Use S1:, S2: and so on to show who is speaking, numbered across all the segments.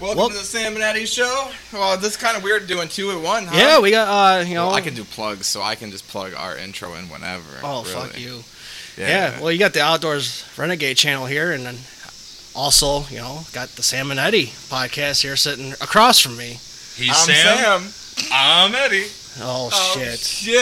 S1: Welcome
S2: Well-
S1: to the Sam and Addy Show. Well, this is kind of weird doing two at one, huh?
S2: Yeah, we got uh, you know.
S1: Well, I can do plugs, so I can just plug our intro in whenever.
S2: Oh
S1: really.
S2: fuck you! Yeah. well, you got the Outdoors Renegade channel here, and then also you know got the Sam and Eddie podcast here sitting across from me.
S3: He's
S1: I'm
S3: Sam.
S1: Sam.
S3: I'm Eddie.
S2: Oh,
S1: Oh,
S2: shit!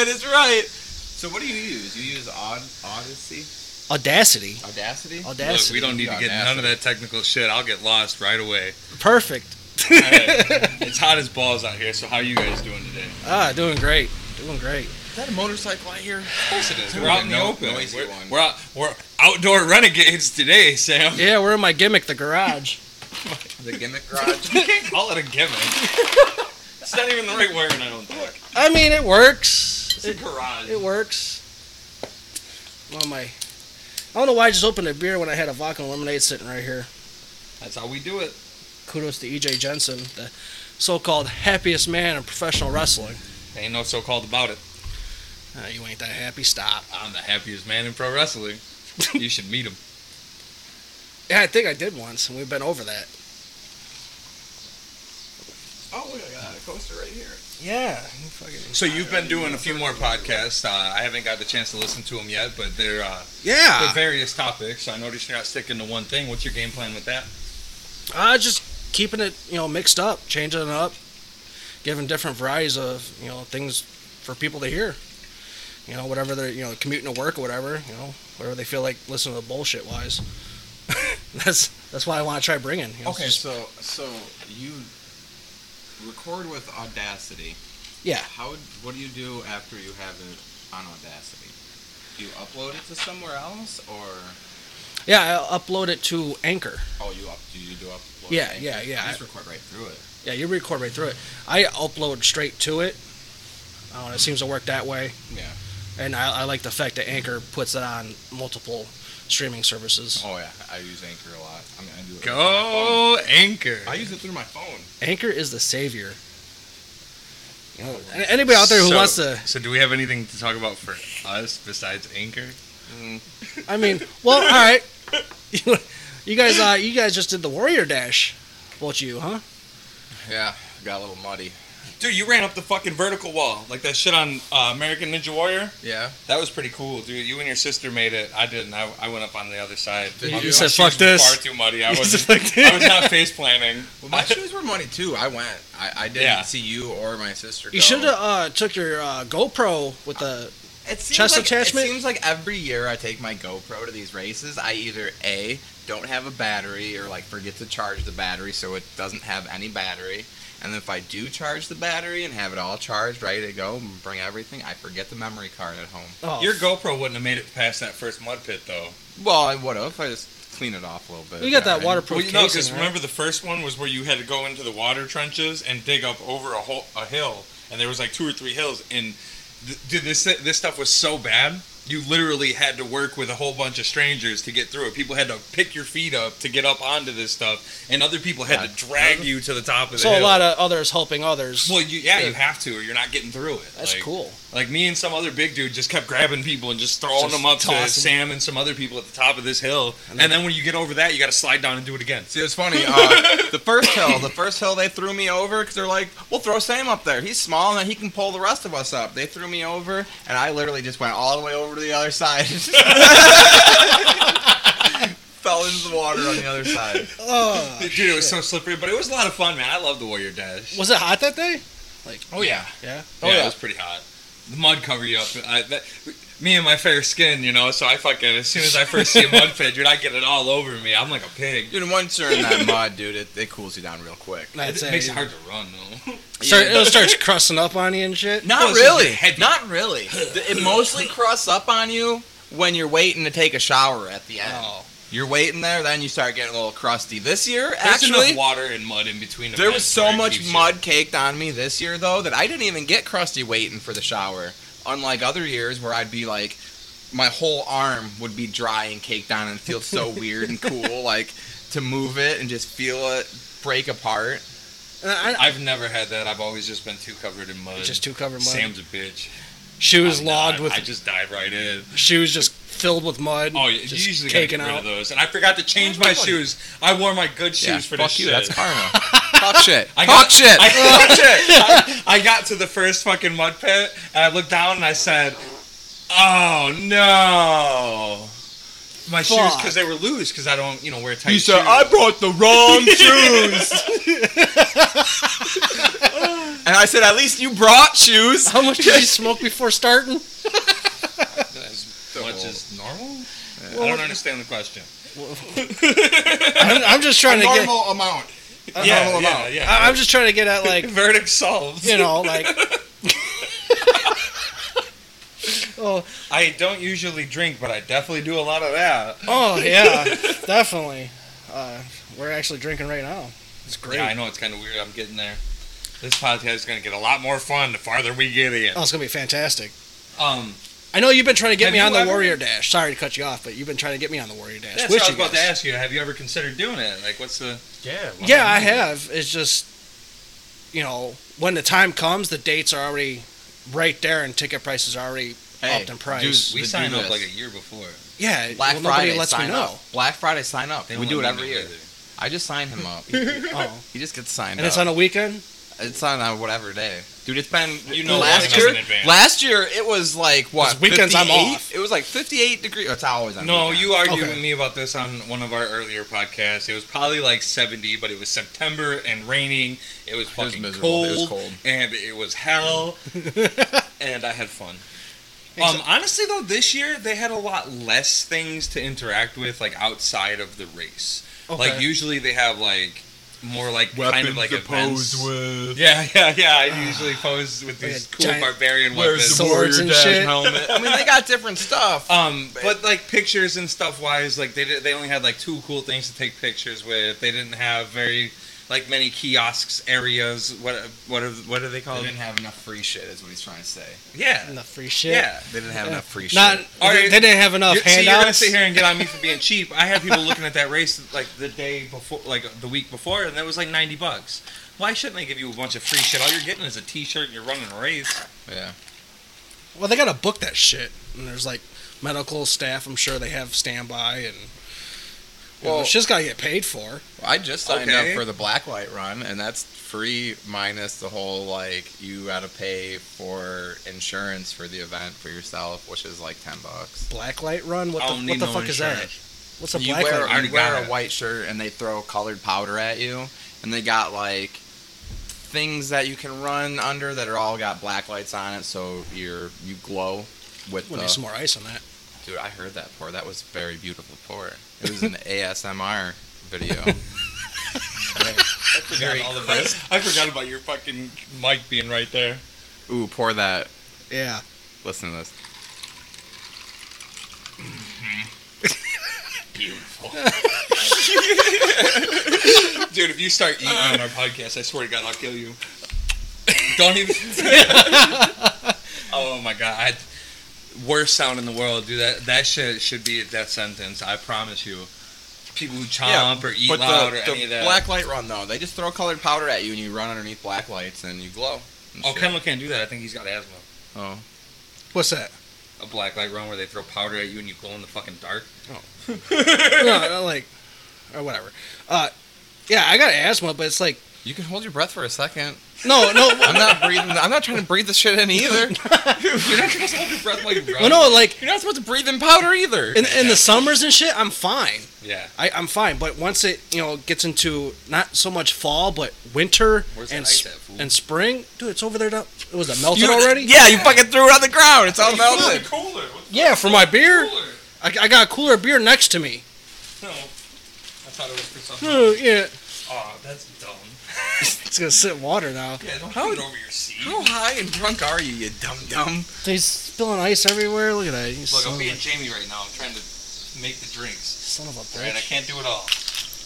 S1: it's right. So what do you use? You use Aud- Odyssey?
S2: Audacity,
S1: Audacity?
S3: Look,
S2: audacity,
S3: we don't need to get none of that technical shit. I'll get lost right away.
S2: perfect.
S3: It's hot as balls out here. So how are you guys doing today?
S2: Ah, doing great, doing great.
S1: Is that a motorcycle I hear?
S3: Of course it is.
S1: Dude,
S3: We're out in the
S1: no-
S3: open.
S1: noisy
S3: We're,
S1: one.
S3: we're out, we're outdoor renegades today, Sam.
S2: Yeah, we're in my gimmick, the garage.
S1: The gimmick garage?
S3: You can't call it a gimmick. it's not even the right word. I don't think.
S2: I mean, it works.
S3: It's a
S2: It,
S3: garage.
S2: it works. Well, my. I don't know why I just opened a beer when I had a vodka and lemonade sitting right here.
S3: That's how we do it.
S2: Kudos to EJ Jensen, the so-called happiest man in professional wrestling.
S3: Ain't no so-called about it.
S2: Uh, you ain't that happy. Stop.
S3: I'm the happiest man in pro wrestling. you should meet him.
S2: Yeah, I think I did once, and we've been over that.
S1: oh, look, I got a coaster right here.
S2: Yeah. you Fucking...
S3: So you've been doing a few more podcasts. Uh, I haven't got the chance to listen to them yet, but they're uh,
S2: Yeah.
S3: for various topics. I noticed you're not sticking to one thing. What's your game plan with that?
S2: Uh, just keeping it, you know, mixed up, changing it up, giving different varieties of, you know, things for people to hear. You know, whatever they're, you know, commuting to work or whatever, you know, whatever they feel like listening to bullshit wise. that's that's why I want to try bringing. You know,
S1: Okay,
S2: just-
S1: so so you record with Audacity.
S2: Yeah.
S1: How what do you do after you have it on Audacity? Do you upload it to somewhere else, or
S2: Yeah, I upload it to Anchor.
S1: oh, you up do you do upload?
S2: Yeah,
S1: it?
S2: yeah, yeah.
S1: You just record right through it.
S2: Yeah, you record right through it. I upload straight to it. Uh, it seems to work that way.
S1: Yeah.
S2: And I, I like the fact that Anchor puts it on multiple streaming services.
S1: Oh yeah, I use Anchor a lot. I mean, I do it.
S3: Go anchor.
S1: I use it through my phone.
S2: Anchor is the savior. You know, a- anybody out there who
S3: Oh, so,
S2: wants to,
S3: So, do we have anything to talk about for us besides anchor?
S2: I mean, well, all right. You, you guys, uh, you guys just did the Warrior Dash. What you, huh?
S1: Yeah, got a little muddy.
S3: Dude, you ran up the fucking vertical wall like that shit on uh, American Ninja Warrior.
S1: Yeah.
S3: That was pretty cool, dude. You and your sister made it. I didn't. I, I went up on the other side.
S1: Did
S3: My-
S1: you?
S3: my
S1: You
S2: said,
S3: shoes
S2: "Fuck
S3: were
S2: this."
S3: Far too muddy. I
S2: You
S3: was.
S2: said, "Fuck
S3: I was not face planning.
S1: Well, my shoes were muddy too. I went. I, I didn't
S3: Yeah.
S1: see you or my sister.
S2: You
S1: go.
S2: should have uh, took your uh, GoPro with the.
S1: It seems
S2: Chest
S1: like,
S2: attachment?
S1: It seems like every year I take my GoPro to these races, I either a don't have a battery or like forget to charge the battery, so it doesn't have any battery. And if I do charge the battery and have it all charged, ready to go, and bring everything, I forget the memory card at home.
S2: Oh,
S3: Your GoPro wouldn't have made it past that first mud pit, though.
S1: Well, I would have. I just clean it off a little bit.
S2: we got
S1: yeah,
S2: that
S1: right?
S2: waterproof
S3: Well, you know, because
S2: casing, right?
S3: remember the first one was where you had to go into the water trenches and dig up over a whole a hill, and there was like two or three hills, and th- dude, this this stuff was so bad. You literally had to work with a whole bunch of strangers to get through it. People had to pick your feet up to get up onto this stuff, and other people had to drag you to the top of the
S2: So
S3: hill.
S2: a lot of others helping others.
S3: well, you, yeah, you have to, or you're not getting through it.
S2: That's
S3: Like-
S2: cool.
S3: Like me and some other big dude just kept grabbing people and just throwing
S2: Just
S3: them up to
S2: tossing.
S3: Sam and some other people at the top of this hill, and then, when you get over that, you got to slide down and do it again.
S1: See, it's funny. Uh, the first hill, the first hill, they threw me over because they're like, "We'll throw Sam up there. He's small and he can pull the rest of us up." They threw me over, and I literally just went all the way over to the other side. Fell into the water on the other side.
S2: Oh,
S3: Dude, it was so slippery, but it was a lot of fun, man. I love the Warrior Dash.
S2: was it hot that day?
S3: Oh yeah,
S2: Yeah.
S3: oh yeah, it was pretty hot. The mud covered you up. I, that, me and my fair skin, you know. So I fucking as soon as I first see a mud pit, dude, I get it all over me. I'm like a pig.
S1: Dude, once you're in that mud, dude, it, it cools you down real quick.
S2: That's
S3: it,
S2: it.
S3: makes it hard to run though.
S2: Start,
S1: Yeah.
S2: It'll start crusting up on you and shit.
S1: Not
S3: Well, it's
S1: really.
S3: just
S1: Not really. It mostly crusts up on you when you're waiting to take a shower at the end.
S2: Oh.
S1: You're waiting there, then you start getting a little crusty. This year,
S3: There's
S1: actually,
S3: enough water and mud in between.
S1: There was
S3: events
S1: so
S3: where it
S1: much
S3: keeps you-
S1: mud caked on me this year, though, that I didn't even get crusty waiting for the shower. Unlike other years where I'd be like, my whole arm would be dry and caked on and feel so weird and cool, like to move it and just feel it break apart.
S2: And I,
S3: I've never had that. I've always just been too covered in mud.
S2: just too covered mud.
S3: Sam's a bitch.
S2: shoes
S3: I'm
S2: logged
S3: not.
S2: with
S3: I just dive right in.
S2: shoes just filled with mud.
S3: Oh, yeah,
S2: just
S3: you usually gotta
S2: taken
S3: get rid of
S2: out.
S3: those. And I forgot to change my shoes. I wore my good shoes
S1: Yeah,
S3: for
S1: fuck
S3: this
S1: you.
S3: shit.
S1: That's karma. Talk shit.
S3: I
S1: Talk
S3: got,
S1: shit.
S3: I, talk shit. I, I got to the first fucking mud pit, and I looked down and I said, "Oh no." My shoes,
S2: Fuck.
S3: because they were loose, because I don't, you know, wear tight
S1: He
S3: shoes.
S1: said, "I brought the wrong shoes." and I said, "At least you brought shoes."
S2: How much did you smoke before starting?
S3: as much
S1: whole-
S3: as normal? I don't understand the question.
S2: I'm, I'm just trying to get.
S4: normal amount. A
S3: yeah,
S4: normal
S3: yeah,
S4: amount.
S3: yeah.
S2: I- I'm just trying to get at like
S3: Verdict solved.
S2: you know like. oh,
S3: I don't usually drink, but I definitely do a lot of that.
S2: oh yeah, definitely. Uh, we're actually drinking right now. It's great.
S3: Yeah, I know it's kind of weird. I'm getting there. This podcast is going to get a lot more fun the farther we get in.
S2: Oh, it's gonna be fantastic.
S3: Um,
S2: I know you've been trying to get
S3: Have
S2: me
S3: you
S2: on the
S3: ever-
S2: Warrior Dash. Sorry to cut you off, but you've been trying to get me on the Warrior Dash.
S3: that's
S2: with
S3: what I was
S2: you
S3: about to
S2: guys.
S3: ask you. Have you ever considered doing it? Like, what's the?
S1: Yeah.
S2: Yeah, I have. It's just, you know, when the time comes, the dates are already right there, and ticket prices are already
S1: Hey,
S2: upped in price.
S1: dude,
S3: We
S1: To do
S3: signed up
S1: this.
S3: like a year before.
S2: yeah,
S1: Black
S2: well, nobody
S1: Friday,
S2: lets
S1: sign
S2: me know.
S1: up. Black Friday, sign up.
S3: They
S1: we
S3: don't
S1: do it
S3: let me
S1: every
S3: know
S1: year.
S3: either.
S1: I just sign him up. he
S2: Oh,
S1: just gets signed up.
S2: and it's on a weekend.
S1: It's on uh, whatever day, dude. It's been
S3: You know
S1: last
S3: long
S1: year.
S3: enough in advance.
S1: Last year it was like what?
S2: Those weekends I'm
S1: 58?
S2: off.
S1: It was like 58 degrees. It's always on.
S3: No,
S1: weekends.
S3: you argued
S2: Okay.
S3: with me about this on one of our earlier podcasts. It was probably like 70, but it was September and raining. It was
S1: was
S3: fucking
S1: miserable.
S3: cold,
S1: It was cold.
S3: and it was hell. and I had fun. Um,
S2: Exa-
S3: honestly, though, this year they had a lot less things to interact with, like outside of the race. Like
S2: Okay.
S3: usually they have like more like kind of like events.
S4: with.
S3: Yeah, yeah, yeah. I usually pose with
S2: Like
S3: these
S2: a
S3: cool
S2: giant-
S3: barbarian
S2: the
S3: weapons.
S2: sword? Swords and shit.
S4: helmet?
S1: I mean, they got different stuff.
S3: Um, but like pictures and stuff wise, like they did, they only had like two cool things to take pictures with. They didn't have very like many kiosks areas. What what are, what are
S1: they
S3: they called?
S1: didn't have enough free shit, is what he's trying to say.
S3: Yeah,
S2: Enough free shit.
S3: yeah.
S1: They didn't have
S2: Yeah.
S1: enough free
S2: Not.
S1: shit.
S3: All
S2: they,
S3: right.
S2: they didn't have enough
S3: You're- see, you're gonna
S2: handouts.
S3: sit here and get on me for being cheap. I had people looking at that race like the day before, like the week before, and that was like ninety bucks. Why shouldn't they give you a bunch of free shit? All you're getting is a T-shirt and you're running a race.
S1: Yeah.
S2: Well, they gotta book that shit. And there's like medical staff. I'm sure they have standby, and you know,
S1: Well-
S2: it's just gotta get paid for.
S1: I just signed
S3: Okay.
S1: up for the Blacklight run, and that's free minus the whole like you gotta pay for insurance for the event for yourself, which is like ten bucks.
S2: Blacklight run. What
S3: I
S2: the,
S3: don't
S2: what
S3: need
S2: the
S3: no
S2: fuck is that?
S3: insurance.
S2: What's a
S1: you wear,
S2: blacklight?
S3: already
S1: you wear
S3: got
S1: a
S3: it.
S1: white shirt and they throw colored powder at you and they got like things that you can run under that are all got black lights on it so you're you glow with
S2: We
S1: the
S2: need some more ice on that.
S1: dude i heard that pour that was very beautiful pour it was an asmr video
S3: I forgot all about I forgot about your fucking mic being right there.
S1: ooh pour that
S2: Yeah.
S1: listen to this
S3: Beautiful. Dude, if you start eating on
S1: Uh.
S3: our podcast, I swear to God, I'll kill you. Don't even. oh my God. I, worst sound in the world, dude. That, that shit should be a death sentence, I promise you. People who chomp or eat
S1: but
S3: loud
S1: the,
S3: or
S1: the
S3: any of that.
S1: black light run though they just throw colored powder at you and you run underneath black lights and you glow and
S3: oh,
S1: shit.
S3: Kendall can't do that. I think he's got asthma.
S1: oh
S2: What's that?
S3: A black light run where they throw powder at you and you glow in the fucking dark.
S1: Oh.
S2: no, no, like, or whatever. Uh, yeah, I got asthma, but it's like,
S1: you can hold your breath for a second
S2: no, no,
S1: i'm not breathing i'm not trying to breathe the shit in either
S3: You're not supposed to hold your breath while you run.
S2: well, no, like
S1: You're not supposed to breathe in powder either.
S2: in in the summers and shit, I'm fine.
S3: Yeah.
S2: I, I'm fine, but once it you know gets into not so much fall, but winter
S3: Where's that
S2: and
S3: ice
S2: sp-
S3: at, fool?
S2: and spring, dude, it's over there. Now. It was it melted
S1: You-
S2: already?
S1: Yeah, you fucking threw it on the ground. It's all melted.
S3: Cooler.
S2: yeah, for my beer,
S3: Cooler.
S2: I, I got a cooler beer next to me.
S3: No. I thought it was for something.
S2: Oh, yeah,
S3: Oh, that's dumb.
S2: it's gonna sit in water now.
S3: Yeah, don't How? it over your seat.
S1: How high and drunk are you, you dumb dumb?
S2: He's spilling ice everywhere. Look at that. You
S3: Look,
S2: son,
S3: I'm
S2: of a,
S3: being Jamie right now. I'm trying to make the drinks.
S2: son of a bitch.
S3: Right? I can't do it all.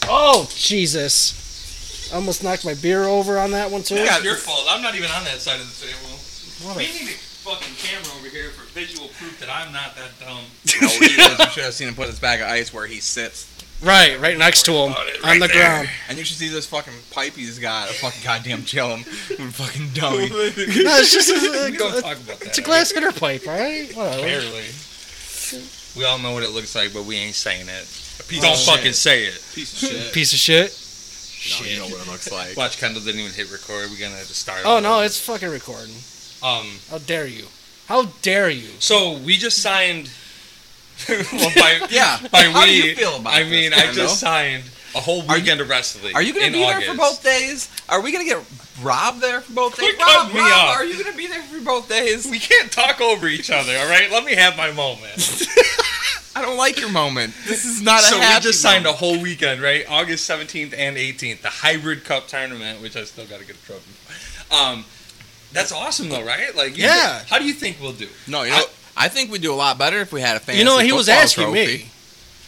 S2: Oh, Jesus. I almost knocked my beer over on that one, too.
S3: That's
S1: Yeah.
S3: your fault. I'm not even on that side of the table.
S2: What
S3: We
S2: a-
S3: need a fucking camera over here for visual proof that I'm not that dumb.
S1: No, he is. You should have seen him put his bag of ice where he sits.
S2: Right, right next to him
S5: about it,
S2: on
S5: right
S2: the
S5: there.
S2: ground.
S1: And you should see this fucking pipe he's got. A fucking goddamn chill him. fucking dummy.
S2: No, it's just
S5: we don't
S2: a,
S5: talk about that.
S2: it's a glass hitter pipe, right? Whatever.
S5: Barely.
S3: We all know what it looks like, but we ain't saying it.
S2: Oh,
S5: Don't
S1: shit.
S5: fucking say it.
S1: Piece of shit.
S2: Piece of shit.
S1: No, you know what it looks like.
S3: Watch Kendall didn't even hit record. We're gonna have to start.
S2: Oh
S3: all
S2: no,
S3: over.
S2: it's fucking recording.
S3: um.
S2: How dare you? How dare you?
S3: So we just signed. well, by,
S1: Yeah.
S3: By
S1: How
S3: we,
S1: do you feel about
S3: I
S1: this,
S3: mean, I
S1: Kendall?
S3: just signed a whole
S1: Are you-
S3: weekend of wrestling.
S1: Are you gonna
S3: in
S1: be
S3: August.
S1: there for both days? Are we gonna get Rob there for both days?
S3: Quit
S1: Rob,
S3: cutting me
S1: Rob,
S3: off.
S1: are you gonna be there for both days?
S3: We can't talk over each other, all right? Let me have my moment.
S1: I don't like your moment. This is not
S3: so
S1: a
S3: we
S1: happy
S3: just signed
S1: moment.
S3: a whole weekend, right? August 17th and 18th, the Hybrid Cup tournament, which I still got to get a trophy. for. Um, that's awesome, though, right? Like, you-
S2: Yeah.
S3: How do you think we'll do?
S1: No, you know, I, think we'd do a lot better if we had a fantasy
S2: you know, he was
S1: football
S2: asking
S1: trophy.
S2: me.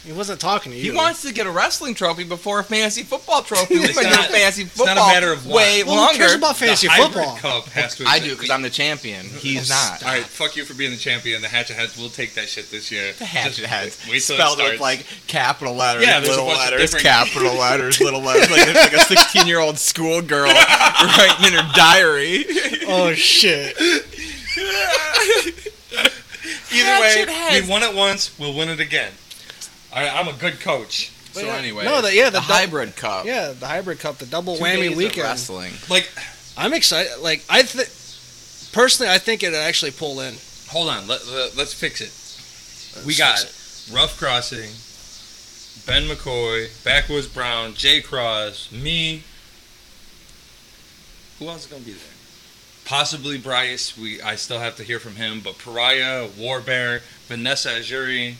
S2: He wasn't talking to you.
S1: He wants to get a wrestling trophy before a fantasy football trophy. We've
S3: It's
S1: been doing
S3: not-
S1: fantasy
S3: not
S1: football
S3: a matter of
S1: way
S2: well,
S1: longer.
S2: Who cares about fantasy
S3: the Hybrid
S2: football?
S3: Cup has to.
S1: I
S3: exist.
S1: do because I'm the champion. He's not.
S3: All right, fuck you for being the champion. The Hatchet Heads will take that shit this year.
S1: The hatchet heads
S3: wait till it
S1: spelled with
S3: starts.
S1: like capital letters,
S3: Yeah, there's a
S1: little
S3: bunch of
S1: letters,
S3: different-
S1: capital letters, little letters. Like, it's like a 16 year old schoolgirl writing in her diary.
S2: Oh shit!
S3: Either way,
S1: Hatchet Heads.
S3: we won it once, we'll win it again. All right, I'm a good coach.
S1: So anyway,
S2: no, the- yeah, the dou-
S1: hybrid cup,
S2: Yeah, the hybrid cup, the double
S1: Two days
S2: whammy
S1: of
S2: weekend.
S1: wrestling.
S3: Like,
S2: I'm excited. Like I think, personally, I think it'd actually pull in.
S3: hold on, let, let, us fix it. we got Rough Crossing, Ben McCoy, Backwoods Brown, Jay Cross, me. Who else is gonna be there? Possibly Bryce. We I still have to hear from him, but Pariah, Warbear, Vanessa Ajuri.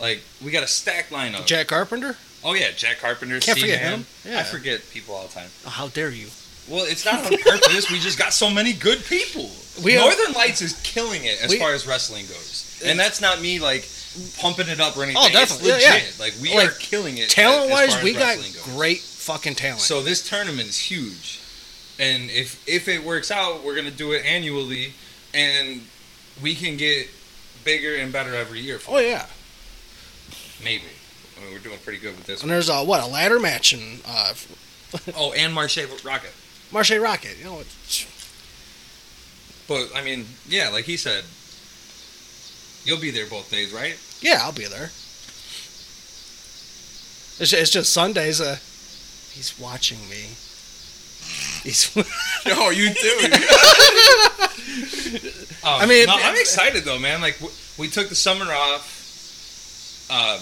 S3: Like we got a stack lineup.
S2: Jack Carpenter.
S3: oh yeah, Jack Carpenter.
S2: Can't
S3: Steve
S2: forget
S3: Ham.
S2: him. Yeah.
S3: I forget people all the time.
S2: Oh, how dare you?
S3: Well, it's not on purpose. we just got so many good people.
S2: We have-
S3: Northern Lights is killing it as
S2: We-
S3: far as wrestling goes, and that's not me like pumping it up or anything.
S2: Oh, definitely.
S3: It's
S2: Yeah,
S3: legit. Like we
S2: Like,
S3: are killing it.
S2: Talent
S3: as
S2: wise,
S3: far as
S2: we got
S3: wrestling goes.
S2: great fucking talent.
S3: So this tournament is huge, and if if it works out, we're gonna do it annually, and we can get bigger and better every year. For
S2: oh yeah,
S3: it. maybe. I mean, we're doing pretty good with this.
S2: and
S3: One.
S2: there's a what a ladder match and uh,
S3: Oh, and Marche Rocket.
S2: Marche Rocket. You know, it's,
S3: But I mean, yeah, like he said, you'll be there both days, right?
S2: yeah, I'll be there. It's just, it's just Sundays. Uh, he's watching me. He's.
S1: No, you do.
S3: Um,
S2: I mean,
S3: no,
S2: it-
S3: I'm excited though, man. Like w- we took the summer off. Um,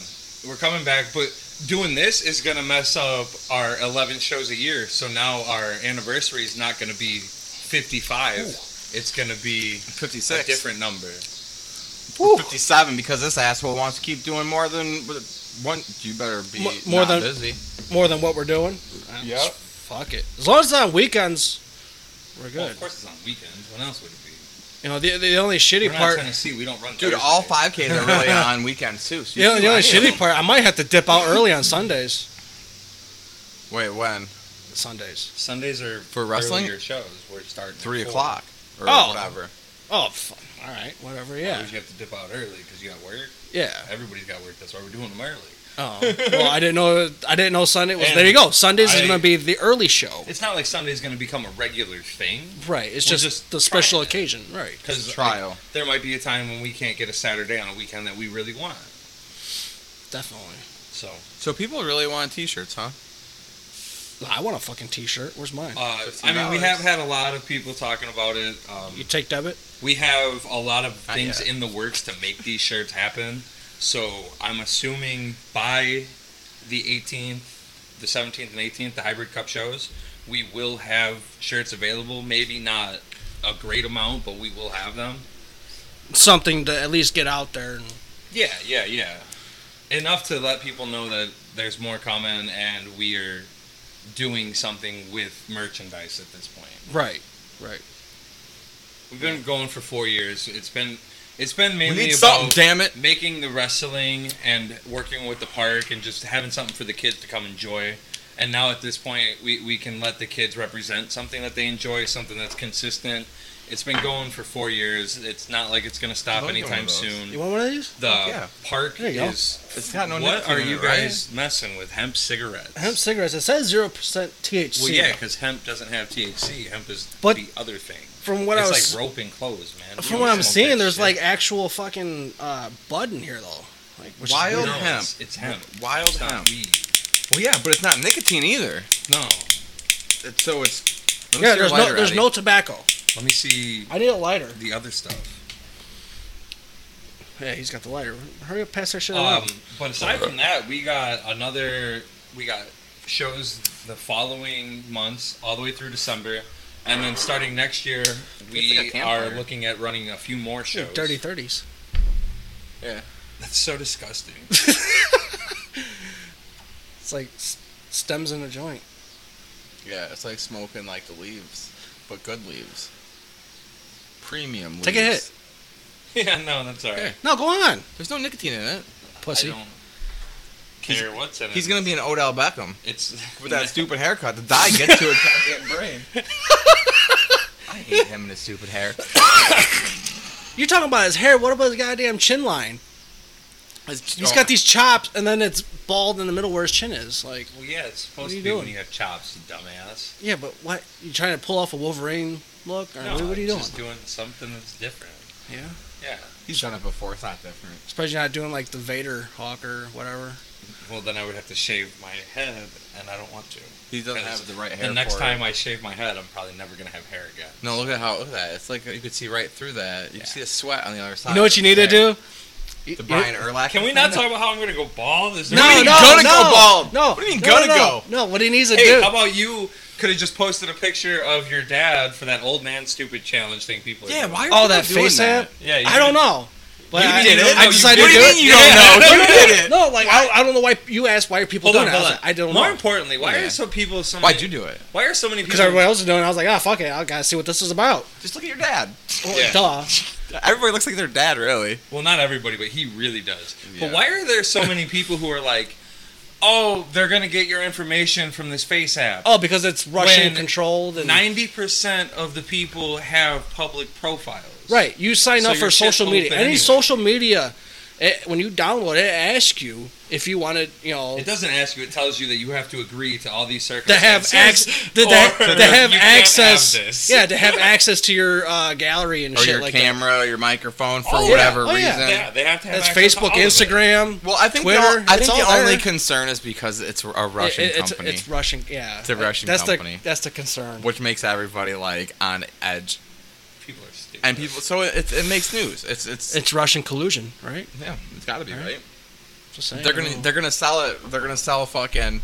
S3: we're coming back, but doing this is gonna mess up our 11 shows a year. So now our anniversary is not gonna be 55. It's gonna be a
S1: 56,
S3: different number.
S2: Whew.
S1: 57, because this asshole wants to keep doing more than one. You better be
S2: Mo- more
S1: not
S2: than-
S1: busy.
S2: more than what we're doing. Uh,
S1: Yep.
S2: Fuck it. As long as it's on weekends, we're good.
S3: Well, of course, it's on weekends. When else would it be?
S2: you know, the, the only shitty
S3: We're
S2: part.
S3: not Tennessee. We don't run.
S1: Dude,
S3: Thursday.
S1: all 5Ks are really on weekends too. So
S2: The
S1: you can
S2: only, the
S1: do
S2: only
S1: any of
S2: shitty part, I might have to dip out early on Sundays.
S1: them. Wait, when?
S2: Sundays.
S3: Sundays are
S1: For wrestling?
S3: earlier shows. We're starting at
S1: Three
S3: four.
S1: o'clock or
S2: Oh.
S1: whatever.
S2: Oh, f- all right, whatever. Yeah,
S3: Always You have to dip out early because you got work.
S2: yeah.
S3: Everybody's got work. That's why we're doing them early.
S2: Oh, well, I didn't know. I didn't know Sunday was.
S3: And
S2: there you go. Sundays
S3: I-
S2: is going to be the early show.
S3: It's not like Sunday's going to become a regular thing.
S2: Right. It's
S3: We're
S2: just,
S3: just
S2: the special
S3: trying it.
S2: occasion. Right.
S3: Because
S1: Trial.
S3: there might be a time when we can't get a Saturday on a weekend that we really want.
S2: Definitely.
S3: So
S1: So people really want T-shirts, huh?
S2: I want a fucking T-shirt. Where's mine?
S3: uh,
S1: $15.
S3: I mean, we have had a lot of people talking about it. Um,
S2: you take debit.
S3: we have a lot of
S1: Not
S3: things
S1: yet.
S3: in the works to make these shirts happen. So I'm assuming by the 18th, the 17th, and 18th, the Hybrid Cup shows, we will have shirts available. Maybe not a great amount, but we will have them.
S2: Something to at least get out there. And,
S3: Yeah, yeah, yeah. Enough to let people know that there's more coming and we are doing something with merchandise at this point.
S2: right. Right.
S3: We've been going for four years. It's been it's been
S1: We
S3: mainly
S1: need something,
S3: about
S1: damn it.
S3: making the wrestling and working with the park and just having something for the kids to come enjoy. And now at this point, we, we can let the kids represent something that they enjoy, something that's consistent. It's been going for four years. It's not like it's going
S1: I'd
S3: to
S1: like
S3: stop
S1: one of
S3: anytime
S1: those.
S3: soon.
S2: You want one of these?
S3: The
S1: Fuck yeah.
S3: park
S2: There you go.
S3: is.
S1: It's got no
S3: what
S1: nicotine
S3: are
S1: in
S3: you
S1: it, right?
S3: guys messing with? Hemp cigarettes.
S2: Hemp cigarettes. It says zero percent THC.
S3: Well, yeah, because hemp doesn't have THC. Hemp is
S2: But
S3: the other thing.
S2: From what
S3: it's
S2: I was,
S3: like rope and clothes, man. We
S2: from
S3: don't
S2: what I'm
S3: smoke
S2: seeing,
S3: that
S2: there's
S3: shit.
S2: like actual fucking uh, bud in here though. Like which is
S1: Wild
S2: weird.
S3: No,
S1: hemp.
S3: It's, it's hemp.
S1: Wild
S3: It's not
S1: hemp.
S3: weed.
S1: Well, yeah, but it's not nicotine either.
S3: No.
S1: It's, so it's. Let me see
S2: Yeah,
S1: your
S2: there's no
S1: lighter,
S2: there's
S1: Eddie.
S2: no tobacco.
S3: Let me see
S2: I need a lighter.
S3: the other stuff.
S2: Yeah, he's got the lighter. Hurry up, pass that shit
S3: Um,
S2: around.
S3: but aside from that, we got another. We got shows the following months, all the way through December, and then starting next year,
S1: It's like
S3: we
S1: a campfire.
S3: are looking at running a few more shows.
S2: Dirty thirties.
S3: That's so disgusting.
S2: It's like s- stems in a joint.
S1: Yeah, it's like smoking like the leaves, but good leaves. Premium leaves.
S2: Take a hit.
S3: yeah, no, that's all right.
S2: No, go on,
S1: There's no nicotine in it.
S3: I
S2: pussy.
S3: don't care what's in it.
S1: He's gonna be an Odell Beckham
S3: It's
S1: with that stupid haircut. The dye gets to his goddamn brain. I hate him and his stupid hair.
S2: You're talking about his hair. What about his goddamn chin line? He's
S1: Oh,
S2: got these chops, and then it's bald in the middle where his chin is. Like,
S3: Well, yeah, it's
S2: What are
S3: supposed to
S2: you
S3: be
S2: doing?
S3: when you have chops, you dumbass.
S2: yeah, but what? You trying to pull off a Wolverine look? Or what, what are you
S3: it's
S2: doing?
S3: Just doing something that's different.
S2: Yeah.
S3: Yeah.
S1: He's done it before. It's not different.
S2: Surprised you're not doing like the Vader hawk or whatever.
S3: Well, then I would have to shave my head, and I don't want to.
S1: He doesn't have
S3: Because
S1: the right hair.
S3: The next
S1: for it.
S3: time I shave my head, I'm probably never gonna have hair again.
S1: No, look at how look at that. It's like you could see right through that. You
S3: Yeah.
S1: can see the sweat on the other side.
S2: You know what you need to do? You-
S1: The
S2: you-
S1: Brian Urlacher.
S3: Can we not talk about how I'm gonna go bald? Is there
S2: No,
S1: do you mean
S2: no,
S1: gonna
S2: no,
S1: go bald?
S2: No.
S1: What do you mean
S2: no,
S1: gonna
S2: no,
S1: go?
S2: No, what he needs to
S3: Hey,
S2: do.
S3: how about you? Could have just posted a picture of your dad for that old man stupid challenge thing people. Are
S1: Yeah,
S3: doing.
S1: why are
S2: Oh,
S1: people
S2: that
S1: doing
S2: face
S1: that?
S2: amp.
S3: Yeah, you
S2: I don't know. But
S1: You
S2: I,
S1: did it.
S2: I decided
S1: what
S2: to
S1: do
S2: do
S1: you
S2: it.
S1: mean you don't know? You did it.
S2: No, like I, I don't know why you asked why are people
S3: Hold
S2: doing
S3: on,
S2: it. I
S3: hold
S2: was
S3: on.
S2: like, I don't
S3: More
S2: know
S3: importantly, why
S1: Yeah.
S3: are so people so many?
S1: Why'd you do it?
S3: Why are so many
S2: because
S3: people?
S2: everyone else is doing. it. I was like, ah, fuck it. I gotta see what this is about.
S1: Just look at your dad.
S2: Well,
S3: Yeah.
S2: Duh.
S1: Everybody looks like their dad, really.
S3: Well, not everybody, but he really does.
S1: Yeah.
S3: But why are there so many people who are like, "Oh, they're gonna get your information from this face app"?
S2: Oh, because it's Russian
S3: When
S2: controlled and
S3: Ninety percent of the people have public profiles.
S2: right. You sign
S3: So
S2: up for
S3: your shit's
S2: social
S3: open
S2: media. Any
S3: anyway.
S2: social media, it, when you download it, it asks you if you want to, you know,
S3: It doesn't ask you. It tells you that you have to agree to all these
S2: to have
S3: circumstances.
S2: access to,
S3: or
S2: to, to have
S3: you can't
S2: access
S3: have this.
S2: yeah to have access to your uh, gallery and
S1: Or
S2: shit
S1: your
S2: like
S1: camera, or your microphone, for
S2: Oh, yeah.
S1: whatever
S2: Oh, yeah.
S1: reason.
S3: Yeah, they have
S2: that
S3: to have.
S2: that's
S3: access to
S2: facebook
S3: all of it.
S2: instagram
S1: Well, I think
S2: Twitter,
S1: the, on- I
S2: it's
S1: think the
S2: all there.
S1: only concern is because it's a Russian
S2: It- it's,
S1: company,
S2: it's russian yeah
S1: It's a Russian
S2: that's
S1: company.
S2: the that's the concern
S1: which makes everybody like on edge,
S3: People are stupid.
S1: and people. So it, it, makes news. It's it's,
S2: it's russian collusion right
S1: yeah, it's got to be
S2: Right.
S1: right.
S2: Just saying,
S1: They're
S2: I
S1: gonna
S2: don't know.
S1: they're gonna sell it. They're gonna sell fucking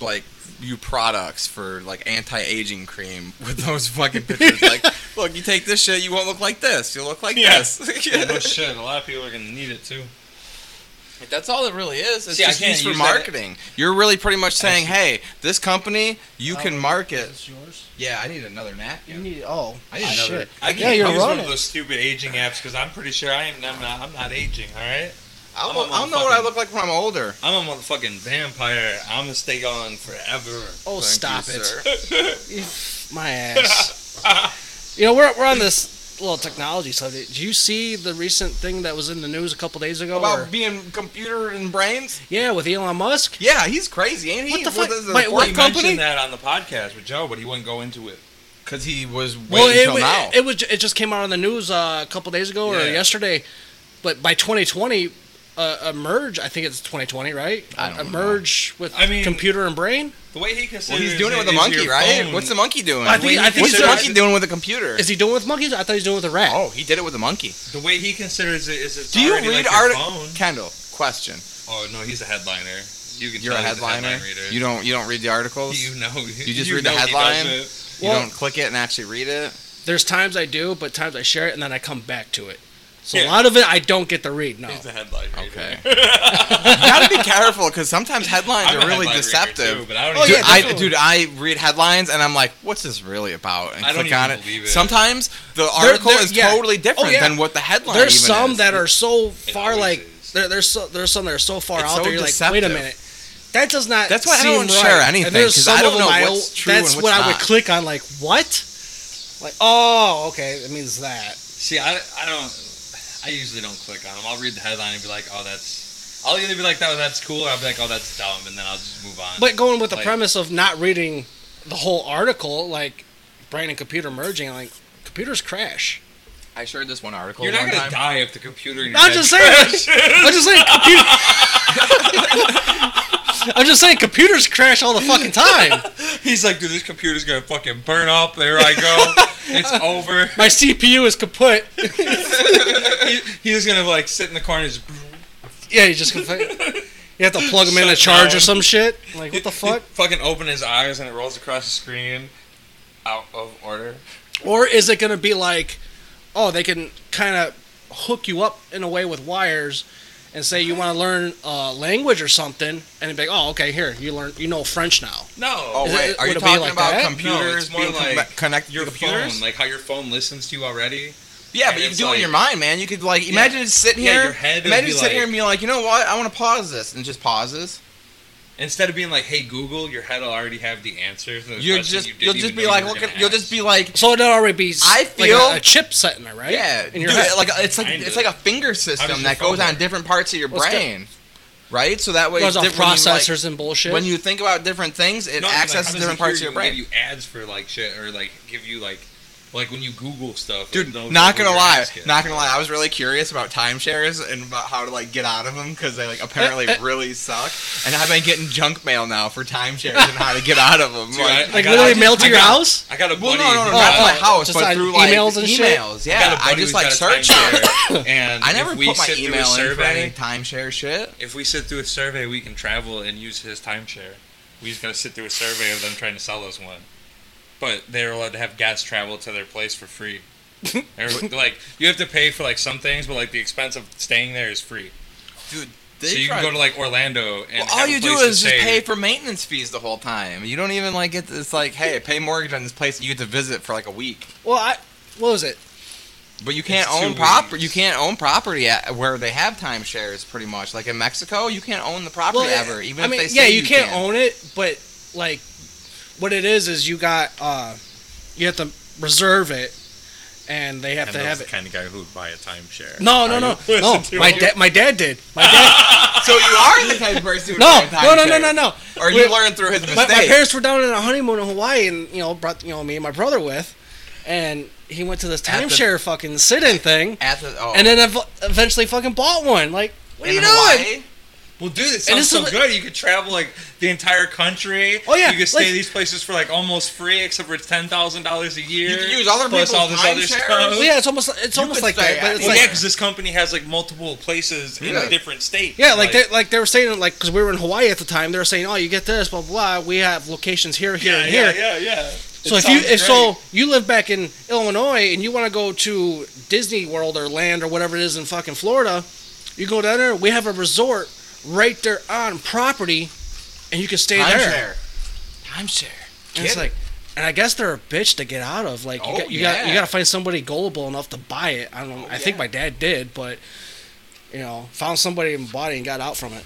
S1: like you products for like anti aging cream with those fucking pictures. like, look, you take this shit, you won't look like this. You'll look like
S3: Yeah.
S1: this.
S3: Yeah, no Oh, shit. A lot of people are gonna need it too.
S1: That's all it really is. It's
S3: See, I
S1: just
S3: can't
S1: used for
S3: use that-
S1: marketing. You're really pretty much saying,
S3: see.
S1: hey, this company, you can market.
S2: Is this yours?
S1: Yeah, I need another napkin.
S2: you need oh
S1: I didn't know
S2: shit.
S3: I
S2: yeah
S3: can't
S2: you're
S3: use one
S2: running
S3: of those stupid aging apps because I'm pretty sure I am. I'm not. I'm not aging. All right.
S1: I'll,
S3: I'm a
S1: I'll know what I
S3: motherfucking-
S1: look like when I'm older.
S3: I'm a motherfucking vampire. I'm gonna stay on forever.
S2: oh
S1: Thank
S2: stop
S1: you,
S2: it
S1: sir.
S2: my ass. you know, we're, we're on this little technology subject. Did you see the recent thing that was in the news a couple days ago?
S1: About
S2: or-
S1: being computer and brains?
S2: yeah, with Elon Musk.
S1: Yeah, he's crazy, ain't he?
S2: What the fuck?
S1: is it,
S2: Wait, what
S3: He
S2: company?
S3: mentioned that on the podcast with Joe, but he wouldn't go into it.
S1: Because he was waiting
S2: Well, it,
S1: until
S2: wa-
S1: now.
S2: it, was ju- it just came out on the news uh, a couple days ago or
S3: Yeah.
S2: yesterday, but by 2020. Uh, emerge, I think it's 2020, right?
S1: I don't know.
S2: emerge with
S3: I mean-
S2: computer and brain.
S3: The way he considers
S1: well, he's doing it with
S3: is
S1: a monkey,
S3: your
S1: right?
S3: phone-
S1: What's the monkey doing?
S2: I think-
S1: Wait,
S2: I think
S1: What's
S2: he's
S1: the
S2: doing-
S1: monkey doing with a computer?
S2: Is he doing with monkeys? I thought he was doing with a rat.
S1: oh, he did it with a monkey.
S3: the way he considers it is it's
S1: Do you
S3: already
S1: read
S3: like your phone.
S1: articles? Kendall, question.
S3: Oh no, he's a headliner. You can
S1: You're a
S3: tell he's
S1: headliner.
S3: headline reader.
S1: you don't you don't read the articles.
S3: You know.
S1: You just read the
S3: know he
S1: headline?
S3: does it.
S1: You
S2: Well-
S1: don't click it and actually read it.
S2: There's times I do, but times I share it and then I come back to it. So a
S3: Yeah.
S2: lot of it I don't get to read. No,
S3: He's a headline reader.
S1: Okay. you gotta be careful because sometimes headlines
S3: I'm a
S1: are really
S3: headline reader,
S1: deceptive.
S3: too, but I don't
S2: Oh,
S3: even-
S1: Dude,
S2: yeah,
S1: I,
S2: definitely.
S1: dude, I read headlines and I'm like, what's this really about? And
S3: I don't
S1: click
S3: even
S1: on it.
S3: believe it.
S1: Sometimes the article
S2: there-
S1: is
S2: yeah.
S1: totally different
S2: Oh, yeah.
S1: than what the headline.
S2: there's
S1: even
S2: some
S1: is.
S2: that are so far
S3: always
S2: like
S3: is.
S2: there, there's so, there's some that are so far
S1: It's
S2: out
S1: so
S2: there. You're like, wait a
S1: deceptive.
S2: minute, that does not.
S1: That's why I
S2: seem
S1: don't
S2: right.
S1: share anything,
S2: And there's
S1: 'cause I
S2: some
S1: don't
S2: of
S1: know
S2: them I
S1: what's
S2: o-
S1: true
S2: That's
S1: and what's
S2: what I would
S1: not.
S2: click on. Like what? Like oh, okay, that means that.
S3: See, I, I don't. I usually don't click on them. I'll read the headline and be like, oh, that's. I'll either be like, that, that's cool, or I'll be like, oh, that's dumb, and then I'll just move on.
S2: But going with the
S3: Like-
S2: premise of not reading the whole article, like brain and computer merging, like computers crash.
S1: I shared this one article.
S3: you're not
S1: one
S3: gonna
S1: time.
S3: die if the computer. In your
S2: I'm
S3: head
S2: just saying. I'm just saying. Computer- I'm just saying computers crash all the fucking time.
S3: He's like, dude, this computer's gonna fucking burn up. There I go. it's over.
S2: My CPU is kaput.
S3: He, he's gonna like sit in the corner. And just,
S2: Yeah, you just complain. You have to plug them in a
S3: Shut
S2: charge or
S3: down.
S2: some shit. Like what the
S3: He'd
S2: fuck?
S3: fucking open his eyes and it rolls across the screen, out of order.
S2: Or is it gonna be like, oh, they can kind of hook you up in a way with wires, and say you want to learn a language or something, and be like, oh, okay, here you learn, you know French now.
S3: No.
S1: Oh
S2: Is
S1: wait,
S2: it-
S1: are
S2: would
S1: you
S2: it be
S1: talking
S2: like
S1: about
S2: that?
S1: computers
S3: No, it's more
S1: being con-
S3: like
S1: connected
S3: your
S1: to computers?
S3: phone, like how your phone listens to you already.
S1: yeah,
S3: and
S1: but you can
S3: it's
S1: do it in your
S3: like-
S1: mind, man. You could like imagine just sitting
S3: Yeah,
S1: here,
S3: your head would
S1: imagine
S3: be
S1: sitting here
S3: like-
S1: and being like, you know what, I want to pause this and it just pauses.
S3: Instead of being like, "Hey Google," your head will already have the answers. to the
S1: You'll
S3: question
S1: just
S3: you didn't
S1: you'll just
S3: even
S1: be
S3: know
S1: like,
S3: you were
S1: look
S3: gonna
S1: at, you'll
S3: ask.
S1: just be like,
S2: So it'll already be s-
S1: I
S2: like
S1: feel-
S2: a, a chip setting there, right?
S1: yeah,
S2: in your
S1: dude,
S2: head.
S1: like it's like
S3: Kinda.
S1: it's like a finger system
S3: your
S1: that
S3: phone
S1: goes on
S3: work?
S1: different parts of your
S2: Well, it's got-
S1: brain, right? So that way,
S2: Runs off
S1: di- when you, like-
S2: processors and bullshit.
S1: When you think about different things, it
S3: No, I mean, like,
S1: accesses
S3: how does
S1: different
S3: it hear
S1: parts of
S3: you
S1: your
S3: and
S1: brain.
S3: Give you ads for like shit, or like give you like, like when you Google stuff.
S1: Dude,
S3: like, they'll
S1: not
S3: Google
S1: gonna
S3: your
S1: lie,
S3: ass kid.
S1: not gonna lie. I was really curious about timeshares and about how to like get out of them because they like apparently
S2: Eh,
S1: really suck. And I've been getting junk mail now for timeshares and how to get out of them.
S3: Dude,
S1: like,
S3: I-
S2: like
S3: got-
S2: literally
S3: I just-
S2: mail to
S3: I
S2: your
S3: got-
S2: house.
S3: I got a
S1: well,
S3: buddy.
S1: no, no, no, not
S3: who got-
S1: to my house,
S2: just
S1: but
S2: on
S1: through like
S2: emails and shit?
S1: emails.
S3: I got
S1: Yeah, I,
S3: a buddy
S1: just
S3: who's
S1: like
S3: got a
S1: search it.
S3: timeshare, and
S1: I never
S3: if we
S1: put my
S3: sit through a
S1: email in for
S3: survey-
S1: any timeshare shit.
S3: If we sit through a survey, we can travel and use his timeshare. We just gotta sit through a survey of them trying to sell us one. But they're allowed to have guests travel to their place for free. Or, like you have to pay for like some things, but like the expense of staying there is free.
S1: Dude, they
S3: so you
S1: tried-
S3: can go to like Orlando and
S1: Well,
S3: have
S1: all
S3: a
S1: you do
S3: place to
S1: is just
S3: stay.
S1: pay for maintenance fees the whole time. You don't even like get. It's like, hey, pay mortgage on this place. that You get to visit for like a week.
S2: Well, I what was it?
S1: But you can't
S3: It's two
S1: own property.
S3: weeks.
S1: You can't own property at, where they have timeshares, pretty much. Like in Mexico, you can't own the property
S2: Well,
S1: ever, even
S2: I
S1: if
S2: mean,
S1: they say
S2: yeah, you, can't
S1: can.
S2: own it, but like, what it is is you got uh, you have to reserve it, and they have
S3: And
S2: to
S3: those
S2: have
S3: the
S2: it.
S3: kind of guy who would buy a timeshare.
S2: No, no, no, no.
S3: Listen to
S2: My
S3: him.
S2: dad, my dad did. My dad.
S1: So you are the type of person who
S2: no,
S1: would buy a
S2: no, no, no, no,
S1: timeshare.
S2: no.
S1: Or
S2: We-
S1: you learn through his
S2: my,
S1: mistakes.
S2: my parents were down on a honeymoon in Hawaii, and you know, brought you know me and my brother with, and he went to this
S1: At the-
S2: timeshare fucking sit-in thing,
S1: at the oh,
S2: and then ev- eventually fucking bought one. Like, what are
S1: in
S2: you
S1: Hawaii,
S2: doing?
S3: Well, dude, it
S2: And
S3: sounds
S2: this
S3: so
S2: is-
S3: good. You could travel like the entire country.
S2: Oh, yeah,
S3: you could stay
S2: like-
S3: at these places for like almost free, except for ten thousand dollars a year.
S1: You could use other
S3: plus
S1: people's
S3: all this other
S1: timeshares.
S3: stuff.
S2: Well, yeah, it's almost it's almost
S1: could
S2: like
S1: stay
S2: that, but
S1: at
S2: it's
S3: Well,
S2: like
S3: yeah, because this company has like multiple places in
S1: Yeah.
S3: different states.
S2: Yeah, like they like they were saying like because we were in Hawaii at the time, they were saying, "Oh, you get this, blah blah. blah. We have locations here, here,
S3: yeah,
S2: and here."
S3: yeah, yeah, yeah.
S2: So if you if so you live back in Illinois and you want to go to Disney World or Land or whatever it is in fucking Florida, you go down there. We have a resort right there on property, and you can stay there.
S1: timeshare, timeshare.
S2: And it's like, and I guess they're a bitch to get out of. Like you
S1: Oh,
S2: got you got
S1: yeah.
S2: you got to find somebody gullible enough to buy it. I don't. know. I think
S1: yeah.
S2: my dad did, but you know, found somebody and bought it and got out from it.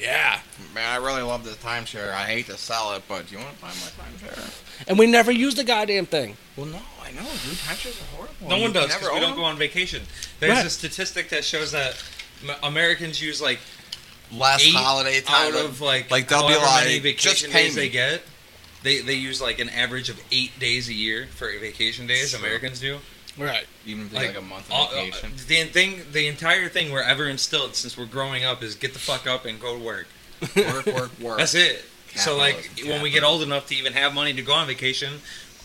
S3: yeah,
S1: Man, I really love this timeshare. I hate to sell it, but do you want to buy my timeshare?
S2: and we never use the goddamn thing.
S1: Well, no, I know, dude. Timeshares are horrible.
S3: no
S1: You
S3: one
S1: can
S3: does
S1: never
S3: because we
S1: own
S3: don't
S1: them.
S3: go on vacation. There's
S2: Right.
S3: a statistic that shows that M- Americans use like
S1: last
S3: eight
S1: holiday time
S3: out of like
S1: like they'll be
S3: however
S1: like,
S3: many
S1: just
S3: vacation
S1: pay
S3: days
S1: me.
S3: they get. They they use like an average of eight days a year for vacation days.
S1: Sure.
S3: Americans do.
S2: Right.
S1: even if it's like,
S3: like,
S1: a month
S3: all-
S1: of
S3: uh,
S1: vacation.
S3: the thing, the entire thing we're ever instilled since we're growing up is get the fuck up and go to work.
S2: uh,
S1: work, work, work.
S3: That's it. so like
S1: Capitalism,
S3: when we get
S1: capitalism.
S3: old enough to even have money to go on vacation,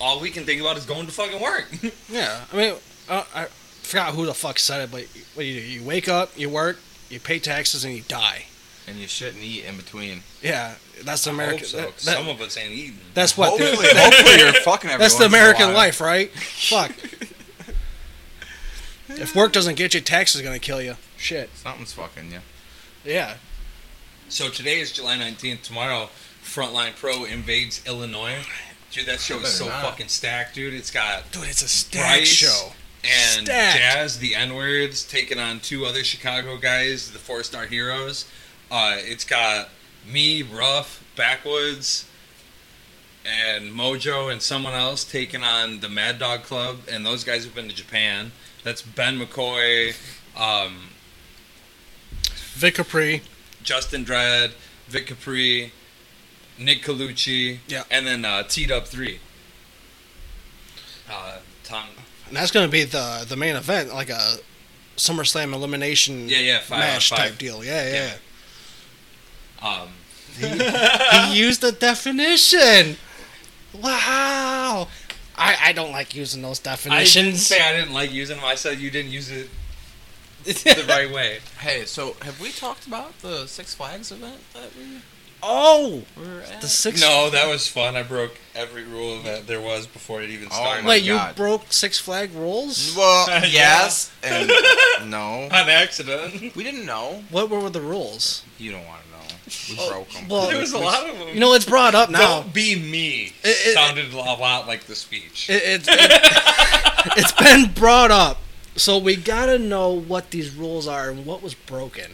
S3: all we can think about is going to fucking work.
S2: Yeah. I mean, uh, I forgot who the fuck said it, but what do you do? You wake up, you work, you pay taxes, and you die.
S1: And you shouldn't eat in between.
S2: Yeah, that's the
S3: Hope
S2: American.
S3: so.
S2: that- that-
S3: Some of us ain't eating.
S2: that's what. the-
S1: Hopefully, hopefully you're fucking everyone.
S2: that's the American life, right? Fuck. if work doesn't get you, taxes gonna kill you. Shit.
S1: Something's fucking you.
S2: Yeah.
S3: So today is July nineteenth. Tomorrow, Frontline Pro invades Illinois. Dude, that show
S1: Better
S3: is so
S1: not.
S3: fucking stacked, dude. It's got
S2: Dude, it's a
S3: stacked show. and
S2: Stacked.
S3: Jazz, the N words, taking on two other Chicago guys, the four star heroes. Uh, it's got me, Ruff, Backwoods, and Mojo, and someone else taking on the Mad Dog Club, and those guys have been to Japan. That's Ben McCoy, um,
S2: Vic Capri.
S3: Justin Dredd, Vic Capri, Nick Colucci,
S2: Yeah.
S3: and then uh, Teed Up Three. Uh, Tom,
S2: And that's going to be the the main event, like a SummerSlam elimination
S3: Yeah, yeah, five on
S2: match
S3: five.
S2: type deal. Yeah, yeah.
S3: um,
S2: he used the definition. Wow. I, I don't like using those
S3: I didn't
S2: definitions.
S3: say I didn't like using them. I said you didn't use it the right way.
S1: Hey, so have we talked about the Six Flags event that we
S2: oh,
S1: were at?
S2: the six.
S3: No, that was fun. I broke every rule that there was before it even
S1: Oh
S3: started.
S1: my-
S2: Wait, you
S1: God.
S2: broke Six Flag rules?
S1: well,
S3: Yeah.
S1: yes and no.
S3: On accident.
S1: We didn't know.
S2: What were the rules?
S1: You don't want to know. We
S2: Oh,
S1: broke them.
S2: well-
S3: There was a lot of them.
S2: You know, it's brought up now.
S3: Don't be me.
S2: It- it-
S3: sounded a lot like the speech.
S2: It, it, it, it's been brought up. So we gotta know what these rules are and what was broken.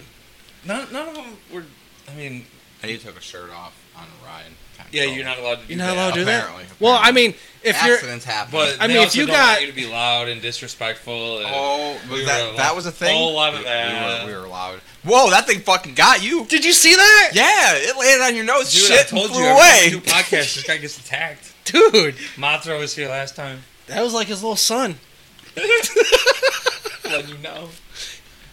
S3: none, none of them were. I mean,
S1: and you took a shirt off on a ride.
S3: yeah, you're not allowed to do
S2: You're not
S3: that.
S2: allowed to do
S1: Apparently,
S2: that. Well, I
S1: apparently.
S2: mean, if you're
S1: Accidents happen.
S3: But
S2: I
S3: they
S2: mean, if
S3: also
S2: you
S3: don't want
S2: got-
S3: you to be loud and disrespectful. And
S1: oh,
S3: we
S1: was
S3: were
S1: that
S3: allowed-
S1: that was a thing.
S3: Whole lot of
S1: We-
S3: that.
S1: We were, we were loud. Whoa, that thing fucking got you.
S2: Did you see that?
S1: Yeah, it landed on your nose.
S3: Dude,
S1: shit,
S3: I told
S1: and
S3: you.
S1: flew
S3: every time we do
S1: away.
S3: podcasts, this guy gets attacked.
S2: Dude,
S3: Mothra was here last time.
S2: that was like his little son.
S3: Let you know.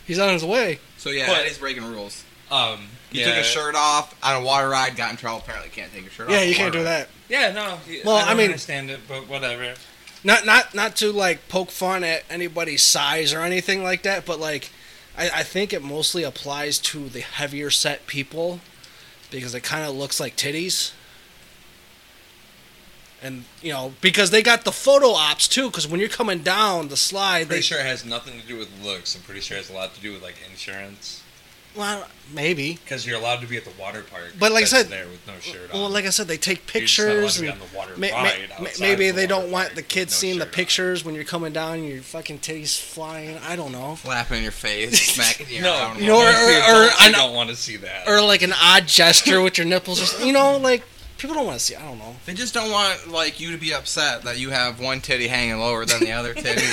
S2: He's on his way.
S1: So yeah,
S3: But-
S1: that is breaking rules.
S3: Um,
S1: You
S3: yeah.
S1: took a shirt off on a water ride, got in trouble. Apparently, can't take your shirt off.
S2: Yeah,
S1: on
S2: you
S1: a
S2: can't
S1: water
S2: do
S1: ride.
S2: that.
S3: Yeah, no.
S2: Well,
S3: I,
S2: I
S3: don't
S2: mean-
S3: understand it, but whatever.
S2: Not not not to like poke fun at anybody's size or anything like that, but like I, I think it mostly applies to the heavier set people because it kind of looks like titties. And you know because they got the photo ops too. Because when you're coming down the slide, they
S3: Pretty sure it has nothing to do with looks. I'm pretty sure it has a lot to do with like insurance
S2: well, maybe.
S3: because you're allowed to be at the water park.
S2: But like I
S3: that's
S2: said-
S3: there with no shirt on.
S2: Well, like I said, they take
S3: You're um, just not allowed
S2: pictures
S3: to be
S2: and
S3: on the water
S2: ma- ma-
S3: ride
S2: ma-
S3: outside
S2: maybe
S3: of the
S2: they
S3: water
S2: don't want
S3: park
S2: the
S3: with
S2: kids
S3: no
S2: seeing the
S3: shirt on.
S2: pictures when you're coming down. and Your fucking titties flying. I don't know.
S1: Flapping your face, smacking your
S3: No,
S1: arm.
S2: You know, or-
S3: Mostly
S2: or-
S3: adults
S2: or-
S3: who
S2: I know-
S3: don't want to see that.
S2: or like an odd gesture with your nipples or something. You know, like people don't want to see. I don't know.
S1: They just don't want like you to be upset that you have one titty hanging lower than the other titty.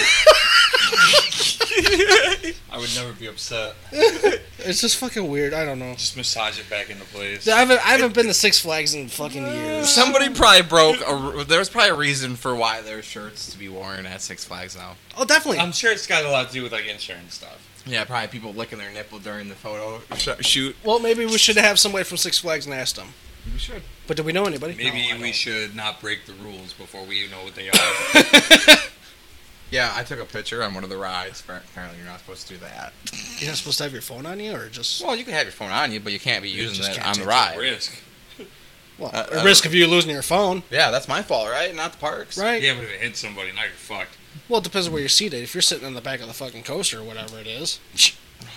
S3: I would never be upset.
S2: It's just fucking weird. I don't know.
S3: Just massage it back into place.
S2: I haven't I haven't been to Six Flags in fucking years.
S1: Somebody probably broke. A, there was probably a reason for why there's shirts to be worn at Six Flags now.
S2: Oh, definitely.
S1: um,
S3: I'm sure it's got a lot to do with like insurance stuff.
S1: Yeah, probably people licking their nipple during the photo sh- shoot.
S2: well, maybe we should have somebody from Six Flags and ask them.
S1: We should.
S2: But do we know anybody?
S3: Maybe
S2: No, I
S3: we
S2: don't.
S3: should not break the rules before we know what they are.
S1: Yeah, I took a picture on one of the rides. Apparently, you're not supposed to do that.
S2: You're not supposed to have your phone on you, or just
S1: Well, you can have your phone on you, but you can't be using
S2: just
S1: it
S2: can't
S1: on the
S2: take
S1: ride.
S3: risk.
S2: well,
S1: I- I
S2: at
S1: don't-
S2: risk of you losing your phone,
S1: Yeah, that's my fault, right? Not the parks.
S2: right?
S3: Yeah, but if it hits somebody, now you're fucked.
S2: Well, it depends on where you're seated. If you're sitting in the back of the fucking coaster or whatever it is,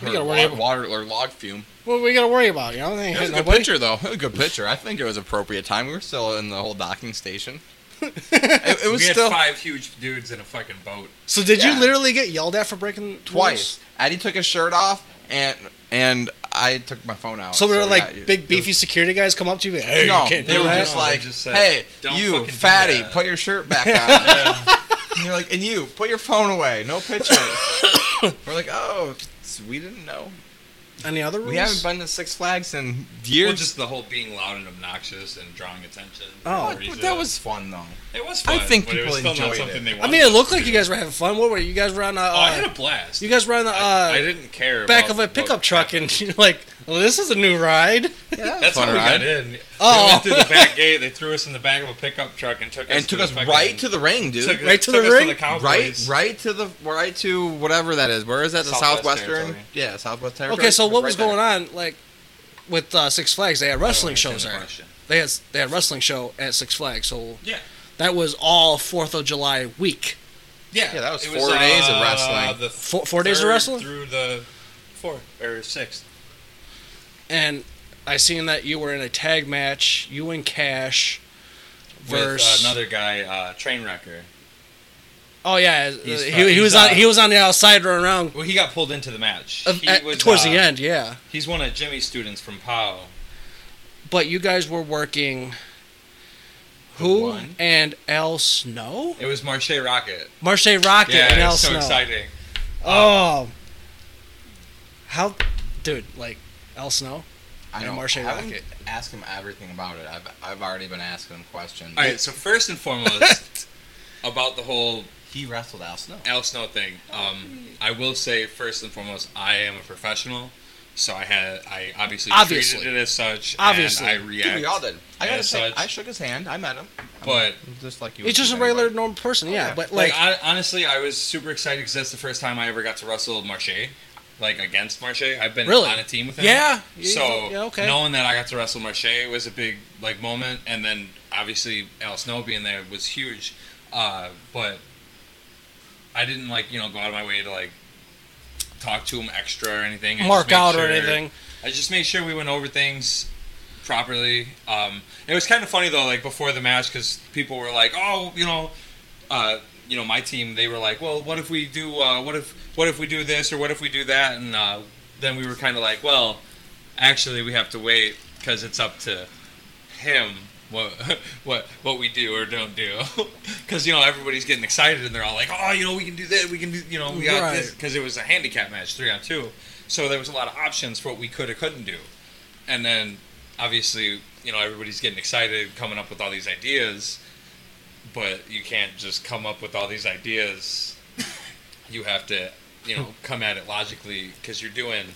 S1: Or
S2: we gotta worry
S1: log-
S2: about.
S1: water or log fume.
S2: What we gotta worry about? You know, they ain't
S1: It was a
S2: hitting
S1: good
S2: nobody.
S1: picture, though. It was a good picture. I think it was appropriate time. We were still in the whole docking station. It, it was
S3: we had
S1: still
S3: five huge dudes in a fucking boat.
S2: So did
S1: Yeah.
S2: you literally get yelled at for breaking rules?
S1: twice. Eddie took his shirt off, and and I took my phone out.
S2: So there were
S1: Oh, yeah,
S2: like big
S1: it
S2: beefy security guys come up to you, like, hey,
S1: no,
S2: you can't
S1: they
S2: do
S1: were
S2: that.
S1: just
S3: No,
S1: like,
S3: they just said,
S1: "Hey,
S3: "Don't
S1: you
S3: fucking do
S1: fatty,
S3: that."
S1: put your shirt back on." and you're like, "And you, put your phone away. No pictures." we're like, "Oh, s- we didn't know.
S2: Any other rules?
S1: We haven't been to Six Flags in years."
S3: Well, just the whole being loud and obnoxious and drawing attention.
S2: Oh.
S1: But- but that was fun though.
S3: It was
S1: I
S3: fun.
S1: think
S3: but it was
S1: people
S3: still not
S1: enjoyed
S3: something
S1: it.
S3: they
S2: I
S3: wanted
S2: mean, it looked
S3: to
S2: like
S3: do.
S2: you guys were having fun. What were you guys were on the
S3: Oh, I had
S2: uh,
S3: a blast.
S2: you guys were on the uh,
S3: I, I didn't care.
S2: back
S3: about
S2: of a pickup
S3: what-
S2: truck, and you're like, well, this is a new ride.
S1: Yeah, that was
S3: That's
S1: fun
S3: how we
S1: ride.
S3: got in.
S2: Oh.
S3: we went through the back gate. They threw us in the back of a pickup truck and took us
S1: And took
S3: to
S1: us
S3: the fucking-
S1: right to the ring, dude.
S3: took-
S2: right to
S3: took
S2: the
S3: us
S2: ring.
S3: the
S1: Right,
S3: Cowboys.
S1: right to the right to whatever that is. Where is that? The
S3: Southwest
S1: southwestern.
S3: Territory.
S1: Yeah, southwest territory.
S2: Okay, so what
S1: Right
S2: was
S1: there.
S2: going on like with uh, Six Flags? They had wrestling shows
S3: Oh, the
S2: there.
S3: question.
S2: They had they had wrestling show at Six Flags. So
S3: Yeah.
S2: that was all Fourth of July week.
S3: Yeah,
S1: Yeah, that was
S3: it
S1: four days of
S3: uh,
S1: wrestling.
S3: The
S2: Four, four days of
S3: third
S2: wrestling,
S3: through the fourth or sixth.
S2: and I seen that you were in a tag match. You and Cash.
S3: With uh,
S2: Verse
S3: another guy, uh, Trainwrecker.
S2: Oh yeah,
S3: He's
S2: he,
S3: fu-
S2: he
S3: he's,
S2: was
S3: uh,
S2: on he was on the outside running around
S3: Well, he got pulled into the match.
S2: uh,
S3: He
S2: at-
S3: was,
S2: towards
S3: uh,
S2: the end. Yeah,
S3: He's one of Jimmy's students from POW.
S2: But you guys were working. Who
S5: one?
S2: and Al Snow?
S3: It was Marche Rocket.
S2: Marche Rocket
S3: Yeah,
S2: and
S3: it
S2: Al
S3: was so
S2: Snow.
S3: exciting.
S2: Oh, how, dude? Like Al Snow?
S1: I
S2: And
S1: don't.
S2: Marche
S1: I haven't
S2: Rocket.
S1: asked him everything about it. I've I've already been asking him questions.
S3: All right, so first and foremost, about the whole
S1: He wrestled Al Snow.
S3: Al Snow thing, um, I will say first and foremost, I am a professional, so I had I obviously,
S2: Obviously.
S3: treated it as such,
S2: Obviously.
S3: and I
S1: Dude,
S3: react.
S1: we all did. I gotta
S3: As
S1: say,
S3: such.
S1: I shook his hand. I met him. I
S3: But
S1: mean, just like you.
S2: He's
S1: would
S2: just a
S1: meet
S2: regular
S1: anybody.
S2: normal person, yeah.
S1: yeah.
S2: But
S3: like,
S2: like,
S3: I, honestly, I was super excited because that's the first time I ever got to wrestle Marche, like against Marche. I've been
S2: Really?
S3: on a team with him.
S2: yeah. you-
S3: So
S2: yeah, okay.
S3: knowing that I got to wrestle Marche was a big like moment, and then obviously Al Snow being there was huge. Uh, but I didn't like you know go out of my way to like talk to him extra or anything. I just
S2: mark
S3: made
S2: out or
S3: sure-
S2: anything.
S3: I just made sure we went over things properly. Um, it was kind of funny though, like before the match, because people were like, "Oh, you know, uh, you know, my team." They were like, "Well, what if we do? Uh, what if what if we do this or what if we do that?" And uh, then we were kind of like, "Well, actually, we have to wait because it's up to him." What, what what we do or don't do, because you know everybody's getting excited and they're all like, oh, you know, we can do that, we can do, you know, we got this,
S2: Right.
S3: because it was a handicap match, three on two, so there was a lot of options for what we could or couldn't do. And then obviously, you know, everybody's getting excited, coming up with all these ideas, but you can't just come up with all these ideas. you have to, you know, come at it logically because you're doing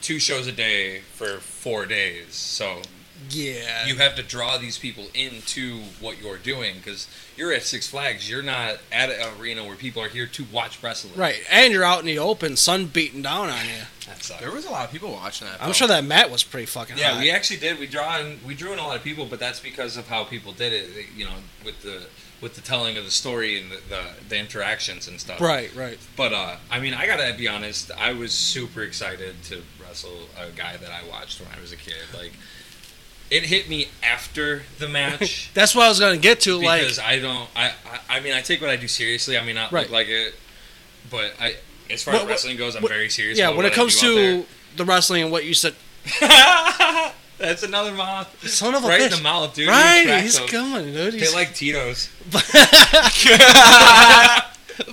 S3: two shows a day for four days. So
S2: Yeah.
S3: you have to draw these people into what you're doing because you're at Six Flags. You're not at an arena where people are here to watch wrestling.
S2: right, and you're out in the open, sun beating down on you.
S3: That sucks.
S1: There was a lot of people watching that.
S2: I'm
S1: though.
S2: sure that mat was pretty fucking
S3: Yeah,
S2: hot.
S3: we actually did. We draw in, we drew in a lot of people, but that's because of how people did it. They- You know, with the with the telling of the story and the the, the interactions and stuff.
S2: Right, right.
S3: But uh, I mean, I gotta be honest. I was super excited to wrestle a guy that I watched when I was a kid. Like, it hit me after the match.
S2: That's what I was gonna get to. Like,
S3: because I don't. I, I I mean, I take what I do seriously. I mean, not
S2: Right.
S3: look like it, but I. As far
S2: What-
S3: as
S2: what-
S3: wrestling goes, I'm
S2: what-
S3: very serious.
S2: yeah,
S3: about
S2: when it
S3: what I
S2: comes
S3: do out there.
S2: to the wrestling and what you said,
S3: That's another mouth.
S2: son of a
S3: right
S2: bitch.
S3: in the mouth, dude.
S2: right,
S3: Crack
S2: he's
S3: those.
S2: coming, dude.
S3: They
S2: He's,
S3: like Tito's.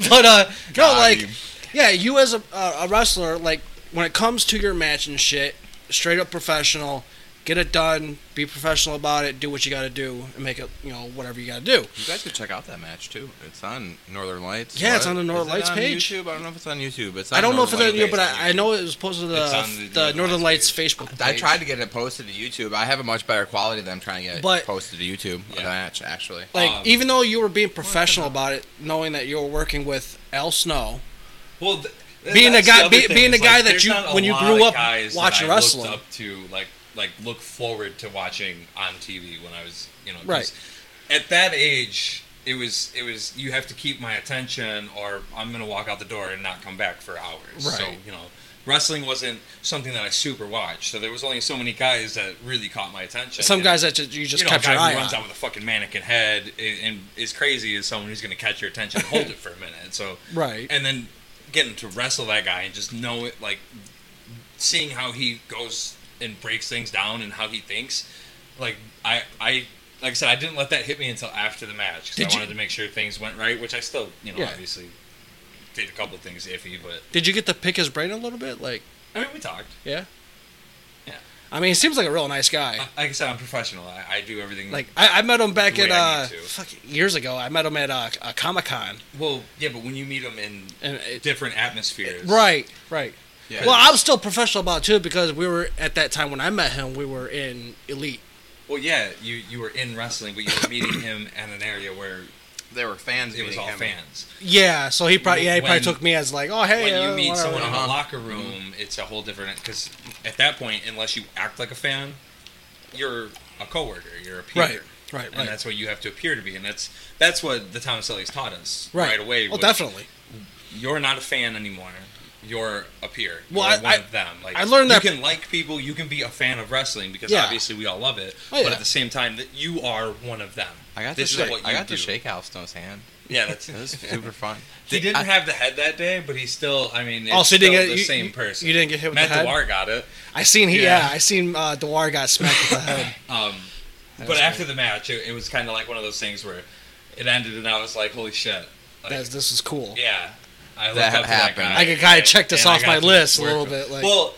S2: but uh, no,
S1: Got
S2: like,
S1: him.
S2: yeah, you as a, uh, a wrestler, like, when it comes to your match and shit, straight up professional, get it done, be professional about it, do what you got to do, and make it, you know, whatever you got to do.
S1: You guys could check out that match too. It's on Northern Lights.
S2: Yeah, it's
S1: What?
S2: on the Northern
S1: Is it
S2: Lights
S1: on
S2: page.
S1: YouTube? I don't know if it's on YouTube. It's on
S2: I don't know if it's
S1: Northern
S2: on you,
S1: Lights.
S2: but I, I know it was posted to
S3: It's
S2: the,
S3: on
S2: the Northern Lights Facebook
S1: I
S2: page.
S1: tried to get it posted to YouTube. I have a much better quality than I'm trying to get
S2: But-
S1: it posted to YouTube.
S3: Yeah.
S1: The match actually.
S2: Like,
S3: Um,
S2: even though you were being professional about it, knowing that you were working with Al Snow,
S3: Well, th-
S2: Being
S3: that's
S2: a guy-
S3: the other
S2: be-
S3: thing,
S2: being a
S3: is,
S2: guy
S3: like,
S2: that
S3: there's
S2: you-
S3: not a
S2: when you
S3: lot
S2: grew
S3: of
S2: up
S3: guys that
S2: watching
S3: I looked
S2: wrestling.
S3: up to like like look forward to watching on TV when I was you know 'cause
S2: Right.
S3: at that age. It was it was you have to keep my attention or I'm gonna walk out the door and not come back for hours. So
S2: Right.
S3: you know, wrestling wasn't something that I super watched. So there was only so many guys that really caught my attention.
S2: some
S3: And-
S2: guys that ju- you just
S3: you know,
S2: kept
S3: a guy
S2: your eye
S3: who runs
S2: on.
S3: out with a fucking mannequin head and, and is crazy is someone who's going to catch your attention and hold it for a minute. So,
S2: Right.
S3: and then getting to wrestle that guy and just know it, like seeing how he goes and breaks things down and how he thinks. Like I, I, like I said, I didn't let that hit me until after the match
S2: Did
S3: because I
S2: you-
S3: wanted to make sure things went right, which I still, you know,
S2: Yeah.
S3: obviously did a couple of things iffy, but
S2: Did you get to pick his brain a little bit? Like,
S3: I mean, we talked.
S2: yeah?
S3: Yeah.
S2: I mean, he seems like a real nice guy.
S3: I- Like I said, I'm professional. I, I do everything.
S2: Like I, I met him back
S3: Uh-huh.
S2: at
S3: The way I
S2: uh,
S3: need to.
S2: fuck, years ago. I met him at uh, a Comic Con,
S3: well, yeah, but when you meet them in
S2: and it,
S3: different atmospheres,
S2: right, right.
S1: Yeah.
S2: Well, I was still professional about it too because we were at that time when I met him, we were in Elite.
S3: Well, yeah, you you were in wrestling, but you were meeting him at an area where
S1: there were fans.
S3: it was
S1: meeting
S3: all
S1: him.
S3: fans.
S2: Yeah, so he probably yeah he probably
S3: When-
S2: took me as like oh hey
S3: when
S2: uh,
S3: you meet
S2: whatever.
S3: someone in
S1: Uh-huh.
S3: a locker room, it's a whole different. Because at that point, unless you act like a fan, you're a coworker, you're a peer,
S2: right, right,
S3: and
S2: right,
S3: that's what you have to appear to be. And that's that's what the Thomas Ellie's taught us
S2: right. Oh,
S3: away.
S2: Well,
S3: was
S2: definitely.
S3: You're not a fan anymore. you're a peer.
S2: Well,
S3: you're
S2: I-
S3: one
S2: I-
S3: of them. Like
S2: I learned that-
S3: you can like people, you can be a fan of wrestling because
S2: Yeah.
S3: obviously we all love it.
S2: Oh, yeah.
S3: But at the same time, that you are one of them.
S1: I got to
S3: this is
S1: shake,
S3: what you
S1: I got
S3: do.
S1: to shake Alstone's hand.
S3: Yeah, that's
S1: It was super fun.
S3: He
S1: Did-
S3: didn't
S1: I-
S3: have the head that day, but he's still. I mean, it's
S2: Oh, so you
S3: still
S2: didn't get-
S3: the
S2: you-
S3: same
S2: you-
S3: person.
S2: you didn't get hit with
S3: Matt
S2: the head?
S3: Dewar got it,
S2: I seen he
S3: Yeah.
S2: yeah, I seen uh, Dewar got smacked with the head.
S3: um, but after the match, it, it was kind of like one of those things where it ended, and I was like, "Holy shit!" Like,
S2: That's, this is cool.
S3: yeah, I looked
S1: That
S3: up to
S1: happened.
S3: That guy,
S2: I could kind
S3: and-
S2: of check this
S3: and I
S2: off my
S3: got to
S2: list a
S3: work
S2: little
S3: with-
S2: bit. Like,
S3: well,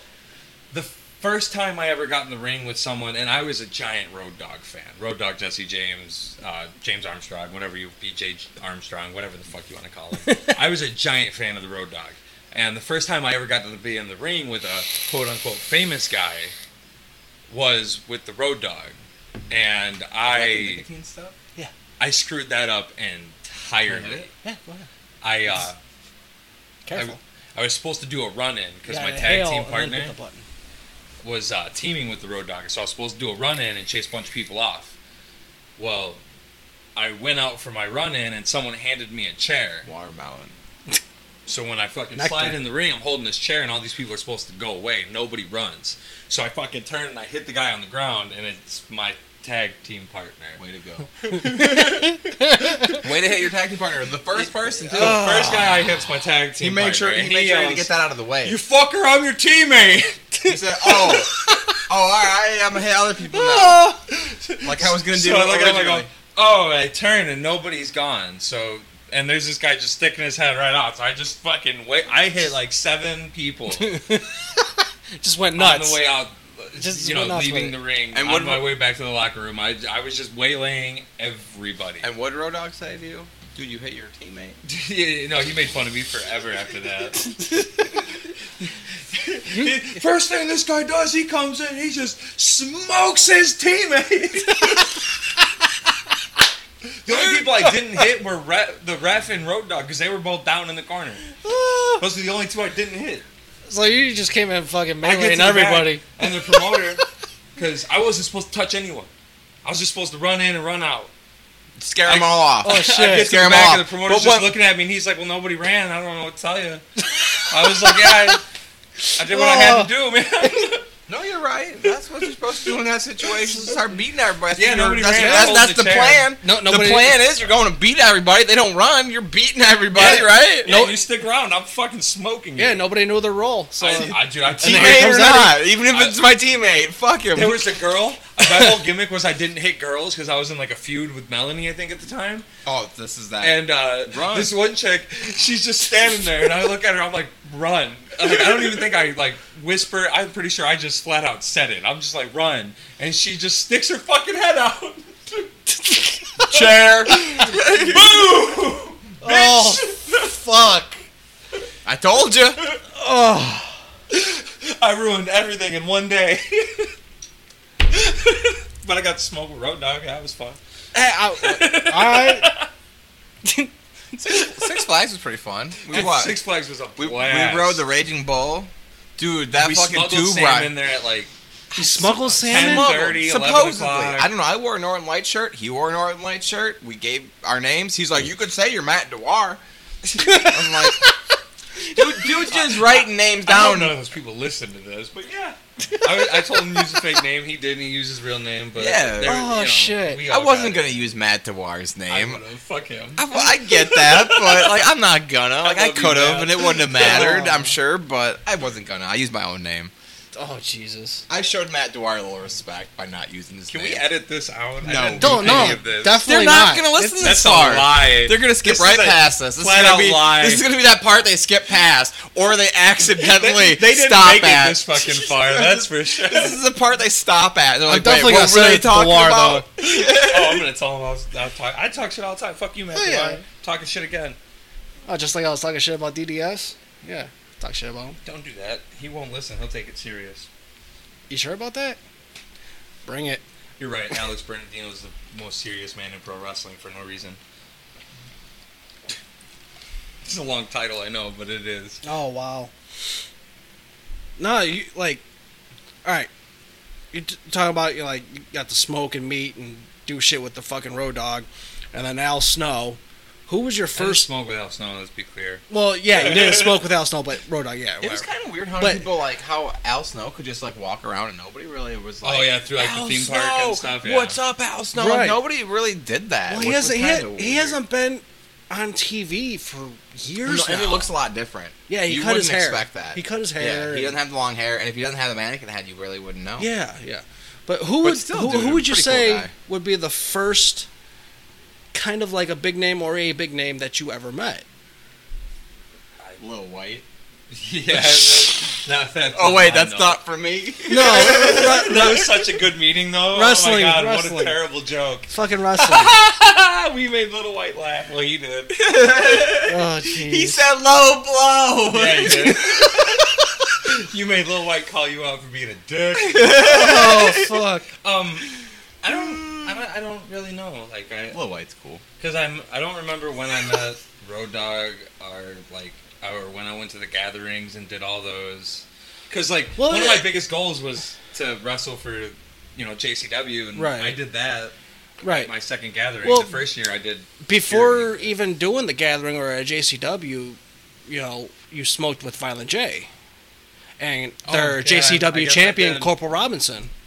S3: the first time I ever got in the ring with someone, and I was a giant Road Dog fan. Road Dog Jesse James, uh, James Armstrong, whatever you, BJ Armstrong, whatever the fuck you want to call him. I was a giant fan of the Road Dog. And the first time I ever got to be in the ring with a quote unquote famous guy was with the Road Dog. And I
S1: Nicotine stuff?
S3: I screwed that up entirely.
S1: Yeah, go ahead.
S3: I uh,
S2: careful.
S3: I was supposed to do a run in because
S2: Yeah,
S3: my
S2: hail
S3: tag
S2: and then
S3: team
S2: hit
S3: partner
S2: the button.
S3: was uh, teaming with the Road Dogger, so I was supposed to do a run in and chase a bunch of people off. Well, I went out for my run in and someone handed me a chair.
S1: Watermelon.
S3: So when I fucking
S2: Nectar.
S3: slide in the ring, I'm holding this chair and all these people are supposed to go away. Nobody runs. So I fucking turn and I hit the guy on the ground and it's my tag team partner.
S1: Way to go. Way to hit your tag team partner. The first person, too.
S3: The first guy I hit's my tag team
S1: he made sure
S3: partner,
S1: he
S3: and
S1: made sure to
S3: yells,
S1: get that out of the way.
S3: You fucker, I'm your teammate.
S1: He said, "Oh, oh, all right, I'm gonna hit other people now."
S3: No.
S1: Like I was gonna do.
S3: So I look at him, I
S1: originally.
S3: go, oh, and I turn and nobody's gone. So and there's this guy just sticking his head right out. So I just fucking wait. I hit like seven people
S2: Just went
S3: on
S2: nuts.
S3: the way out.
S2: Just
S3: you know,
S2: went nuts with
S3: leaving
S2: it.
S3: the ring
S1: And
S3: and on
S1: what-
S3: my way back to the locker room. I, I was just waylaying everybody.
S1: And what did Road Dogg say to you? Dude, you hit your teammate.
S3: Yeah, no, he made fun of me forever after that. First thing this guy does, he comes in, he just smokes his teammates. the only people I didn't hit were re- the ref and Road Dog because they were both down in the corner.
S2: Ah,
S3: Those are the only two I didn't hit.
S2: so you just came in fucking
S3: I get
S2: meleeing
S3: to the back,
S2: everybody.
S3: and the promoter because I wasn't supposed to touch anyone. I was just supposed to run in and run out.
S1: Scare them all off.
S2: Oh
S3: I get
S2: shit!
S3: to the
S1: Scare 'em
S3: back
S1: off.
S3: and the promoter's
S1: But
S3: just
S1: what-
S3: looking at me, and he's like, "Well, nobody ran. I don't know what to tell you." I was like, "Yeah, I, I did what I had to
S1: Oh.
S3: do, man."
S1: No, you're right. That's what you're supposed to do in that situation. is Start beating everybody. That's
S3: Yeah,
S1: what you're-
S3: nobody
S1: that's,
S3: ran.
S1: That's,
S3: Hold
S1: that's
S3: the
S1: the
S3: chair.
S1: plan.
S2: No- nobody-
S1: The plan is you're going to beat everybody. They don't run. You're beating everybody,
S3: Yeah.
S1: right?
S3: no, you stick around. I'm fucking smoking. you.
S2: Yeah, nobody knew the role. So
S3: I, I, dude, I
S2: then here
S1: Teammate
S2: comes
S1: or not, even if
S3: I-
S1: it's my teammate, fuck him.
S3: There was a girl. My whole gimmick was I didn't hit girls because I was in like a feud with Melanie, I think, at the time.
S1: Oh, this is that.
S3: And uh,
S1: Run.
S3: this one chick, she's just standing there, and I look at her. I'm like, "Run!" I'm like, I don't even think I like whisper. I'm pretty sure I just flat out said it. I'm just like, "Run!" And she just sticks her fucking head out.
S1: chair.
S3: Boo!
S2: oh fuck!
S1: I told you.
S3: I ruined everything in one day. but I got to smoke with Road Dog. That was fun.
S2: Hey, I, all right.
S1: Six Flags was pretty fun. We what?
S3: Six Flags was a blast.
S1: we, we rode the Raging Bull. Dude, that
S3: We
S1: fucking
S3: smuggled
S1: tube
S3: Sam
S1: ride.
S3: in there at like
S2: You smuggle salmon.
S1: Smuggled,
S3: 10:30, 11
S1: supposedly.
S3: o'clock.
S1: I don't know. I wore a Northern Light shirt. He wore a Northern Light shirt. We gave our names. He's like, you could say you're Matt Dewar. I'm like, dude, dude's just writing names
S3: I
S1: down.
S3: don't know if those people listen to this, but yeah. I, I told him to use a fake name. He didn't. He used his real name, but
S1: Yeah.
S3: there-
S2: Oh, shit.
S3: we
S1: I
S3: all got
S1: wasn't
S3: it.
S1: gonna use Matt Dewar's
S3: I
S1: name.
S3: would've. Fuck him.
S1: I, I get that, but like I'm not gonna. Like I,
S3: love you,
S1: could have,
S3: Matt.
S1: and it wouldn't have mattered. I'm sure, but I wasn't gonna. I used my own name.
S2: Oh Jesus!
S1: I showed Matt Dewar a little respect by not using his
S3: Can
S1: name.
S3: we edit this out?
S1: No.
S3: I didn't
S2: Don't
S3: do any
S2: no.
S3: of this.
S2: Definitely
S1: They're not, gonna
S2: It's-
S1: listen to
S3: That's
S1: this
S3: a
S1: far.
S3: lie.
S1: They're gonna skip
S3: This
S1: right
S3: is a
S1: past us. This is
S3: flat
S1: gonna
S3: out
S1: be
S3: lie.
S1: this is gonna be that part they skip past, or they accidentally
S3: They, they didn't
S1: stop
S3: make
S1: at.
S3: it this fucking far. That's for sure.
S1: This is the part they stop at. They're like,
S2: definitely
S1: Wait,
S2: gonna
S1: what were
S2: say
S1: they
S2: it's
S1: talking
S2: Dewar,
S1: about?
S3: oh, I'm gonna tell him I was. I talk, I talk shit all the time. Fuck you, man.
S2: Oh, yeah.
S3: Talking shit again.
S2: Oh, just like I was talking shit about DDS. Yeah, talk shit about him.
S3: Don't do that. He won't listen. He'll take it serious.
S2: You sure about that? Bring it.
S3: You're right. Alex Bernardino is the most serious man in pro wrestling for no reason. It's a long title, I know, but it is.
S2: Oh wow. No, you like, all right. You're t- talking about you like you got the smoke and meat and do shit with the fucking road dog, and then Al Snow, Who was your
S3: I didn't
S2: first?
S3: smoke without snow. Let's be clear.
S2: Well, yeah, you didn't smoke without snow, but Road Dog, yeah.
S1: It was
S2: whatever.
S1: kind of weird how
S2: But-
S1: people like how Al Snow could just like walk around and nobody really was like.
S3: Oh yeah, through like
S1: Al
S3: the theme park
S1: Snow!
S3: and stuff. Yeah.
S1: What's up, Al Snow?
S2: Right.
S1: Nobody really did that.
S2: Well, he
S1: which was
S2: hasn't he,
S1: kinda
S2: he
S1: weird.
S2: hasn't been on TV for years.
S1: No, and
S2: now.
S1: it looks a lot different.
S2: Yeah, he
S1: you
S2: cut
S1: wouldn't
S2: his hair.
S1: expect that.
S2: He cut his hair.
S1: Yeah, he
S2: and-
S1: doesn't have the long hair, and if he doesn't have the mannequin head, you really wouldn't know.
S2: Yeah, yeah. But who
S1: But
S2: would
S1: still,
S2: who,
S1: dude,
S2: who would you
S1: pretty cool
S2: say
S1: guy.
S2: would be the first kind of like a big name or a big name that you ever met?
S1: Lil White.
S3: Yeah. That, that, that's
S1: Oh wait,
S3: I
S1: that's
S3: know.
S1: not for me.
S2: No,
S3: That was such a good meeting though.
S2: Wrestling,
S3: Oh my god, what
S2: wrestling.
S3: a terrible joke.
S2: fucking wrestling.
S3: we made Little White laugh. Well, he did.
S2: Oh
S1: he
S2: jeez.
S1: said low blow.
S3: Yeah, he did. you made Little White call you out for being a dick.
S2: Oh fuck.
S3: Um, I don't, I don't, I don't really know. Like, I,
S1: Lil White's cool.
S3: because I'm, I don't remember when I met Road Dog or like, or when I went to the gatherings and did all those. Because like,
S2: Well,
S3: one of my
S2: yeah.
S3: biggest goals was to wrestle for, you know, JCW, and
S2: Right.
S3: I did that.
S2: Right.
S3: My second gathering,
S2: Well-
S3: the first year I did.
S2: Before even doing the gathering or at JCW, you know, you smoked with Violent J. And
S3: Oh,
S2: their
S3: yeah, I
S2: JCW
S3: guess I
S2: champion,
S3: did.
S2: Corporal Robinson.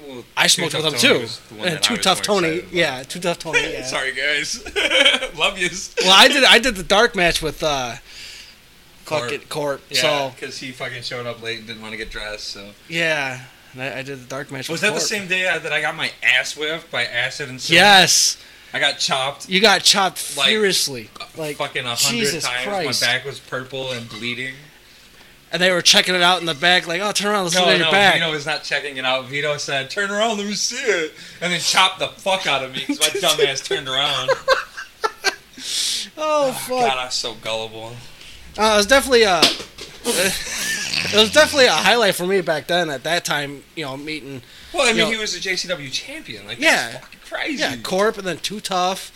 S3: Well,
S2: I smoked
S3: Two
S2: with
S3: Tough
S2: him
S3: Tony
S2: too.
S3: was the one
S2: And
S3: that I
S2: Too
S3: was
S2: Tough
S3: more
S2: Tony.
S3: excited about.
S2: Yeah, Too Tough Tony. Oh, Yeah.
S3: Sorry guys, love yous.
S2: Well, I did. I did the dark match with uh,
S3: Corp.
S2: fucking Corp.
S3: Yeah,
S2: So
S3: because he fucking showed up late and didn't want to get dressed. So
S2: yeah, and I, I did the dark match. with
S3: was that the
S2: Corp.
S3: same day I- that I got my ass whipped by acid and soda?
S2: Yes,
S3: I got chopped
S2: you got chopped
S3: Like,
S2: furiously, like
S3: fucking a hundred
S2: Jesus
S3: times.
S2: Christ.
S3: My back was purple and bleeding.
S2: and they were checking it out in the back, like, "Oh, turn around, let's
S3: No,
S2: look at
S3: no,
S2: your back."
S3: Vito was not checking it out. Vito said, "Turn around, let me see it," and then chopped the fuck out of me because my dumb ass turned around.
S2: oh fuck!
S3: God, I was so gullible.
S2: Uh, it was definitely a. it was definitely a highlight for me back then. At that time, you know, meeting
S3: Well, I mean,
S2: Yo.
S3: he was a JCW champion. Like,
S2: Yeah.
S3: yeah, that's fucking crazy.
S2: yeah, Corp and then Too Tough.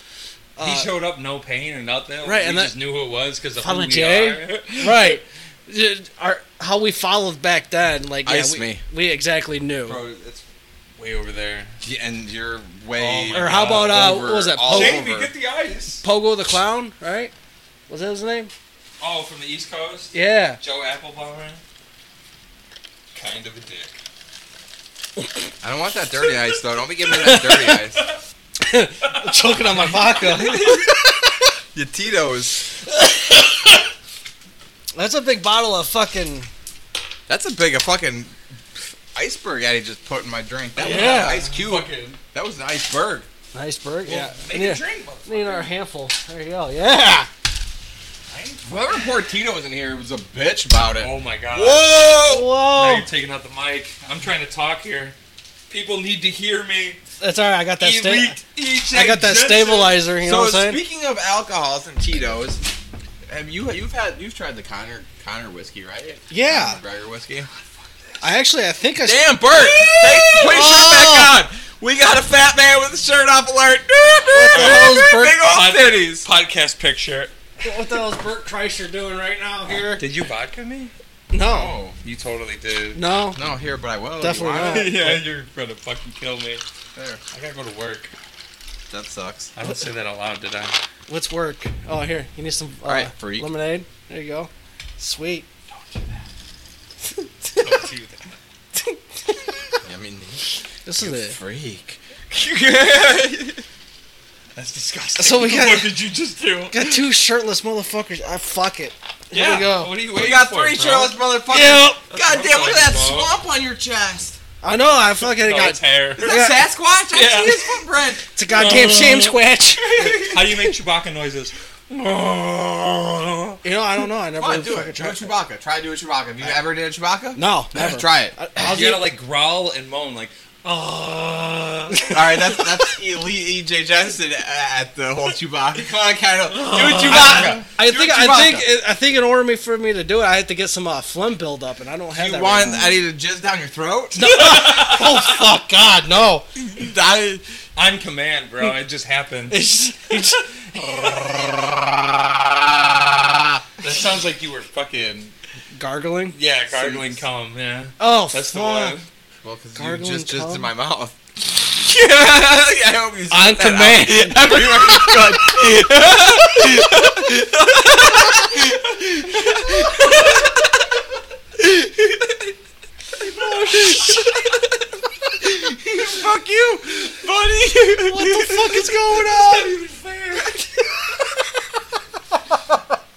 S3: he
S2: Uh,
S3: showed up no pain or nothing.
S2: Right,
S3: we
S2: and that-
S3: just knew who it was because of who
S2: Fallon
S3: we
S2: J.
S3: are.
S2: right. Did- Our, how we followed back then, like yeah,
S1: Ice
S2: we,
S1: me.
S2: we exactly knew.
S3: Bro, it's way over there.
S1: Yeah, and you're way.
S3: Oh my
S2: or how about uh,
S1: over,
S2: what was that?
S1: all
S2: Pogo,
S1: over.
S3: the ice.
S2: Pogo the clown, right? Was that his name?
S3: Oh, from the East Coast.
S2: Yeah.
S3: Joe Applebaum. Kind of a dick.
S1: I don't want that dirty ice though. Don't be giving me that dirty ice.
S2: choking on my vodka.
S1: Your Tito's.
S2: That's a big bottle of fucking.
S1: That's a big a fucking iceberg Eddie just put in my drink. That was
S2: Yeah.
S1: not an ice cube.
S3: Fucking
S1: That was an iceberg.
S2: Iceberg, yeah.
S3: make
S2: yeah.
S3: a drink,
S2: Need another handful. There you go. Yeah.
S1: Whoever poured Tito's in here was a bitch about it.
S3: Oh my god.
S1: Whoa!
S3: Now
S2: Whoa.
S3: you're taking out the mic. I'm trying to talk here. People need to hear me.
S2: That's all right. I got that. Sta-
S3: Elite EJ
S2: I got that
S3: Jensen.
S2: stabilizer. You know
S1: So
S2: what I'm saying?
S1: speaking of alcohols and Tito's, have you you've had you've tried the Connor Connor whiskey, right?
S2: Yeah.
S1: Conor McGregor whiskey.
S2: I actually, I think I.
S1: Damn, Bert! Hey, put your
S2: Oh!
S1: shirt back on. We got a fat man with a shirt off alert.
S2: the hell's Bert-
S1: Big old
S3: Pod-
S1: titties.
S3: Podcast picture.
S2: What the hell is Bert Kreischer doing right now here?
S3: Did you vodka me?
S2: No.
S1: Oh
S3: You totally did.
S2: No.
S1: no, here, but I will. if
S2: Definitely
S1: you want
S2: not.
S1: it.
S3: yeah, you're gonna fucking kill me.
S1: There,
S3: I gotta go to work.
S1: that sucks.
S3: I don't say that out loud, did I?
S2: Let's work. Oh, here. You need some uh,
S1: right, freak.
S2: lemonade. There you go. Sweet.
S3: Don't do that.
S1: I mean,
S2: This is it.
S1: freak.
S3: That's disgusting.
S2: So we got-
S3: What did you just do?
S2: Got two shirtless motherfuckers. I fuck it. Here we go.
S3: What are you waiting
S1: We got
S3: for,
S1: three
S3: bro? Oh,
S1: shirtless motherfuckers.
S2: Yep.
S1: God damn, look at that
S3: Bro.
S1: swamp on your chest.
S2: I know. I fucking
S3: Oh,
S2: got.
S3: it's hair.
S1: Is that Sasquatch? I
S3: Yeah.
S1: see his footprint.
S2: It's a goddamn shame, Squatch.
S3: How do you make Chewbacca noises?
S2: You know, I don't know. I never
S1: Come on,
S2: really
S1: do
S2: fucking
S1: it. Do a
S2: tried.
S1: Chewbacca. Try to do a Chewbacca. Have you ever did a Chewbacca?
S2: No, never.
S1: Try it.
S2: I, I'll
S3: you
S2: do,
S3: gotta like growl and moan like, oh.
S1: All right, that's that's elite EJ Jensen at the whole Chewbacca. Come on, Kyle. Do
S2: Oh.
S1: a Chewbacca. Do
S2: I
S1: a
S2: think
S1: Chewbacca.
S2: I think I think in order me- for me to do it, I have to get some uh, phlegm buildup, and I don't have
S1: You
S2: that.
S1: want
S2: right
S1: Eddie to jizz down your throat?
S2: now. No. oh fuck, God, no!
S1: I-
S3: On command, bro. It just happened.
S2: It's just, it's just-
S3: That sounds like you were fucking,
S2: gargling.
S3: yeah, gargling cum, yeah.
S2: Oh,
S3: That's the
S2: fuck.
S3: one.
S1: well, because you
S2: Gargling
S1: just jizzed
S2: cum.
S1: in my mouth. I hope you
S2: On
S1: spit that out. Everywhere you could. Fuck you, buddy. What the fuck is going on?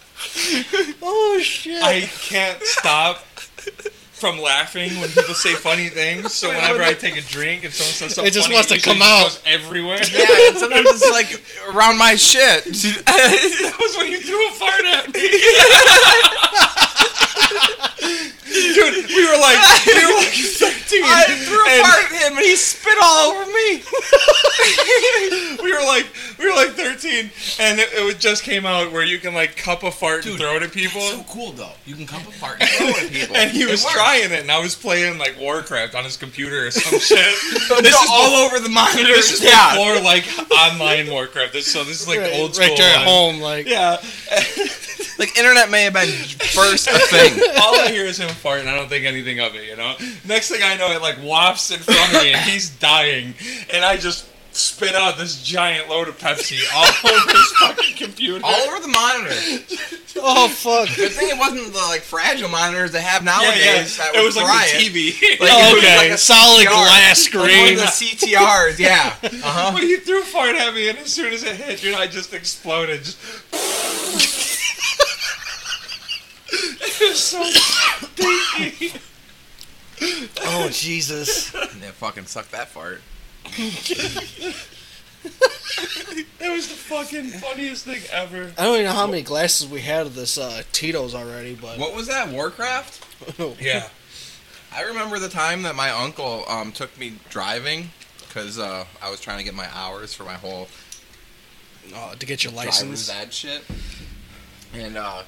S2: Oh shit!
S3: I can't stop from laughing when people say funny things. So whenever I take a drink and someone says something,
S2: It just
S3: funny,
S2: wants to
S3: usually
S2: come out.
S3: just goes everywhere.
S1: Yeah, and sometimes it's like around my shit.
S3: that was when you threw a fart at me. Dude, we were like, we were like 13.
S1: I threw a
S3: and
S1: fart at him and he spit all over me.
S3: We were like, we were like 13, and it, it was- just came out where you can like cup a fart and throw it at people.
S1: cool though. You can come apart and throw at people.
S3: and he
S1: It
S3: was
S1: works.
S3: trying it, and I was playing like Warcraft on his computer or some shit.
S1: This is all over the monitor.
S3: This is
S1: yeah.
S3: before like online Warcraft. This, so this is like the
S2: right,
S3: old school.
S2: right there at
S3: one.
S2: home, like
S3: Yeah,
S1: Like internet may have been first a thing.
S3: all I hear is him fart, and I don't think anything of it. You know. Next thing I know, it like wafts in front of me, and he's dying, and I just spit out this giant load of Pepsi all over his fucking computer.
S1: All over the monitor.
S2: oh fuck.
S1: Good thing it wasn't the like fragile monitors they have nowadays. That would
S3: Oh It was
S1: fry
S3: like the
S1: it.
S3: TV.
S1: Like,
S2: Oh,
S1: it was
S2: okay,
S1: like a
S2: solid
S1: CTR.
S2: glass
S1: Like one
S2: screen.
S1: of the CTRs, yeah. Uh huh.
S3: But he threw a fart at me, and as soon as it hit, dude, I just exploded. Just it was so stinky.
S2: Oh Jesus!
S1: They fucking sucked that fart.
S3: It was the fucking funniest thing ever.
S2: I don't even know how many glasses we had of this uh, Tito's already, but
S1: What was that? Warcraft?
S3: Yeah.
S1: I remember the time that my uncle um, took me driving because uh, I was trying to get my hours for my whole
S2: uh, to get your
S1: driver's
S2: license.
S1: ed shit. And uh,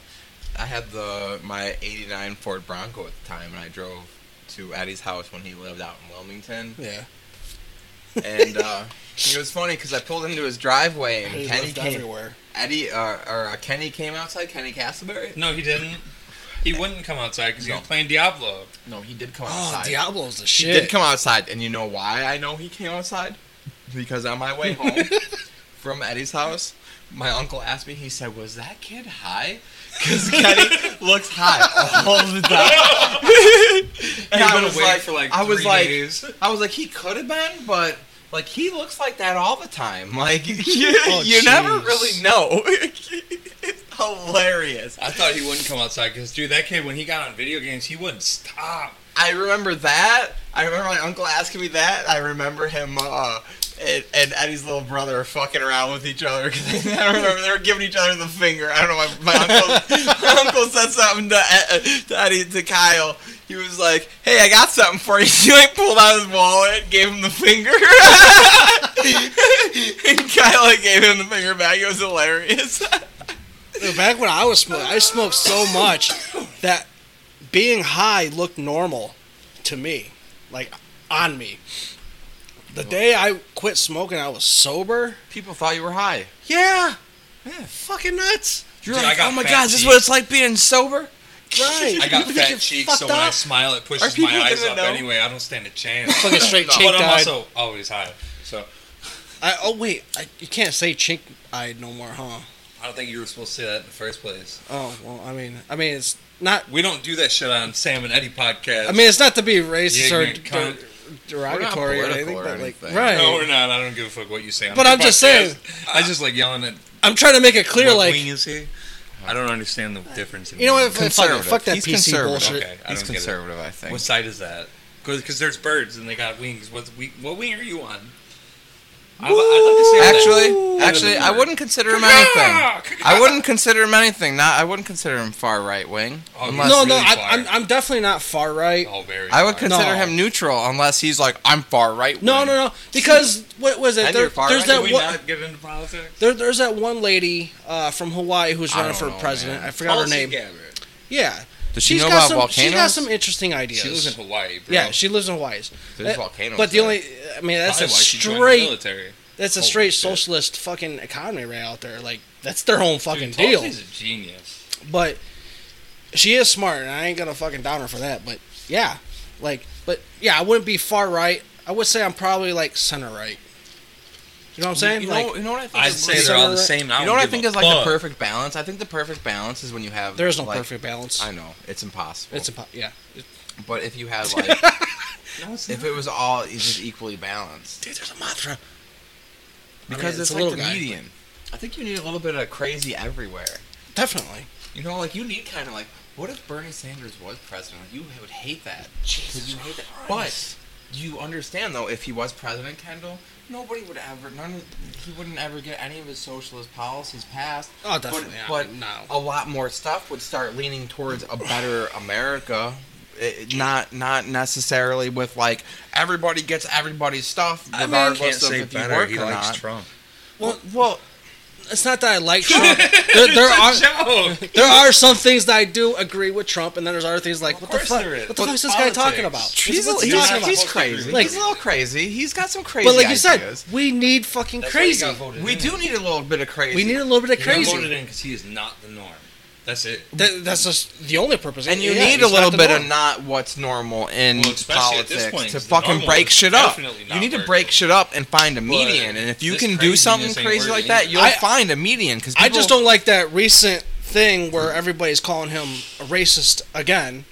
S1: I had the my '89 Ford Bronco at the time, and I drove to Eddie's house when he lived out in Wilmington.
S2: Yeah,
S1: And uh, it was funny because I pulled into his driveway, and
S2: he
S1: Kenny
S2: lived
S1: came,
S2: everywhere.
S1: Eddie uh, or uh, Kenny came outside. Kenny Castleberry?
S3: No, he didn't. He wouldn't come outside because
S1: No.
S3: he was playing Diablo.
S1: No, he did come
S2: Oh,
S1: outside.
S2: Diablo's the
S1: He
S2: shit.
S1: did come outside, and you know why I know he came outside? Because on my way home from Eddie's house, my uncle asked me, he said, Was that kid high? Because Kenny looks high all the time. And I was like, I was like, I was like, he could have been, but like he looks like that all the time. Like you, you never
S2: jeez.
S1: really know. it's hilarious.
S3: I thought he wouldn't come outside because, dude, that kid when he got on video games, he wouldn't stop.
S1: I remember that. I remember my uncle asking me that. I remember him uh, and, and Eddie's little brother fucking around with each other. 'cause I remember they were giving each other the finger. I don't know. My, my, uncle, my uncle said something to, E- to Eddie to Kyle. He was like, "Hey, I got something for you." He like pulled out his wallet, gave him the finger, and Kyle like, gave him the finger back. It was hilarious.
S2: Dude, Back when I was smoking, I smoked so much that being high looked normal to me, like on me. The day I quit smoking, I was sober.
S1: People thought you were high.
S2: Yeah, yeah. fucking nuts.
S1: You're
S3: Dude, I
S1: like,
S3: got
S1: "Oh my
S3: fat
S1: god, is this
S3: cheeks."
S1: what it's like being sober?"
S2: Right.
S3: I got
S2: You think
S3: fat
S2: you're
S3: cheeks,
S2: fucked
S3: so when I
S2: up?
S3: smile, it
S1: Are
S3: pushes my
S1: people
S3: eyes
S1: gonna
S3: up
S1: know?
S3: anyway. I don't stand a chance.
S2: Fucking straight
S3: but
S2: chink
S3: I'm
S2: eyed.
S3: also always high, so
S2: I, oh wait, I, you can't say chink eyed no more, huh?
S3: I don't think you were supposed to say that in the first place.
S2: Oh well, I mean, I mean it's not.
S3: We don't do that shit on Sam and Eddie podcast.
S2: I mean it's not to be racist
S3: You
S2: or
S3: ignorant cunt.
S2: de- derogatory or
S1: political
S2: anything,
S1: or
S2: but like
S1: anything.
S2: right.
S3: no, we're not. I don't give a fuck what you say. On
S2: But
S3: the
S2: I'm just
S3: podcast.
S2: saying-
S3: I just like yelling at
S2: I'm trying to make it clear,
S3: what
S2: like
S3: wing you see. I don't understand the difference. In
S2: you know what?
S3: wing.
S2: Fuck, fuck, fuck that
S1: He's
S2: PC
S1: conservative.
S2: bullshit.
S3: Okay, I
S1: He's
S3: don't get it.
S1: conservative, I think.
S3: What side is that? Because there's birds and they got wings. What wing? What wing are you on? I, I'd like to say that.
S1: Actually, actually, I wouldn't consider him anything. I wouldn't consider him anything. Not, I wouldn't consider him far right wing.
S3: Oh,
S1: unless,
S3: That's
S2: No, no,
S3: really
S2: I,
S3: far.
S2: I'm I'm definitely not far right.
S3: Oh, very.
S1: I would
S3: sorry.
S1: consider
S2: No.
S1: him neutral unless he's like I'm far right.
S2: No, no, no, because what was it?
S1: And
S2: There-
S1: you're far right.
S2: there's that
S3: Can we
S2: one,
S3: not get into politics?
S2: there, there's that one lady uh, from Hawaii who's
S1: I don't
S2: running for
S1: know,
S2: president.
S1: man.
S2: I forgot her
S3: Tulsi
S2: name.
S3: Gabbard.
S2: Yeah,
S1: Does she
S2: She's
S1: know
S2: got
S1: about
S2: some,
S1: volcanoes?
S2: She's got some interesting ideas.
S3: She lives in Hawaii, bro.
S2: yeah, she lives in Hawaii.
S1: There's
S2: Uh,
S1: volcanoes
S2: But the
S1: there.
S2: only, I mean, that's
S3: Probably
S2: a
S3: why she joined the
S2: straight,
S3: military.
S2: that's a
S3: Holy
S2: straight
S3: shit.
S2: socialist fucking economy right out there. Like that's their own fucking
S3: Dude,
S2: deal.
S3: Tulsi's a genius.
S2: But she is smart, and I ain't gonna fucking down her for that. But yeah, like, but yeah, I wouldn't be far right. I would say I'm probably like center right. You know what I'm saying?
S1: You know,
S2: like
S1: you know what I think?
S3: I'd
S1: is-
S3: say they're all the
S2: Cigarette-
S3: same. I
S1: you know what I
S3: don't
S1: think
S3: give
S1: is
S3: a
S1: like the
S3: fuck.
S1: perfect balance. I think the perfect balance is when you have
S2: there is no
S1: like-
S2: perfect balance.
S1: I know it's impossible.
S2: it's a po- yeah. It-
S1: but if you had like if it was all it's just equally balanced
S2: Dude, there's a Mothra.
S1: because it's,
S2: it's a
S1: like
S2: little
S1: the
S2: guy.
S1: median. I think you need a little bit of crazy everywhere.
S2: Definitely.
S1: You know, like you need kind of like, what if Bernie Sanders was president? Like, you would hate that. Jesus, you hate that. But you understand though, if he was president, Kendall, nobody would ever, none, of, he wouldn't ever get any of his socialist policies passed.
S2: Oh, definitely. I
S1: But,
S2: mean, no.
S1: but a lot more stuff would start leaning towards a better America. It- not not necessarily with like everybody gets everybody's stuff
S3: I mean,
S1: regardless
S3: can't
S1: of
S3: say
S1: if you
S3: better.
S1: work
S3: He
S1: or
S3: likes
S1: not.
S3: Trump.
S1: Well, well,
S2: It's not that I like Trump. there, there are
S3: joke.
S2: there are some things that I do agree with Trump, and then there's other things like what the
S3: course
S2: fuck?
S3: there is.
S2: What the
S3: But
S2: fuck is this guy
S3: politics.
S2: talking about?
S1: He's,
S2: What's he
S1: he's,
S2: talking
S1: he's,
S2: about?
S1: crazy.
S2: Like-
S1: he's a little crazy. He's got some crazy
S2: But like you
S1: ideas.
S2: said, we need fucking
S3: That's why he
S2: crazy.
S3: got voted
S1: we
S3: in.
S1: do need a little bit of crazy.
S2: We need a little bit of
S3: He got voted
S2: crazy.
S3: in because he is not the norm. That's it.
S2: That, that's just the only purpose.
S1: and you
S2: Yeah,
S1: need a
S2: he's not
S1: little
S2: the
S1: bit
S2: norm.
S1: of not what's normal in
S3: Well, especially at this
S1: politics
S3: point,
S1: to
S3: 'cause the
S1: fucking
S3: normal
S1: break
S3: is
S1: shit up.
S3: definitely not
S1: You need to
S3: working.
S1: break shit up and find a median. and if you
S3: this
S1: can do something
S3: craziness ain't
S1: crazy like
S3: working
S1: that,
S3: either.
S1: you'll
S2: I-
S1: find a median. Because
S2: I just don't like that recent thing where everybody's calling him a racist again,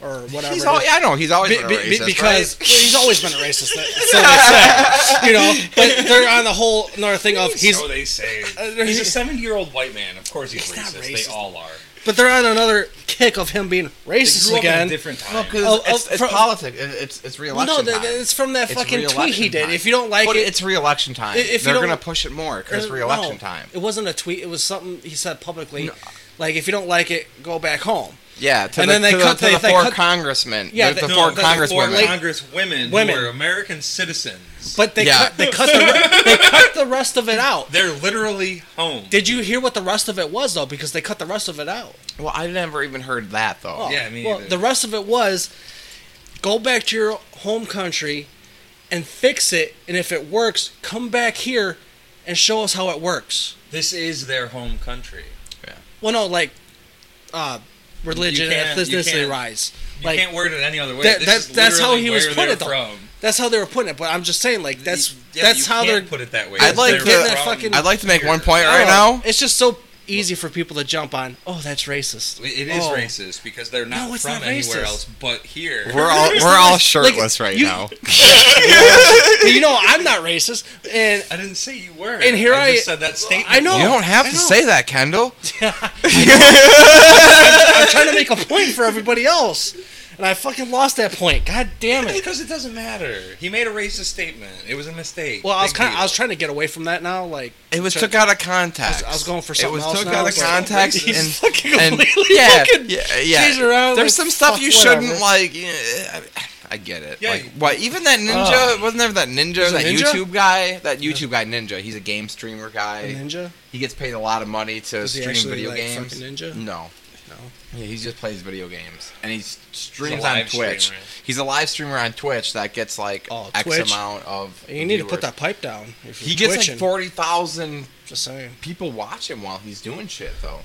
S2: or whatever.
S1: He's
S2: it
S1: all,
S2: is.
S1: yeah, I know he's always
S2: Be-
S1: been a
S2: be-
S1: racist,
S2: be-
S1: right?
S2: because well, he's always been a racist. that- so they say, you know, but they're on the whole another thing of he's.
S3: so they say.
S2: Uh,
S3: He's a 70 year old white man. Of course he's,
S2: He's not
S3: racist.
S2: racist.
S3: They all are.
S2: But they're on another kick of him being
S3: They
S2: racist
S3: grew up in a
S2: again.
S3: different time.
S1: No, 'cause
S2: Oh, oh,
S1: it's, it's
S2: from-
S1: politics. It- It's it's
S2: Well,
S1: re-election
S2: no, th-
S1: time.
S2: th- it's from that
S1: It's
S2: fucking tweet he
S1: re-election
S2: did.
S1: time.
S2: If you don't like
S1: but
S2: it,
S1: it's re-election time.
S2: If you
S1: They're
S2: don't-
S1: gonna push it more because
S2: Uh,
S1: re-election
S2: no,
S1: time.
S2: It wasn't a tweet. It was something he said publicly.
S1: No.
S2: Like if you don't like it, go back home.
S1: Yeah, to
S2: And
S1: the,
S2: then they
S1: to the,
S2: cut-
S1: to
S2: they-
S1: the
S2: they
S1: four
S2: cut-
S1: congressmen.
S2: Yeah,
S1: Yeah, the,
S2: they-
S1: four
S3: No, the
S1: congresswomen.
S3: Four congresswomen
S2: Women.
S3: who are American citizens.
S2: But they
S1: Yeah.
S2: cut they cut the re- they cut the rest of it out.
S3: They're literally home.
S2: Did you hear what the rest of it was though? Because they cut the rest of it out.
S1: well, I never even heard that though.
S2: Oh,
S3: Yeah, me
S2: well,
S3: either.
S2: the rest of it was go back to your home country and fix it, and if it works, come back here and show us how it works.
S3: This is their home country.
S2: Well, no, like uh, religion and
S3: can't- you
S2: ethnicity
S3: can't-
S2: rise.
S3: You
S2: Like
S3: can't word it any other way.
S2: that-
S3: This
S2: that-
S3: is
S2: that's how
S3: literally
S2: he was
S3: where
S2: put
S3: they're
S2: it, though.
S3: From.
S2: That's how they were putting it, but I'm just saying, like that's
S3: Yeah,
S2: that's
S3: you
S2: how
S3: can't
S2: they're.
S3: put it that way.
S1: I'd
S3: It's
S1: like
S3: their
S1: to- That
S3: from
S2: fucking-
S1: I'd like to make
S3: here.
S1: one point right
S2: I don't know.
S1: now.
S2: Oh, It's just so easy for people to jump on. Oh, that's racist.
S3: It is
S2: Oh.
S3: racist because they're not
S2: No, it's
S3: from
S2: not
S3: anywhere
S2: racist.
S3: else but here.
S1: We're all we're all shirtless right
S2: you-
S1: now.
S2: But you know, I'm not racist, and
S3: I didn't say you were.
S2: And here I-
S3: just said that statement.
S2: I know.
S1: you don't have
S2: I
S1: to
S2: know.
S1: say that, Kendall.
S2: I'm trying to make a point for everybody else, and I fucking lost that point. God damn it.
S3: because it doesn't matter. He made a racist statement. It was a mistake.
S2: Well, I was
S3: Big
S2: kind of, I
S3: deal.
S2: was trying to get away from that now. Like
S1: It was
S2: Sure.
S1: took out of context.
S2: I was- I was going for
S1: It
S2: something
S1: was
S2: else
S1: took
S2: now,
S1: out of
S2: but-
S1: context
S2: He's
S1: and,
S2: fucking
S1: and
S2: completely
S1: yeah,
S2: fucking
S1: yeah, yeah.
S2: cheese around,
S1: There's
S2: like,
S1: some stuff
S2: fuck,
S1: you shouldn't
S2: whatever.
S1: like. yeah, I, I get it.
S3: Yeah,
S1: like
S3: you-
S1: what? Even that ninja wasn't there that ninja,
S2: Oh. a
S1: that
S2: ninja?
S1: YouTube guy, that YouTube guy ninja. He's a game streamer guy.
S2: ninja.
S1: He gets paid a lot of money to
S2: Is he
S1: stream
S2: actually,
S1: video
S2: like,
S1: games.
S2: fucking ninja?
S1: No.
S2: No.
S1: Yeah, he just plays video games and he
S3: He's
S1: streams
S3: a
S1: on
S3: live
S1: Twitch.
S3: streamer.
S1: He's a live streamer on Twitch that gets like
S2: Oh,
S1: X
S2: Twitch?
S1: amount of.
S2: You need to
S1: viewers.
S2: put that pipe down. If you're
S1: He gets
S2: twitching.
S1: like forty thousand
S2: Just saying.
S1: people watch him while he's doing shit though.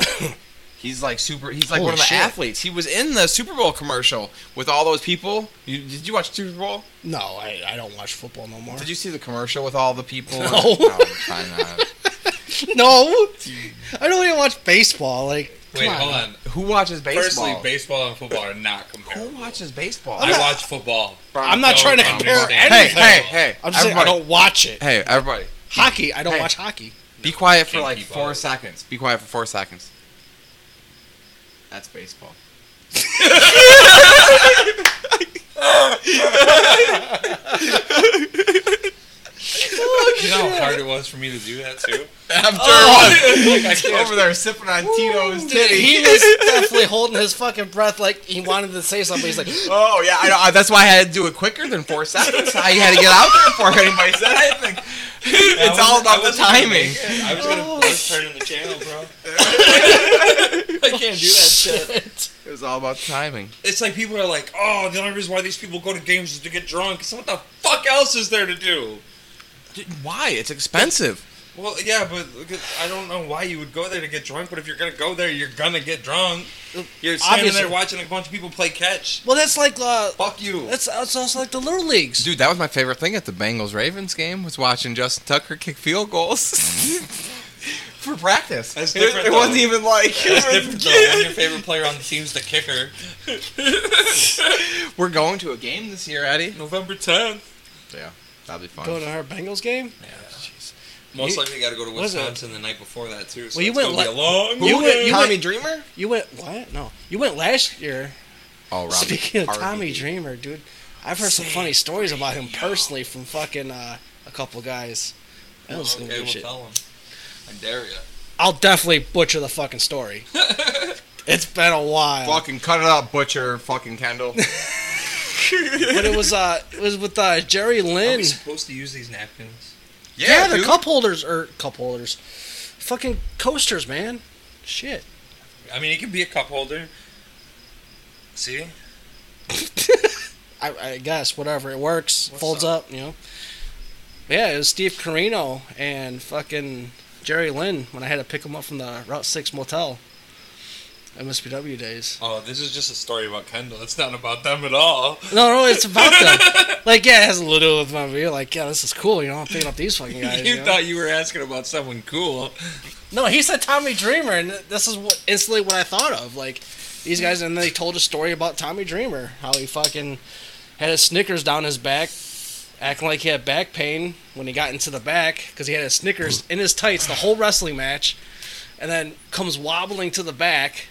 S1: he's like super. He's like
S2: Holy
S1: one of the
S2: shit.
S1: athletes. He was in the Super Bowl commercial with all those people. You, did you watch Super Bowl?
S2: No, I, I don't watch football no more.
S1: Did you see the commercial with all the people?
S2: No.
S1: probably not.
S2: No, I don't even watch baseball. Like, come
S3: Wait,
S2: on.
S3: hold on.
S1: Who watches baseball?
S3: Personally, baseball and football are not
S1: Who
S2: Oh
S3: comparable.
S1: watches baseball?
S3: I watch football.
S2: I'm not
S3: No,
S2: trying to
S3: I'm
S2: compare
S3: understand.
S1: Hey,
S2: anything.
S1: hey, hey!
S2: I'm just saying I
S1: everybody.
S2: don't watch it.
S1: Hey, everybody.
S2: Hockey, I don't
S1: Hey.
S2: watch hockey.
S1: Be quiet for
S3: Can't
S1: like
S3: keep
S1: four
S3: up.
S1: seconds. Be quiet for four seconds. That's baseball.
S3: You know how hard it was for me to do that too.
S1: After
S3: Like, Oh! I
S1: one,
S3: can't.
S1: over there sipping on Tito's titty.
S2: He was definitely holding his fucking breath like he wanted to say something. He's like,
S1: Oh yeah, I know. I- That's why I had to do it quicker than four seconds. I had to get out there before anybody said anything. It's
S3: I
S1: all
S3: wasn't- I
S1: about the
S3: wasn't gonna
S1: timing.
S3: make it. I was gonna
S2: Oh,
S3: I was turning the channel, bro. I can't do that shit.
S1: It was all about the timing.
S3: It's like people are like, oh, the only reason why these people go to games is to get drunk. So what the fuck else is there to do?
S1: Why? It's expensive.
S3: Well, yeah, but look at- I don't know why you would go there to get drunk. But if you're gonna go there, you're gonna get drunk. You're standing
S2: Obviously.
S3: there watching a bunch of people play catch.
S2: Well, that's like uh,
S3: Fuck you.
S2: that's, that's also like the little leagues.
S1: Dude, that was my favorite thing at the Bengals Ravens game was watching Justin Tucker kick field goals for practice.
S3: That's
S1: It-
S3: different,
S1: It, wasn't
S3: though.
S1: even like
S3: That's different though. When your favorite player on the team's the kicker.
S1: we're going to a game this year, Eddie.
S3: November 10th.
S1: Yeah, that'll be fun.
S2: Go to our Bengals game.
S3: Most
S2: You-
S3: likely got to go to
S2: what is it?
S3: Wisconsin the night before that too. So
S2: Well, you
S3: it's
S2: went
S3: gonna be a
S2: la-
S3: long.
S2: you went- you
S1: Tommy
S2: went-
S1: Dreamer?
S2: You went what? No, you went last year.
S1: Oh, Robbie.
S2: Speaking of Tommy
S1: RBD.
S2: Dreamer, dude, I've heard some funny stories about him personally from fucking uh, a couple guys. That was some
S3: Oh, okay,
S2: good
S3: we'll
S2: shit.
S3: tell him. I dare you.
S2: I'll definitely butcher the fucking story. it's been a while,
S1: Fucking cut it up, butcher. Fucking Kendall.
S2: but it was uh, it was with uh, Jerry
S3: Are
S2: Lynn.
S3: we supposed to use these napkins?
S1: Yeah,
S2: Yeah, the
S1: dude.
S2: cup holders or cup holders, fucking coasters, man. Shit.
S3: I mean, it could be a cup holder. See,
S2: I, I guess whatever it works,
S3: What's
S2: folds up. you know. Yeah, it was Steve Carino and fucking Jerry Lynn when I had to pick him up from the Route Six Motel, MSPW days.
S3: oh, this is just a story about Kendall. It's not about them at all.
S2: No, no, it's about them. like, yeah, it has a little to do with my view. Like, yeah, this is cool. You know, I'm picking up these fucking guys.
S3: you
S2: you know?
S3: thought you were asking about someone cool.
S2: No, he said Tommy Dreamer, and this is what, instantly what I thought of. Like these guys, and they told a story about Tommy Dreamer, how he fucking had his Snickers down his back, acting like he had back pain when he got into the back because he had his Snickers in his tights the whole wrestling match, and then comes wobbling to the back,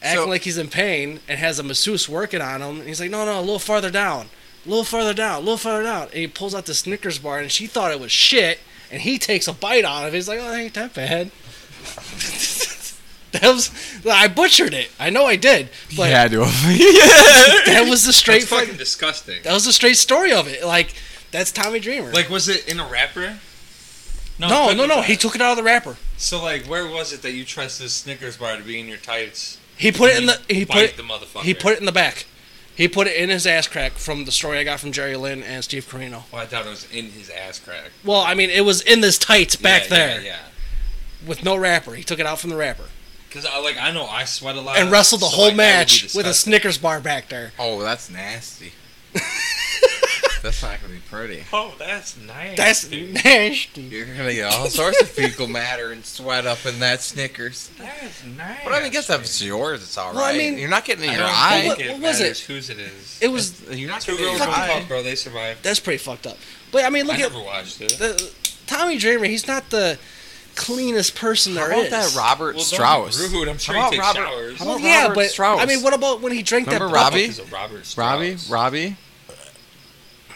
S2: acting
S1: So-
S2: like he's in pain, and has a masseuse working on him, and he's like, "No, no, a little farther down." A little farther down, a little farther down, and he pulls out the Snickers bar, and she thought it was shit, and he takes a bite out of it. He's like, "Oh, that ain't that bad." That was I butchered it. I know I did, but
S1: yeah, dude. yeah.
S2: that was the straight
S3: It's
S2: fucking,
S3: fucking disgusting.
S2: that was the straight story of it. Like that's Tommy Dreamer.
S3: Like, was it in a wrapper? it
S2: no,
S3: couldn't
S2: no,
S3: have
S2: no.
S3: been.
S2: He took it out of the wrapper.
S3: So, like, where was it that you trusted this Snickers bar to be in your tights?
S2: He put it in
S3: You
S2: the he put
S3: bite the
S2: it,
S3: motherfucker.
S2: he put it in the back. He put it in his ass crack from the story I got from Jerry Lynn and Steve Carino.
S3: Well, Oh, I thought it was in his ass crack.
S2: Well, I mean, it was in this tights back
S3: Yeah,
S2: there
S3: Yeah.
S2: with no wrapper. He took it out from the wrapper
S3: Because I like I know I sweat a lot
S2: and wrestled the
S3: Uh, so,
S2: whole
S3: like, that would be
S2: match with a
S3: disgusting.
S2: Snickers bar back there.
S1: Oh, that's nasty. that's not gonna be pretty.
S3: Oh, that's nice.
S2: That's
S3: dude.
S2: nasty.
S1: You're gonna get all sorts of fecal matter and sweat up in that Snickers.
S3: that's nice.
S1: But I mean, I guess if it's yours, it's all right.
S2: Well, I mean-
S1: you're not getting it
S3: I
S1: in
S3: don't
S1: your
S3: think
S1: eye.
S2: Well, what-
S3: it
S2: what was
S3: matters
S2: it?
S3: Whose it is?
S2: It was
S1: You're not
S3: Two
S1: getting it in
S3: girls,
S1: your
S3: one
S1: eye.
S3: cup, bro. They survived.
S2: that's pretty fucked up. But I mean, look
S3: I
S2: at
S3: never watched it.
S2: the Tommy Dreamer, he's not the cleanest person
S1: How
S2: there
S1: about
S2: is.
S1: that Robert
S3: Well, don't be
S1: Strauss?
S3: Rude. I'm sure
S1: How
S3: he takes
S1: about Robert-
S3: showers.
S1: how
S2: Well,
S1: about
S2: yeah,
S1: Robert
S2: but
S1: Strauss?
S2: I mean, what about when he drank
S1: Remember
S2: that? bubble?
S1: Robbie?
S3: Is a Robert Strauss.
S1: Robbie, Robbie,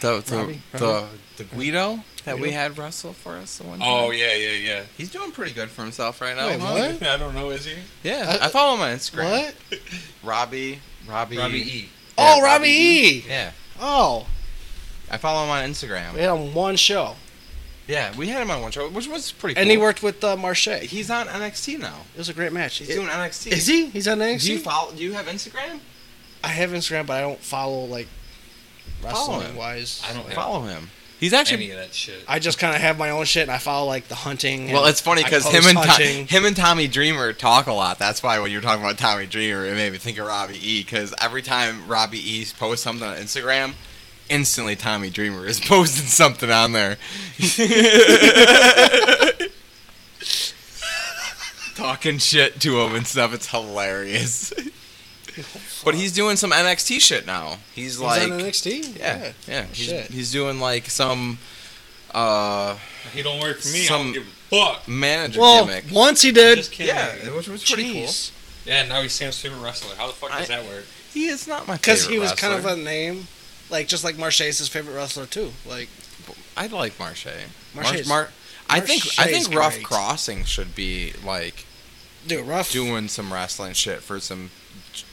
S1: the the
S2: Robbie,
S1: the, the Guido that we had wrestle for us the one time.
S3: Oh yeah, yeah, yeah.
S1: he's doing pretty good for himself right now.
S2: Wait,
S1: huh?
S2: What?
S3: I don't know. Is he?
S1: Yeah,
S2: Uh,
S1: I follow him on Instagram.
S2: What?
S1: Robbie, Robbie,
S3: Robbie E.
S2: oh, Robbie,
S1: Robbie
S2: E.
S1: Yeah,
S2: Oh,
S1: I follow him on Instagram.
S2: we had him one show,
S1: Yeah, we had him on one show, which was pretty.
S2: and
S1: cool.
S2: he worked with uh, Marche. It
S1: He's on NXT now.
S2: was a great match.
S1: He's
S2: It-
S1: doing NXT.
S2: is he? He's on
S1: Do you
S2: NXT.
S1: follow? Do you have Instagram?
S2: I have Instagram, but I don't follow like
S1: Follow
S2: wrestling
S1: him.
S2: wise.
S3: I don't have
S1: Follow him. He's actually
S3: any of that shit.
S2: I just kind of have my own shit, and I follow like the hunting.
S1: Well,
S2: and
S1: it's funny
S2: I
S1: because
S2: post
S1: him and Tom,
S2: hunting.
S1: him and Tommy Dreamer talk a lot. That's why when you were talking about Tommy Dreamer, it made me think of Robbie E. Because every time Robbie E. posts something on Instagram, instantly Tommy Dreamer is posting something on there. Talking shit to him and stuff. It's hilarious. but he's doing some NXT shit now. He's
S2: He's
S1: like,
S2: on NXT.
S1: yeah, yeah. He's,
S2: Shit.
S1: he's doing like some. Uh,
S3: He don't work for me. I
S1: Some-
S3: don't give a fuck.
S1: manager
S2: Well,
S1: gimmick.
S2: once he did.
S3: Just kidding.
S1: Yeah, which was pretty cool.
S2: Jeez.
S3: Yeah, now he's Sam's favorite wrestler. How the fuck does
S1: I-
S3: that work?
S1: He is not my
S2: Because
S1: favorite
S2: he was kind of
S1: wrestler.
S2: a name, like just like Marche is his favorite wrestler too. Like
S1: I like Marche. Marche,
S2: Marche's-
S1: Mar- I think I
S2: Marche's
S1: think Rough
S2: great.
S1: Crossing should be like
S2: dude, rough
S1: doing some wrestling shit for some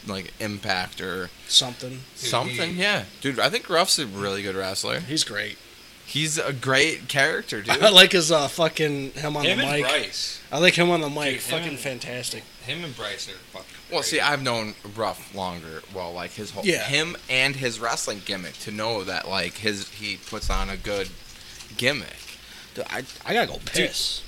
S1: like Impact or
S2: something.
S1: something. Yeah, dude, I think Rough's a really good wrestler.
S2: He's great.
S1: He's a great character, dude.
S2: I like his uh, fucking him on
S3: Him
S2: the
S3: and
S2: mic.
S3: Bryce.
S2: I like him on the mic.
S3: Dude, him
S2: fucking
S3: and-
S2: fantastic.
S3: Him and Bryce are fucking.
S1: Well,
S3: great.
S1: see, I've known Ruff longer. Well, like his whole
S2: Yeah.
S1: him and his wrestling gimmick to know that like his he puts on a good gimmick.
S2: Dude, I, I gotta go piss.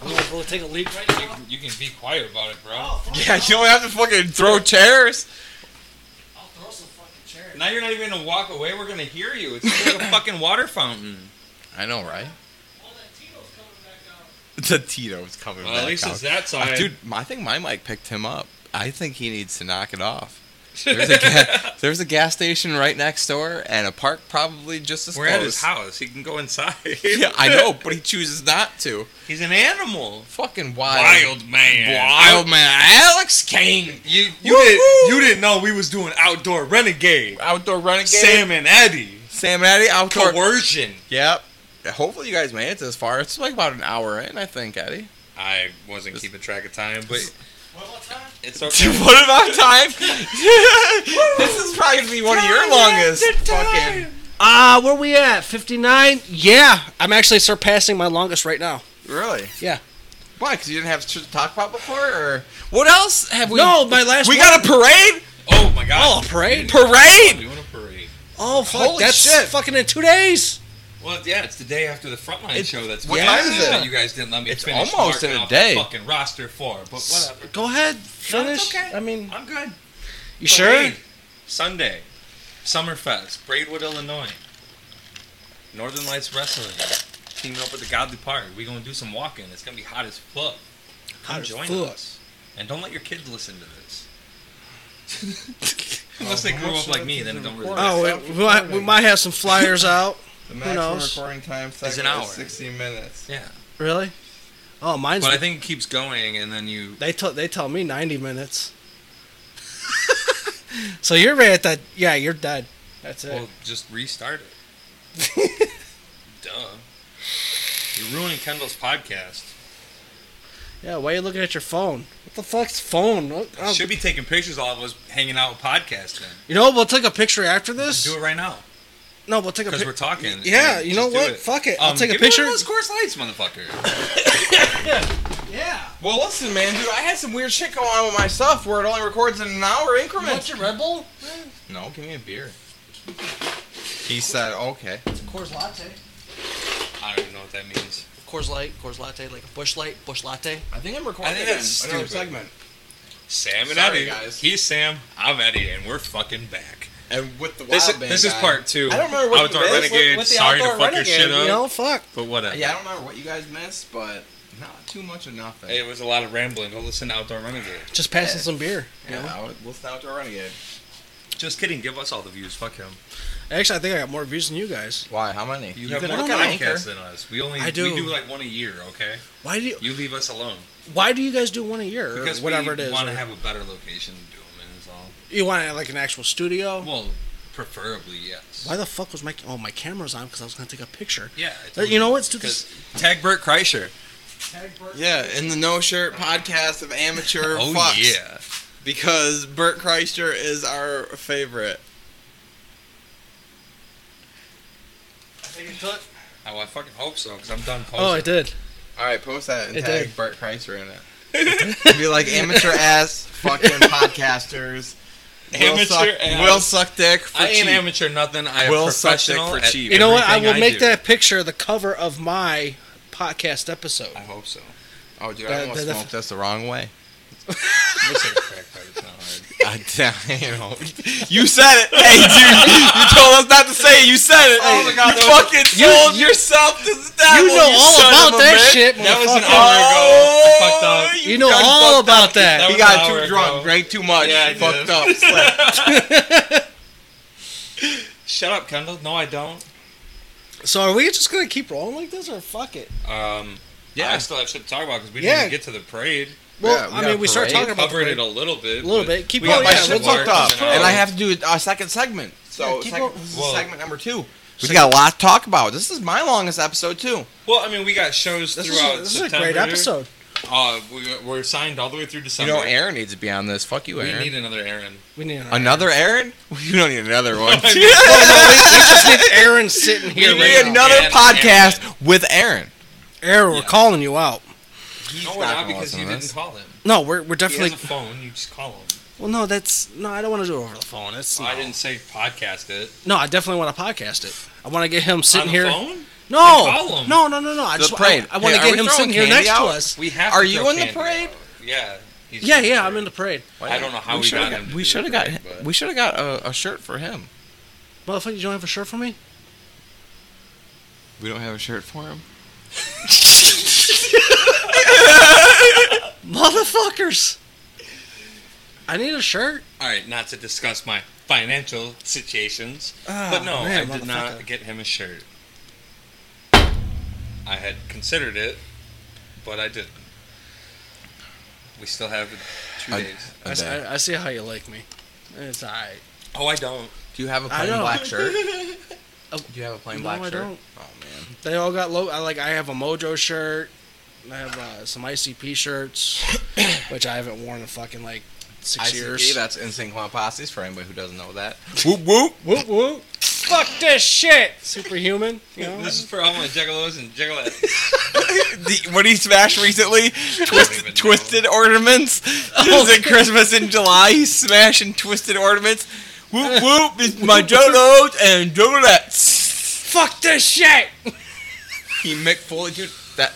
S2: I'm gonna go take a leak right
S3: You can, you can be quiet about it, bro.
S1: Yeah, you don't have to fucking throw chairs.
S2: I'll throw some fucking chairs.
S3: Now you're not even gonna walk away. We're gonna hear you. It's like a fucking water fountain.
S1: I know, right? The Tito's coming
S3: Well,
S1: back
S3: at least
S1: out.
S3: it's that
S1: Uh,
S3: side.
S1: Dude, I think my mic picked him up. I think he needs to knock it off. There's a, ga- there's a gas station right next door and a park probably just as
S3: We're
S1: close.
S3: at his house. He can go inside.
S1: Yeah, I know, but he chooses not to.
S3: He's an animal.
S1: Fucking wild.
S3: Wild man.
S1: Wild man. Alex Kane.
S3: You you did you didn't know we was doing outdoor renegade.
S1: Outdoor renegade.
S3: Sam and Eddie.
S1: Sam and Eddie. Outdoor.
S3: Coercion.
S1: Yep. Hopefully you guys made it this far. It's like about an hour in, I think, Eddie.
S3: I wasn't keeping track of time, but
S2: One more time.
S3: it's
S1: To
S3: okay.
S1: put it on time. this is probably gonna be one of your longest. Fucking.
S2: Ah, where we at? 59? Yeah. I'm actually surpassing my longest right now.
S1: Really?
S2: Yeah.
S1: Why? Because you didn't have shit to talk about before, or what else have we?
S2: no, my last
S1: we
S2: one-
S1: got a parade.
S3: Oh my
S2: Oh,
S3: god.
S2: a parade?
S1: Parade.
S3: doing a parade.
S2: Oh, fuck.
S1: Holy
S2: that's
S1: shit.
S2: fucking in two days.
S3: Well, yeah, it's the day after the frontline
S1: It's-
S3: show. That's
S1: what
S3: yeah,
S1: time is it?
S3: that You guys didn't let me
S1: It's
S3: finish.
S1: almost
S3: marking
S1: in a
S3: off the
S1: day.
S3: Fucking roster four, but whatever.
S2: Go ahead.
S3: No, it's
S2: Finish.
S3: okay.
S2: I mean,
S3: I'm good.
S2: you sure?
S3: Parade. Sunday, Summerfest, Braidwood, Illinois. Northern Lights Wrestling. Teaming up with the Godly Park. We gonna do some walking. It's gonna be hot as fuck. Come
S2: Hot as
S3: join
S2: fuck.
S3: us. And don't let your kids listen to this. Unless they grew up like me, then it don't really.
S2: Oh, we, we, might, we might have some flyers out.
S1: The
S2: knows?
S1: recording time
S3: It's an hour.
S1: minutes.
S3: Yeah,
S2: Really? Oh, mine's.
S3: but I think it keeps going, and then you
S2: they, t- they tell me 90 minutes. so you're right at that. Yeah, you're dead. That's it.
S3: Well, just restart it. Duh. You're ruining Kendall's podcast.
S2: yeah, why are you looking at your phone? What the fuck's phone? What- oh,
S3: Should be taking pictures of all of us hanging out with podcasting.
S2: You know, we'll take a picture after this.
S3: Do it right now
S2: No, we'll take a
S3: because we're
S2: picture.
S3: talking.
S2: Yeah,
S3: and
S2: you
S3: just
S2: know
S3: do
S2: what?
S3: it.
S2: Fuck it. I'll
S3: Um,
S2: take a
S3: give me
S2: picture.
S3: One of those course lights, motherfucker.
S2: Yeah.
S1: Well, listen, man, dude, I had some weird shit going on with my stuff where it only records in an hour increments.
S2: your Red Bull?
S1: No, give me a beer. He said, "Okay."
S2: Coors Latte.
S3: I don't even know what that means.
S2: Coors Light, Coors Latte, like a Bush Light, Bush Latte.
S1: I think I'm recording.
S3: I think
S1: again.
S3: that's
S1: another
S3: stupid.
S1: segment.
S3: Sam and
S1: Sorry,
S3: Eddie.
S1: guys.
S3: He's Sam. I'm Eddie, and we're fucking back.
S1: And with the wild
S3: This, is,
S1: band
S3: this is
S1: guy-
S3: part two.
S1: I don't remember what
S3: outdoor
S1: the band-
S3: renegade.
S1: what- what the
S3: Sorry to
S1: Outdoor
S3: fuck your
S1: Renegade,
S3: shit up,
S2: You know, fuck.
S3: but whatever.
S1: Yeah, I don't remember what you guys missed, but not too much of nothing.
S3: It was a lot of rambling. Go listen to Outdoor Renegade.
S2: Just passing some beer. You
S1: yeah,
S2: know?
S1: I would- listen out to our renegade.
S3: Just kidding. Give us all the views. Fuck him.
S2: Actually, I think I got more views than you guys.
S1: Why? How many? You
S3: You, have
S1: can
S3: more
S1: look at
S3: podcasts
S1: Anchor.
S3: than us. We only
S2: I
S3: we
S2: do.
S3: do like one a year, okay?
S2: Why do you?
S3: You leave us alone
S2: Why do you guys do one a year or
S3: because
S2: whatever
S3: we
S2: it is?
S3: want to
S2: or-
S3: have a better location to do them in. Is all.
S2: you want like an actual studio?
S3: Well, preferably yes.
S2: Why the fuck was my oh my camera's on because I was gonna take a picture.
S3: Yeah. I
S2: Uh,
S3: told
S2: You know what? Let's do this.
S3: Because tag Bert Kreischer.
S1: Yeah, in the No Shirt podcast of amateur
S3: Oh
S1: fucks.
S3: yeah.
S1: Because Bert Kreischer is our favorite.
S3: Oh, I fucking hope so because I'm done posting.
S2: Oh, I did.
S1: All right, post that and
S2: It
S1: tag
S2: did.
S1: Bert Kreischer in it. Be like amateur ass fucking podcasters. will
S3: Amateur
S1: suck,
S3: ass.
S1: Will suck dick for
S3: I ain't
S1: cheap.
S3: amateur nothing. I am
S1: Will suck dick
S3: professional
S1: for
S3: at
S1: cheap.
S2: You know what? I
S3: everything
S2: will make
S3: do.
S2: that picture the cover of my podcast episode.
S3: I hope so.
S1: oh, dude,
S2: That-
S1: I almost
S2: that-
S1: smoked this the wrong way.
S3: Looks like a crack pipe, it's not hard.
S1: I, you know, you said it. Hey, dude, you told us not to say it. You said it.
S3: Oh my God,
S1: you
S3: that was-
S1: fucking sold yourself to the devil.
S2: you know all
S1: son of
S2: about
S1: a
S2: that
S1: bitch. Oh,
S2: shit. Oh
S3: That was an
S2: motherfucker.
S3: hour ago. I fucked up.
S2: You know
S1: got
S2: all
S1: fucked up.
S2: about that.
S3: That
S1: He
S3: was
S1: got
S3: an
S1: too
S3: hour
S1: drunk,
S3: ago.
S1: drank too much,
S3: Yeah, I
S1: and fucked
S3: did.
S1: up. Slept.
S3: Shut up, Kendall. No, I don't.
S2: So are we just gonna keep rolling like this, or fuck it?
S3: Um, yeah,
S1: Yeah.
S3: I still have shit to talk about because we
S2: Yeah.
S3: didn't even get to the parade.
S2: Well,
S1: we
S2: I
S1: got
S2: mean, we start
S1: parade.
S2: talking about
S3: Covered it
S2: the
S3: a little bit.
S2: A little
S3: but
S2: bit. Keep
S3: we
S1: got
S2: going,
S1: my
S2: yeah,
S1: Oh, shit
S2: let's
S1: fucked
S3: marked
S1: up,
S3: as an
S1: and
S3: hour.
S1: I have to do a uh, second segment. So
S2: Yeah, keep
S1: second,
S2: going.
S1: this is
S3: Well-
S1: segment number two. We got a lot to talk about. This is my longest episode too.
S3: Well, I mean, we got shows
S2: This is,
S3: throughout
S2: this is a
S3: September.
S2: great episode.
S3: Uh, we, we're signed all the way through December.
S1: Aaron needs to be on this. Fuck you,
S3: we need another Aaron.
S2: We need another.
S1: another Aaron? You don't need another one.
S3: I mean,
S2: Aaron sitting here
S1: We need
S3: right now.
S1: another
S3: Aaron,
S1: podcast with Aaron.
S2: Aaron, we're calling you out.
S3: no,
S1: not
S3: we're not
S1: gonna
S3: because
S1: listen
S3: you
S1: to
S3: didn't
S1: this.
S3: call him.
S2: No, we're we're
S3: He has
S2: definitely.
S3: a phone. You just call him.
S2: Well, no, that's no. I don't want to do it over the phone. That's
S3: I
S2: no.
S3: didn't say podcast it.
S2: No, I definitely want to podcast it. I want to get him sitting
S3: On the
S2: here.
S3: phone?
S5: call
S2: No,
S5: 'em.
S2: no, no, no, no. I
S1: The
S2: just
S1: parade.
S2: I, I want
S1: Hey,
S2: to
S1: are
S2: get
S1: we
S2: him
S1: throwing
S2: sitting here
S1: candy
S2: next
S1: out?
S2: to us.
S3: We have.
S1: Are
S3: to
S1: you
S3: throw
S1: in the
S3: candy
S1: parade?
S3: out. Yeah. he's
S2: Yeah,
S3: in the
S2: yeah, I'm
S3: parade.
S2: in the parade.
S3: I don't know how
S1: we
S3: we
S1: should
S3: got
S1: have
S3: him
S1: got.
S3: to
S1: We
S3: do
S1: should have
S3: the
S1: got.
S3: parade, but-
S1: We should have got a, a shirt for him.
S2: Motherfucker, you don't have a shirt for me?
S1: We don't have a shirt for him.
S2: Motherfuckers! I need a shirt.
S3: All right, not to discuss my financial situations,
S2: Ah,
S3: but no,
S2: man,
S3: I did not
S2: motherfucker.
S3: get him a shirt. I had considered it, but I didn't. We still have two
S1: I-
S3: days.
S2: I, s- I- I see how you like me. It's alright.
S3: Oh, I don't.
S1: Do you have a
S2: I
S1: plain
S2: know.
S1: black shirt?
S2: Oh,
S1: Do you have a plain
S2: no,
S1: black
S2: I
S1: shirt?
S2: don't.
S1: Oh man.
S2: They all got low. I like. I have a Mojo shirt. I have uh, some ICP shirts, which I haven't worn in fucking like six
S1: ICP,
S2: years.
S1: that's Insane Clown Posse's for anybody who doesn't know that.
S3: Whoop whoop.
S2: Whoop whoop! Fuck this shit. Superhuman. You know.
S3: This is for all my juggalos and juggalettes.
S1: The- what he smashed recently? Twist,
S3: even know.
S1: twisted ornaments. Is it Christmas in July? He's smashing twisted ornaments. Whoop whoop! It's my jolos and jolets.
S2: Fuck this shit.
S1: He Mick Foley, dude. That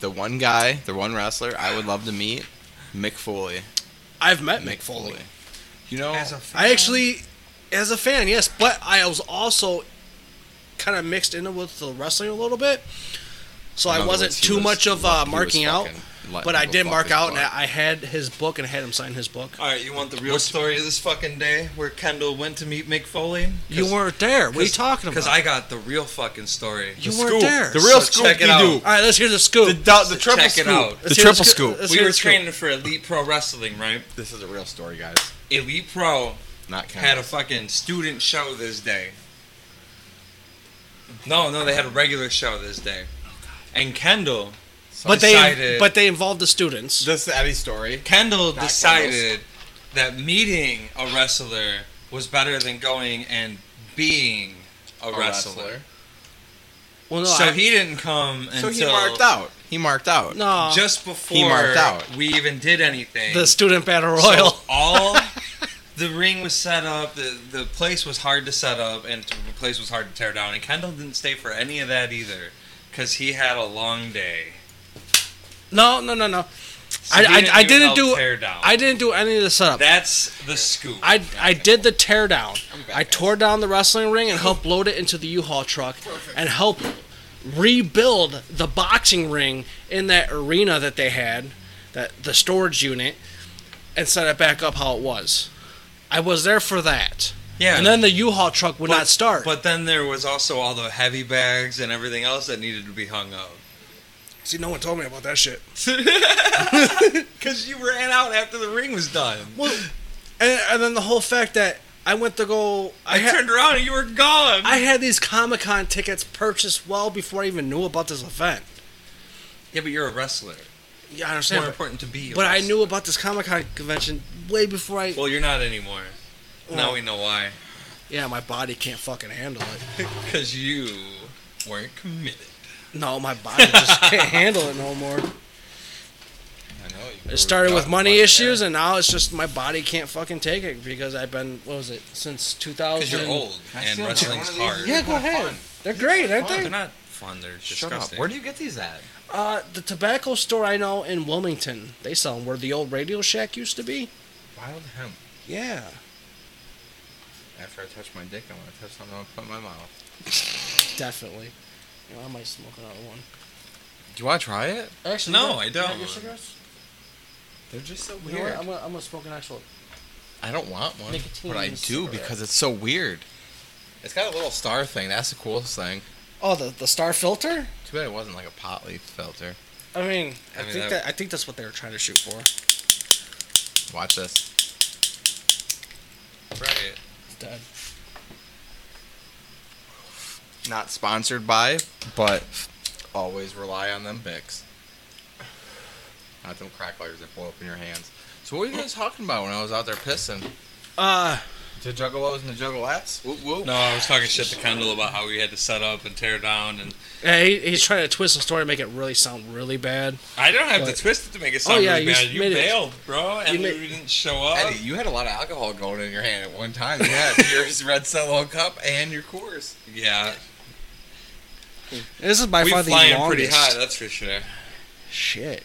S1: the one guy, the one wrestler I would love to meet, Mick Foley.
S2: I've met Mick Foley.
S1: You know,
S3: As a
S2: I actually, as a fan, yes, but I was also kind of mixed in with the wrestling a little bit, so I
S1: other
S2: wasn't
S1: words, he
S2: too
S1: was-
S2: much of
S1: he was
S2: uh, marking out.
S1: fucking letting
S2: But I
S1: people
S2: did
S1: fuck
S2: mark
S1: his
S2: out, and
S1: butt.
S2: I I had his book and had him sign his book.
S3: All right, you want the real story of this fucking day where Kendall went to meet Mick Foley? 'Cause-
S2: You weren't there. What are you talking about?
S3: Because I got the real fucking story.
S2: you
S1: The
S2: weren't
S1: scoop.
S2: there.
S1: The real
S3: So
S1: scoop
S3: check it
S1: you
S3: out.
S1: do.
S2: All right, let's hear the scoop.
S1: The, do- the
S3: So
S1: triple
S3: check it
S1: scoop.
S3: out.
S1: The
S2: Let's hear
S1: triple
S2: sc-
S1: scoop.
S2: let's
S3: we
S2: hear
S3: were
S2: the scoop.
S3: training for Elite Pro Wrestling, right?
S1: This is a real story, guys.
S3: Elite Pro
S1: Not Ken.
S3: had a fucking student show this day. No, no, they had a regular show this day. And Kendall,
S2: But they
S3: decided-
S2: but they involved the students.
S1: This is Eddie's story.
S3: Kendall
S1: Not
S3: decided that meeting a wrestler was better than going and being a, wrestler.
S2: well, no,
S3: So
S2: I-
S3: he didn't come
S1: So
S3: until
S1: he marked out. He marked out.
S2: no
S3: just before
S1: marked out.
S3: we even did anything.
S2: the student battle royal.
S3: So all the ring was set up. The the place was hard to set up, and the place was hard to tear down. And Kendall didn't stay for any of that either, because he had a long day.
S2: no, no, no, no.
S3: So
S2: I-
S3: he
S2: I- I didn't
S3: help
S2: do-
S3: tear down.
S2: I didn't do any of the setup.
S3: That's the scoop.
S2: I, I did the teardown.
S1: back,
S2: I
S1: guys.
S2: tore down the wrestling ring and helped load it into the U-Haul truck and helped rebuild the boxing ring in that arena that they had, that the storage unit, and set it back up how it was. I was there for that.
S3: yeah.
S2: And then the U-Haul truck would
S3: But-
S2: not start.
S3: But then there was also all the heavy bags and everything else that needed to be hung up.
S2: See, no one told me about that shit.
S3: Because you ran out after the ring was done.
S2: Well, and, and then the whole fact that I went to go, I,
S3: I
S2: had,
S3: turned around and you were gone.
S2: I had these Comic Con tickets purchased well before I even knew about this event.
S3: yeah, but you're a wrestler.
S2: Yeah, I
S3: It's
S2: understand.
S3: more
S2: but-
S3: important to be. a
S2: But I
S3: wrestler.
S2: knew about this Comic Con convention way before I.
S3: Well, you're not anymore.
S2: Well,
S3: now we know why.
S2: yeah, my body can't fucking handle it.
S3: Because you weren't committed.
S2: No, my body just can't handle it no more.
S1: I know. you-
S2: It started with
S1: Got
S2: money
S1: there.
S2: issues, and now it's just my body can't fucking take it because I've been what was it since 2000?
S3: Because you're old
S1: I
S3: and
S1: still got
S3: wrestling's
S1: one of these.
S3: hard.
S2: Yeah, go
S1: Have
S2: ahead.
S1: fun.
S2: They're great, aren't
S3: They're
S2: they?
S3: not fun. They're
S1: Shut up.
S3: disgusting.
S1: Where do you get these at?
S2: Uh, the tobacco store I know in Wilmington, they sell them where the old Radio Shack used to be.
S1: Wild hemp.
S2: Yeah.
S1: After I touch my dick, I want to touch something I want to put in my mouth.
S2: Definitely. You know, I might smoke another one.
S1: Do you want to try it?
S2: Actually, you
S3: No, I
S2: got- you got
S3: don't.
S2: your cigarettes?
S1: They're just so
S2: You know what? I'm gonna, I'm gonna smoke an actual.
S1: I don't want one,
S2: Nicotine
S1: but I do
S2: cigarette.
S1: because it's so weird. It's got a little star thing. That's the coolest thing.
S2: Oh, the the star filter.
S1: Too bad it wasn't like a pot leaf filter.
S2: I mean, I,
S3: I mean,
S2: think that,
S3: that-
S2: I think that's what they were trying to shoot for.
S1: Watch this.
S3: Right.
S2: It's dead.
S1: Not sponsored by, but always rely on them Bics. Not them crack lighters that blow up in your hands. So what were you guys talking about when I was out there pissing?
S2: Uh,
S1: To juggalos and the juggalettes? Whoop whoop.
S3: No, I was talking shit to Kendall about how we had to set up and tear down, and
S2: yeah, he, he's trying to twist the story to make it really sound really bad.
S3: I don't have
S2: What?
S3: to twist it to make it sound
S2: Oh, yeah,
S3: really
S2: you
S3: bad. You
S2: made it-
S3: bailed, bro, and
S2: you made-
S3: we didn't show up.
S1: Eddie, you had a lot of alcohol going in your hand at one time. You had your red Solo cup and your Coors.
S3: Yeah,
S2: This is by
S3: we
S2: far the
S3: flying
S2: longest.
S3: pretty high, that's for sure.
S2: Shit.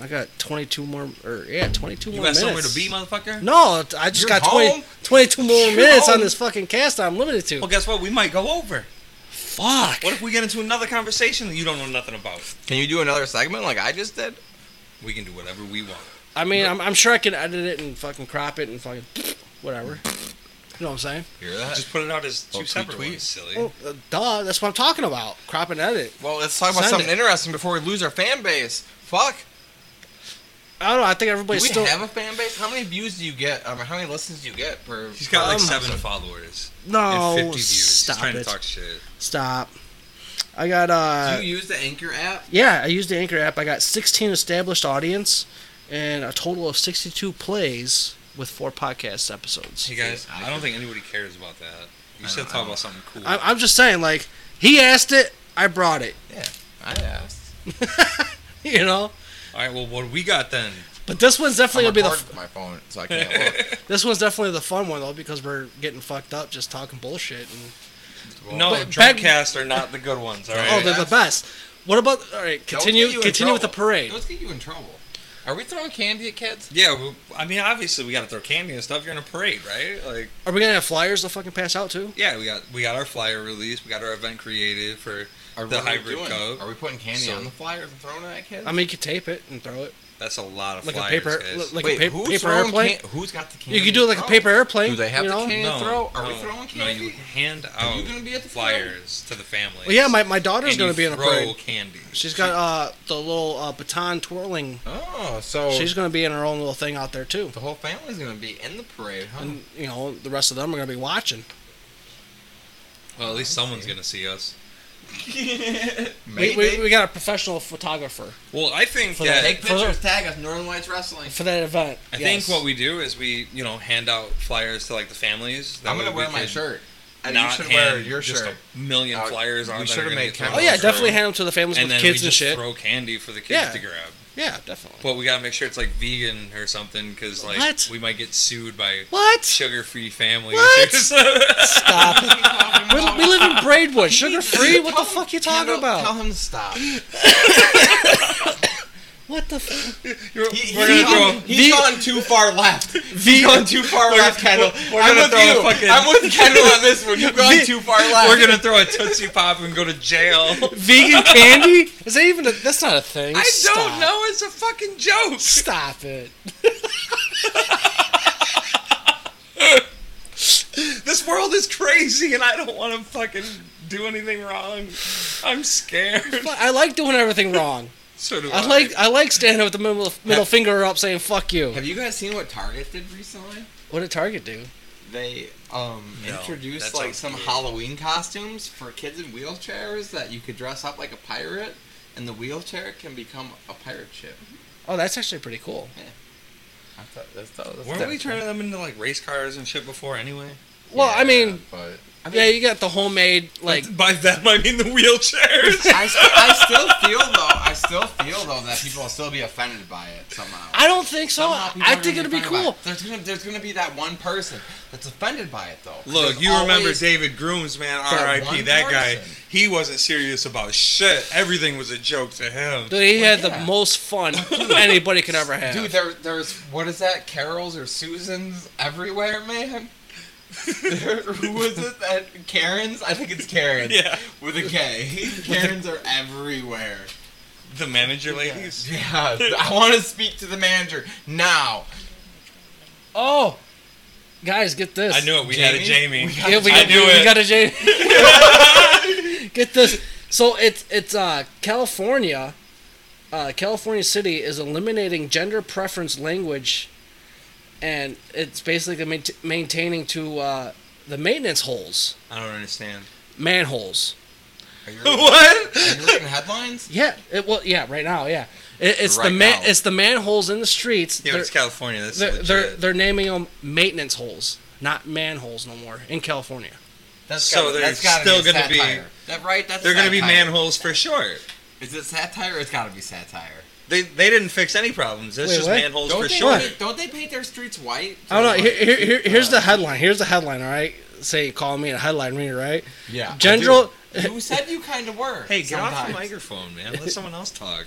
S2: I got 22 more, or yeah, 22
S3: You
S2: more
S3: got
S2: minutes.
S3: somewhere to be, motherfucker?
S2: No, t- I just
S3: You're
S2: got
S3: home?
S2: 20, 22 more
S3: You're
S2: minutes
S3: home?
S2: on this fucking cast I'm limited to.
S3: Well, guess what? We might go over.
S2: Fuck.
S3: What if we get into another conversation that you don't know nothing about?
S1: Can you do another segment like I just did?
S3: We can do whatever we want.
S2: I mean, I'm, I'm sure I can edit it and fucking crop it and fucking whatever. You know what I'm saying?
S1: Hear that?
S3: Just put it out as two
S2: oh,
S1: Well, tweet,
S3: separate
S1: tweet.
S3: ones, silly.
S2: Well, uh, duh, that's what I'm talking about. Crop and edit.
S1: Well, let's talk about
S2: Send
S1: something
S2: it.
S1: interesting before we lose our fan base. Fuck.
S2: I don't know. I think
S1: Do
S2: everybody's
S1: we
S2: still.
S1: have a fan base? How many views do you get? Um, how many listens do you get per?
S3: He's got like
S2: Um,
S3: seven followers and
S2: no,
S3: 50 views. He's
S2: Oh, stop
S3: trying
S2: it.
S3: to talk shit.
S2: Stop. I got uh.
S1: do you use the Anchor app?
S2: Yeah, I used the Anchor app. I got 16 established audience and a total of 62 plays with four podcast episodes.
S3: Hey guys,
S1: I
S3: I don't
S1: could-
S3: think anybody cares about that. You
S1: I
S3: should
S1: don't-
S3: talk
S1: I
S3: about something cool.
S2: I, I'm just saying, like, he asked it, I brought it,
S1: I asked.
S2: you know?
S3: All right, well, what do we got then?
S2: But this one's definitely
S1: I'm
S2: gonna be the
S1: recording with my phone, so I can't look.
S2: this one's definitely the fun one though because we're getting fucked up just talking bullshit. And,
S3: No,
S2: But back-
S3: Drunkcast are not the good ones. All right.
S2: oh, they're the best. What about all right?
S1: Don't
S2: Continue
S1: get you in
S2: continue with the
S1: trouble.
S2: parade.
S1: Let's get you in trouble. Are we throwing candy at kids?
S3: yeah, well, I mean, obviously we got to throw candy and stuff. You're in a parade, right? Like,
S2: Are we gonna have flyers to fucking pass out too?
S3: yeah, we got we got our flyer release. We got our event creative for
S1: Are
S3: the
S1: what are we
S3: hybrid
S1: doing?
S3: cup.
S1: Are we putting candy
S3: So-
S1: on the flyers and throwing it at kids?
S2: I mean, you could tape it and throw it
S3: That's a lot of
S2: like
S3: flyers,
S2: a paper
S3: guys.
S2: li- like
S1: Wait,
S2: a pa-
S1: who's
S2: paper
S1: throwing
S2: airplane.
S1: can- who's got the candy?
S2: you could do it like a
S1: throw?
S2: paper airplane.
S1: Do they have
S2: you
S1: the
S2: know?
S1: candy to throw? Are we
S3: no,
S1: throwing
S3: No,
S1: candy?
S3: you hand out
S1: you gonna be at the
S3: flyers to the family.
S2: Well, yeah, my, my daughter's gonna be in a
S3: throw
S2: parade.
S3: candy.
S2: She's got uh the little uh, baton twirling.
S1: Oh, so
S2: She's gonna be in her own little thing out there too.
S1: the whole family's gonna be in the parade, huh?
S2: And you know the rest of them are gonna be watching.
S3: Well, at least someone's gonna see us.
S2: We, we, we got a professional photographer
S3: Well, I think
S2: For
S3: that
S1: Take
S2: For the-
S1: pictures, tag us, Northern Lights Wrestling.
S2: for that event.
S3: I think what we do is we you know hand out flyers to like the families. That
S1: I'm gonna
S3: way
S1: wear
S3: we
S1: my
S3: can
S1: shirt.
S3: Not
S1: And you should wear
S3: hand
S1: your
S3: just
S1: shirt.
S3: A million
S1: Uh,
S3: flyers on.
S1: we
S3: that are
S1: should've
S3: gonna
S1: made
S3: get thrown
S2: Oh yeah,
S3: out.
S2: definitely hand them to the families
S3: And
S2: with
S3: then
S2: kids
S3: we
S2: and
S3: just
S2: shit.
S3: throw candy for the kids
S2: Yeah.
S3: to grab.
S2: Yeah, definitely.
S3: But we gotta make sure it's like vegan or something, because like
S2: What?
S3: we might get sued by
S2: What?
S3: sugar-free families.
S2: What?
S1: What are you talking
S2: Stop. we,
S1: about?
S2: we live in Braidwood, sugar
S1: Jesus,
S2: free. What the
S1: tell
S2: fuck
S1: him-
S2: you talking
S1: Kendall, Tell
S2: about?
S1: him to stop.
S2: What the fuck?
S3: We're gonna throw.
S1: he's gone too far left.
S2: V
S1: You've gone too far left, Kendall.
S3: we're
S1: I'm
S3: gonna
S1: with
S3: throw a
S1: you.
S3: fucking-
S1: I'm with Kendall on this one. You've gone too far left.
S3: We're gonna throw a Tootsie Pop and go to jail.
S2: vegan candy? Is that even? A, that's not a thing.
S3: I
S2: Stop.
S3: don't know. It's a fucking joke.
S2: Stop it.
S3: This world is crazy, and I don't want to fucking do anything wrong. I'm scared.
S2: I like doing everything wrong.
S3: So do I.
S2: I like I like standing with the middle middle finger up, saying "fuck you."
S1: Have you guys seen what Target did recently?
S2: What did Target do?
S1: They um,
S3: No,
S1: introduced
S3: that
S1: like
S3: sounds
S1: some
S3: weird.
S1: Halloween costumes for kids in wheelchairs that you could dress up like a pirate, and the wheelchair can become a pirate ship.
S2: Oh, that's actually pretty cool.
S1: I thought that's, that was
S3: Weren't we turning them into like race cars and shit before anyway?
S2: Well, I mean,
S1: but I mean,
S2: yeah, you got the homemade like
S3: By that I mean the wheelchairs.
S1: I, st- I still feel though. I still feel though that people will still be offended by it somehow.
S2: I don't think so.
S1: Somehow people
S2: I
S1: are
S2: think
S1: gonna
S2: it'll be
S1: offended by it.
S2: cool.
S1: There's gonna there's gonna be that one person that's offended by it though.
S3: Look,
S1: There's
S3: you remember
S1: always-
S3: David Grooms, man?
S1: That
S3: R.I.P.
S1: one
S3: That guy.
S1: person.
S3: He wasn't serious about shit. Everything was a joke to him.
S2: Dude, he
S1: Well,
S2: had
S1: yeah.
S2: the most fun anybody could ever have.
S1: Dude, there, there's what is that? Carols or Susans everywhere, man. There- Who is it? That Karens? I think it's Karen.
S3: Yeah,
S1: With a K. Karens are everywhere.
S3: the manager ladies.
S1: Yeah. I want to speak to the manager now.
S2: oh, guys, get this.
S3: I knew it. We had a
S1: Jamie?
S3: Jamie.
S1: We got-
S2: Yeah, we,
S3: I
S2: got-
S3: knew
S2: we
S3: it.
S2: got a J. get this. So it's it's uh, California. Uh, California City is eliminating gender preference language, and it's basically maint- maintaining to uh, the maintenance holes,
S3: I don't understand.
S2: manholes.
S1: Are you, reading-
S3: What?
S1: are you reading headlines?
S2: Yeah, it, well, yeah, right now, yeah, it, it's
S1: Right
S2: the man,
S1: now.
S2: it's the manholes in the streets.
S3: Yeah, but
S2: They're-
S3: it's California. That's
S2: they're,
S3: legit.
S2: they're they're naming them maintenance holes, not manholes no more in California.
S1: That's
S3: So
S1: gotta-
S3: there's
S1: that's gotta
S3: still
S1: be a
S3: gonna be-
S1: satire. That right? That's
S3: They're gonna be
S1: satire.
S3: manholes for short.
S1: Is it satire? It's gotta be satire.
S3: They they didn't fix any problems. It's
S2: Wait,
S3: just
S2: what?
S3: manholes
S1: Don't
S3: for
S1: they,
S3: short.
S1: paint- don't they paint their streets white?
S2: I don't know.
S1: Like,
S2: Here, here, here, here's the headline. Here's the headline. All right, say you call me a headline reader, right?
S1: yeah. I do.
S2: Gender
S1: You said you kind of were.
S3: Hey, get off the
S1: sometimes.
S3: microphone, man. Let someone else talk.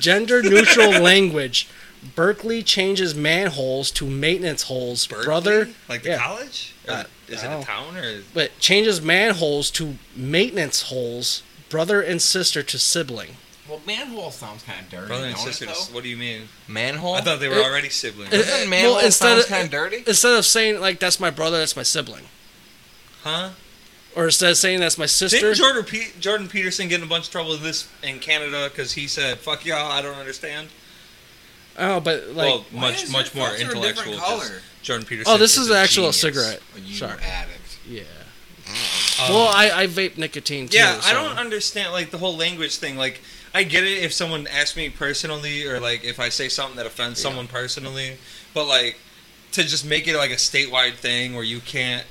S2: Gender neutral language. Berkeley changes manholes to maintenance holes.
S3: Berkeley?
S2: Brother,
S3: like the
S2: yeah.
S3: college? Or
S2: Uh,
S3: is
S2: I
S3: it
S2: don't-
S3: a town or?
S2: but changes manholes to maintenance holes. Brother and sister to sibling.
S1: Well, manhole sounds kind of dirty.
S3: Brother and
S1: don't it,
S3: sister,
S1: though?
S3: what do you mean?
S1: Manhole.
S3: I thought they were
S2: Oh, It-
S3: already siblings.
S2: it-
S1: Doesn't
S2: Uh, Well,
S1: manhole
S2: instead
S1: sounds
S2: of-
S1: kind of dirty?
S2: Instead of saying like that's my brother, that's my sibling,
S3: huh?
S2: or instead of saying that's my sister.
S3: Didn't Jordan, Pe- Jordan Peterson get in a bunch of trouble with this in Canada because he said, fuck y'all, I don't understand?
S2: oh, but like
S3: well,
S1: Why
S3: much,
S1: is
S3: much
S1: your
S3: more
S1: filter a different
S3: intellectual. 'cause
S1: color?
S3: Jordan Peterson.
S2: oh, this is
S3: an
S2: an actual
S3: genius.
S2: cigarette.
S1: Oh, You
S2: Sorry.
S1: addict.
S2: Yeah.
S3: Um,
S2: well, I, I vape nicotine too.
S3: Yeah, I
S2: so-
S3: don't understand like the whole language thing. Like, I get it if someone asks me personally, or like if I say something that offends someone personally, but like to just make it like a statewide thing where you can't.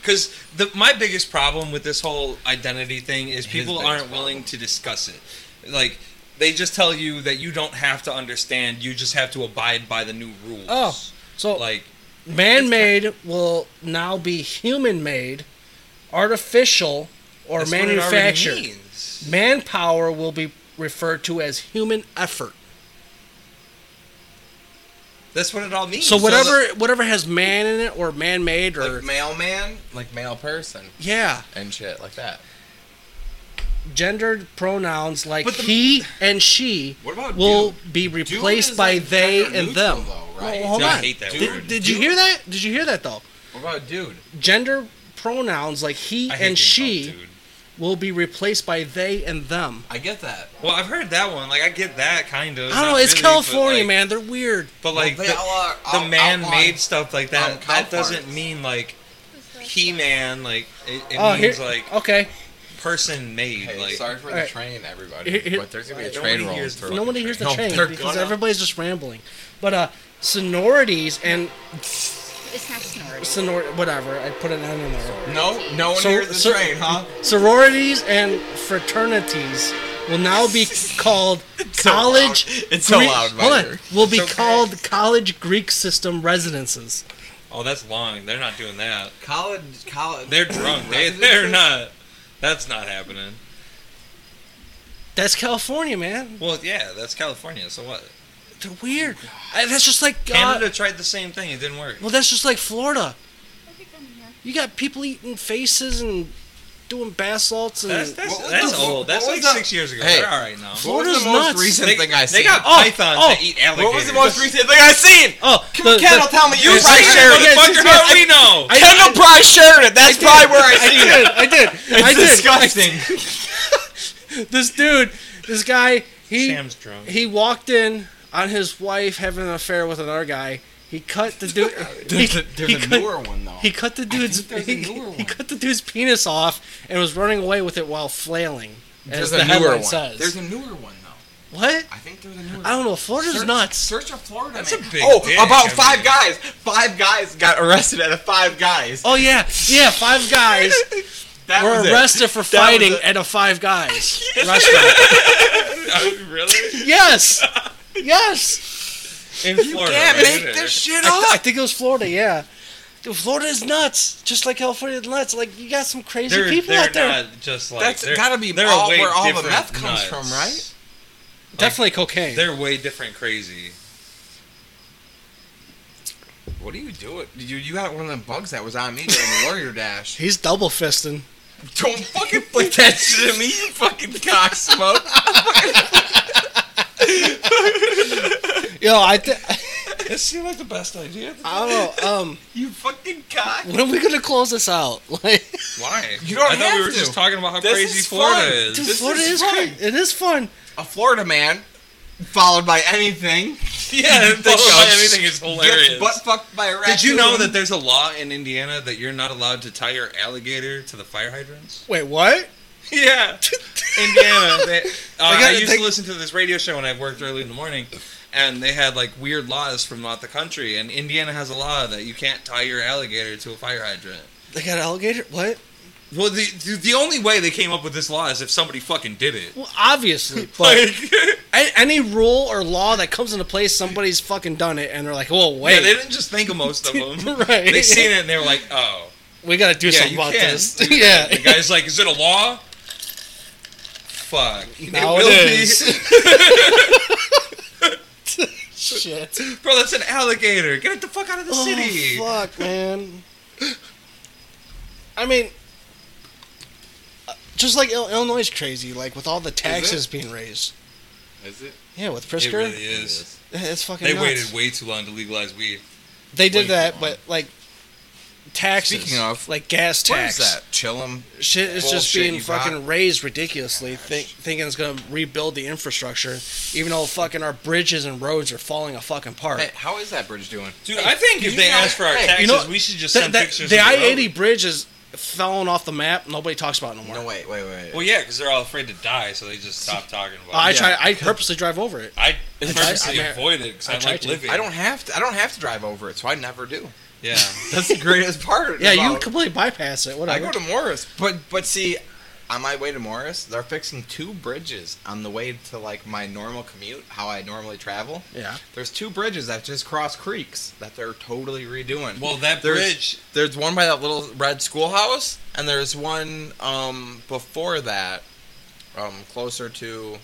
S3: Because the my biggest problem with this whole identity thing is people
S1: biggest
S3: aren't willing to discuss it. Like, they just tell you that you don't have to understand; you just have to abide by the new rules.
S2: Oh, so
S3: like
S2: man-made will now be human-made, artificial, or
S3: that's what it already
S2: manufactured.
S3: means.
S2: Manpower will be referred to as human effort.
S3: That's what it all means.
S2: So
S3: the-
S2: whatever whatever has man in it or man-made or
S1: Like mailman, like male person,
S2: yeah,
S1: and shit like that.
S2: gendered pronouns like
S3: But the-
S2: he and she
S1: What about
S2: will
S1: dude?
S2: be
S1: Dude
S2: replaced
S1: is,
S2: by
S1: like,
S2: they
S1: gender
S2: and
S1: neutral,
S2: them.
S1: though,
S2: Well,
S1: right?
S2: hold
S3: Dude, I
S2: on.
S3: hate that
S2: did,
S3: word.
S2: did you hear that? Did you hear that though?
S1: What about dude?
S2: Gender pronouns like he
S3: I hate being
S2: and she
S3: called dude.
S2: will be replaced by they and them.
S1: I get that.
S3: Well, I've heard that one. Like, I get that kind of.
S2: I don't know.
S3: Not
S2: It's
S3: really,
S2: California,
S3: but, like-
S2: man. They're weird.
S3: But like
S1: they
S3: the,
S1: all are-
S3: the
S1: all-
S3: man-made
S1: outlaw-
S3: stuff like
S1: um,
S3: that,
S1: cow
S3: that doesn't
S1: farts.
S3: mean like He-Man. Like it, it
S2: Oh,
S3: means
S2: here.
S3: like
S2: okay.
S3: person-made.
S1: Hey,
S3: like
S1: sorry for the
S2: alright.
S1: train, everybody.
S2: Here- here-
S1: but there's gonna be a
S3: Nobody
S1: train roll.
S3: hears the
S1: for-
S2: Nobody hears the
S3: No,
S2: train
S3: they're
S2: because
S3: gonna-
S2: everybody's just rambling. But uh, sonorities and
S6: It's not snorting.
S2: sonor whatever. I put an N in there.
S1: No, no one
S2: So-
S1: hears the
S2: so-
S1: train, huh?
S2: Sororities and fraternities will now be called college.
S1: loud. It's so
S2: Greek-
S1: loud,
S2: Hold on.
S1: Mike.
S2: Will be
S3: okay.
S2: called college Greek system residences.
S3: oh, that's long. They're not doing that.
S1: College, college.
S3: They're drunk. they, they're not. That's not happening.
S2: That's California, man.
S3: Well, yeah, that's California. So what?
S2: They're weird. I, that's just like uh,
S3: Canada tried the same thing. It didn't work.
S2: well, that's just like Florida. You got people eating faces and doing bath salts and
S3: That's that's,
S1: What was
S3: that's
S1: the-
S3: old. That's
S1: what
S3: like
S1: was the-
S3: six years ago.
S1: Hey.
S3: They're all right
S1: What
S3: now.
S1: was
S2: Florida's
S1: the most
S2: nuts.
S1: recent
S3: They,
S1: thing I
S3: they
S1: seen?
S3: got
S2: Oh,
S3: pythons
S2: oh.
S3: that eat alligators.
S1: what was the most recent thing I seen?
S2: oh,
S1: Can, Kendall, tell me you
S3: You
S1: probably
S3: say
S1: shared it.
S3: motherfucker, how we know?
S2: I-
S1: Kendall probably shared it. That's probably where I
S2: I
S1: seen
S2: did. I did. I did.
S1: disgusting.
S2: This dude, this guy, he
S3: Sam's drunk.
S2: he walked in on his wife having an affair with another guy. He cut the dude. he, he cut,
S1: one though.
S2: he cut the dude's
S1: think there's a
S2: he,
S1: newer
S2: he
S1: one.
S2: cut the dude's penis off and was running away with it while flailing.
S1: There's
S2: As
S1: a
S2: the
S1: newer
S2: headline
S1: one.
S2: says.
S1: There's a newer one though.
S2: what?
S1: I think there's a newer.
S2: I don't know. Florida's
S1: search,
S2: nuts.
S1: Search of Florida.
S3: That's
S1: man.
S3: a big
S1: Oh,
S3: dick,
S1: about
S3: I mean.
S1: five guys. Five guys got arrested at a Five Guys.
S2: Oh yeah, yeah. Five guys
S1: that
S2: were
S1: was it.
S2: arrested for fighting
S1: it.
S2: at a Five Guys restaurant.
S3: really?
S2: yes, yes.
S3: In Florida.
S1: Can't
S3: right?
S1: make this shit
S2: I,
S1: up.
S2: th- I think it was Florida. Yeah, Dude, Florida is nuts. Just like California is nuts. Like you got some crazy
S3: they're,
S2: people
S3: they're
S2: out there.
S3: Not just like
S1: That's
S3: they're,
S1: gotta be
S3: they're
S1: all-
S3: way
S1: where all the
S3: different
S1: meth comes
S3: nuts.
S1: from, right?
S2: Definitely cocaine.
S3: They're way different crazy.
S1: What do you do? It you you got one of them bugs that was on me during the Warrior Dash.
S2: He's double fisting.
S1: Don't fucking flick that shit at me, you fucking cock smoke.
S2: Yo, I th-
S3: It seemed like the best idea.
S2: I don't know. Um,
S1: You fucking cock.
S2: when are we gonna close this out? Like,
S3: Why?
S1: You don't
S3: I thought we
S1: have
S3: were
S1: to.
S3: just talking about how
S1: This
S3: crazy
S1: is
S3: Florida
S1: fun.
S3: is.
S2: dude,
S1: This
S2: Florida
S1: is
S2: is
S1: fun.
S2: crazy. It is fun.
S1: A Florida man, followed by anything,
S3: yeah,
S1: Florida
S3: that everything is
S1: gets
S3: hilarious.
S1: butt fucked by a raccoon.
S3: Did you know that there's a law in Indiana that you're not allowed to tie your alligator to the fire hydrants?
S2: Wait, what?
S3: Yeah, Indiana. They, uh, I,
S2: gotta
S3: used
S2: think-
S3: to listen to this radio show when I worked early in the morning, and they had like weird laws from out the country. And Indiana has a law that you can't tie your alligator to a fire hydrant.
S2: They got alligator? What?
S3: Well, the the- the only way they came up with this law is if somebody fucking did it.
S2: Well, obviously, but
S3: Like,
S2: A- any rule or law that comes into place, somebody's fucking done it, and they're like, "Whoa,
S3: yeah,
S2: wait."
S3: they didn't just think of most of them.
S2: Right.
S3: They seen it and they were like, oh,
S2: we gotta do something about this. yeah,
S3: The guy's like, is it a law? Fuck.
S2: now it
S3: will
S2: is. Shit.
S3: Bro, that's an alligator. Get it the fuck out of the city.
S2: Oh, fuck, man. I mean, uh, just like Il- Illinois is crazy, like with all the taxes being raised.
S5: Is it?
S2: Yeah, with
S3: It
S2: Prisker, eh,
S3: really is.
S2: it's fucking.
S3: They
S2: nuts.
S3: waited way too long to legalize weed.
S2: They
S3: way
S2: did
S3: too
S2: that,
S3: long.
S2: but like taxes,
S1: Speaking of,
S2: like gas
S1: What is
S2: tax,
S1: that? Chillum.
S2: shit is just
S1: Bullshit
S2: being
S1: you
S2: fucking
S1: got.
S2: raised ridiculously, think, thinking it's gonna rebuild the infrastructure, even though fucking our bridges and roads are falling a fucking apart.
S1: Hey, how is that bridge doing?
S3: Dude, I think
S1: you
S3: if they
S1: know-
S3: asked for our
S1: hey, you
S3: taxes,
S2: know-
S3: we should just
S2: Th-
S3: send
S2: that-
S3: pictures.
S2: the
S3: of
S2: I
S3: road.
S2: eighty bridge is fallen off the map. Nobody talks about it no more.
S1: No, wait, wait, wait.
S3: Well, yeah, because they're all afraid to die, so they just stop talking about
S2: I
S3: it.
S2: try. I purposely drive over it.
S3: I purposely
S2: I- I-
S3: avoid it because I,
S2: I tried
S3: like
S2: to.
S3: living.
S1: I don't have to. I don't have to drive over it, so I never do.
S3: Yeah.
S1: That's the greatest part.
S2: Yeah, you
S1: about-
S2: completely bypass it. Whatever.
S1: I go to Morris, but but see, on my way to Morris, they're fixing two bridges on the way to like my normal commute, how I normally travel.
S2: yeah.
S1: There's two bridges that just cross creeks that they're totally redoing.
S3: Well, that
S1: there's,
S3: bridge.
S1: There's one by that little red schoolhouse, and there's one um before that, um closer to,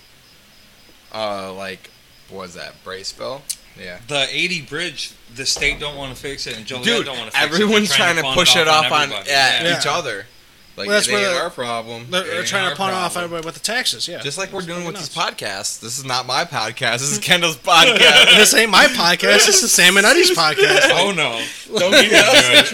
S1: uh like, what was that Braceville? Yeah.
S3: The 80 bridge, the state don't want to fix it, and Joliet
S1: Dude,
S3: don't want to fix
S1: everyone's
S3: it. They're
S1: trying, to
S3: pawn
S1: push it off on,
S3: everybody.
S1: yeah,
S2: Yeah.
S1: each other. Like
S2: Well, that's
S1: it
S2: where
S1: ain't
S2: the-
S1: our problem.
S2: They're,
S1: It
S2: they're
S1: ain't
S2: trying
S1: our
S2: to pawn off
S1: problem.
S2: everybody with the taxes. Yeah.
S1: Just like we're doing with
S2: fucking
S1: this podcast. This is not my podcast. This is Kendall's podcast.
S2: this ain't my podcast. This is Sam and Eddie's podcast.
S3: Oh, no.
S1: Don't get us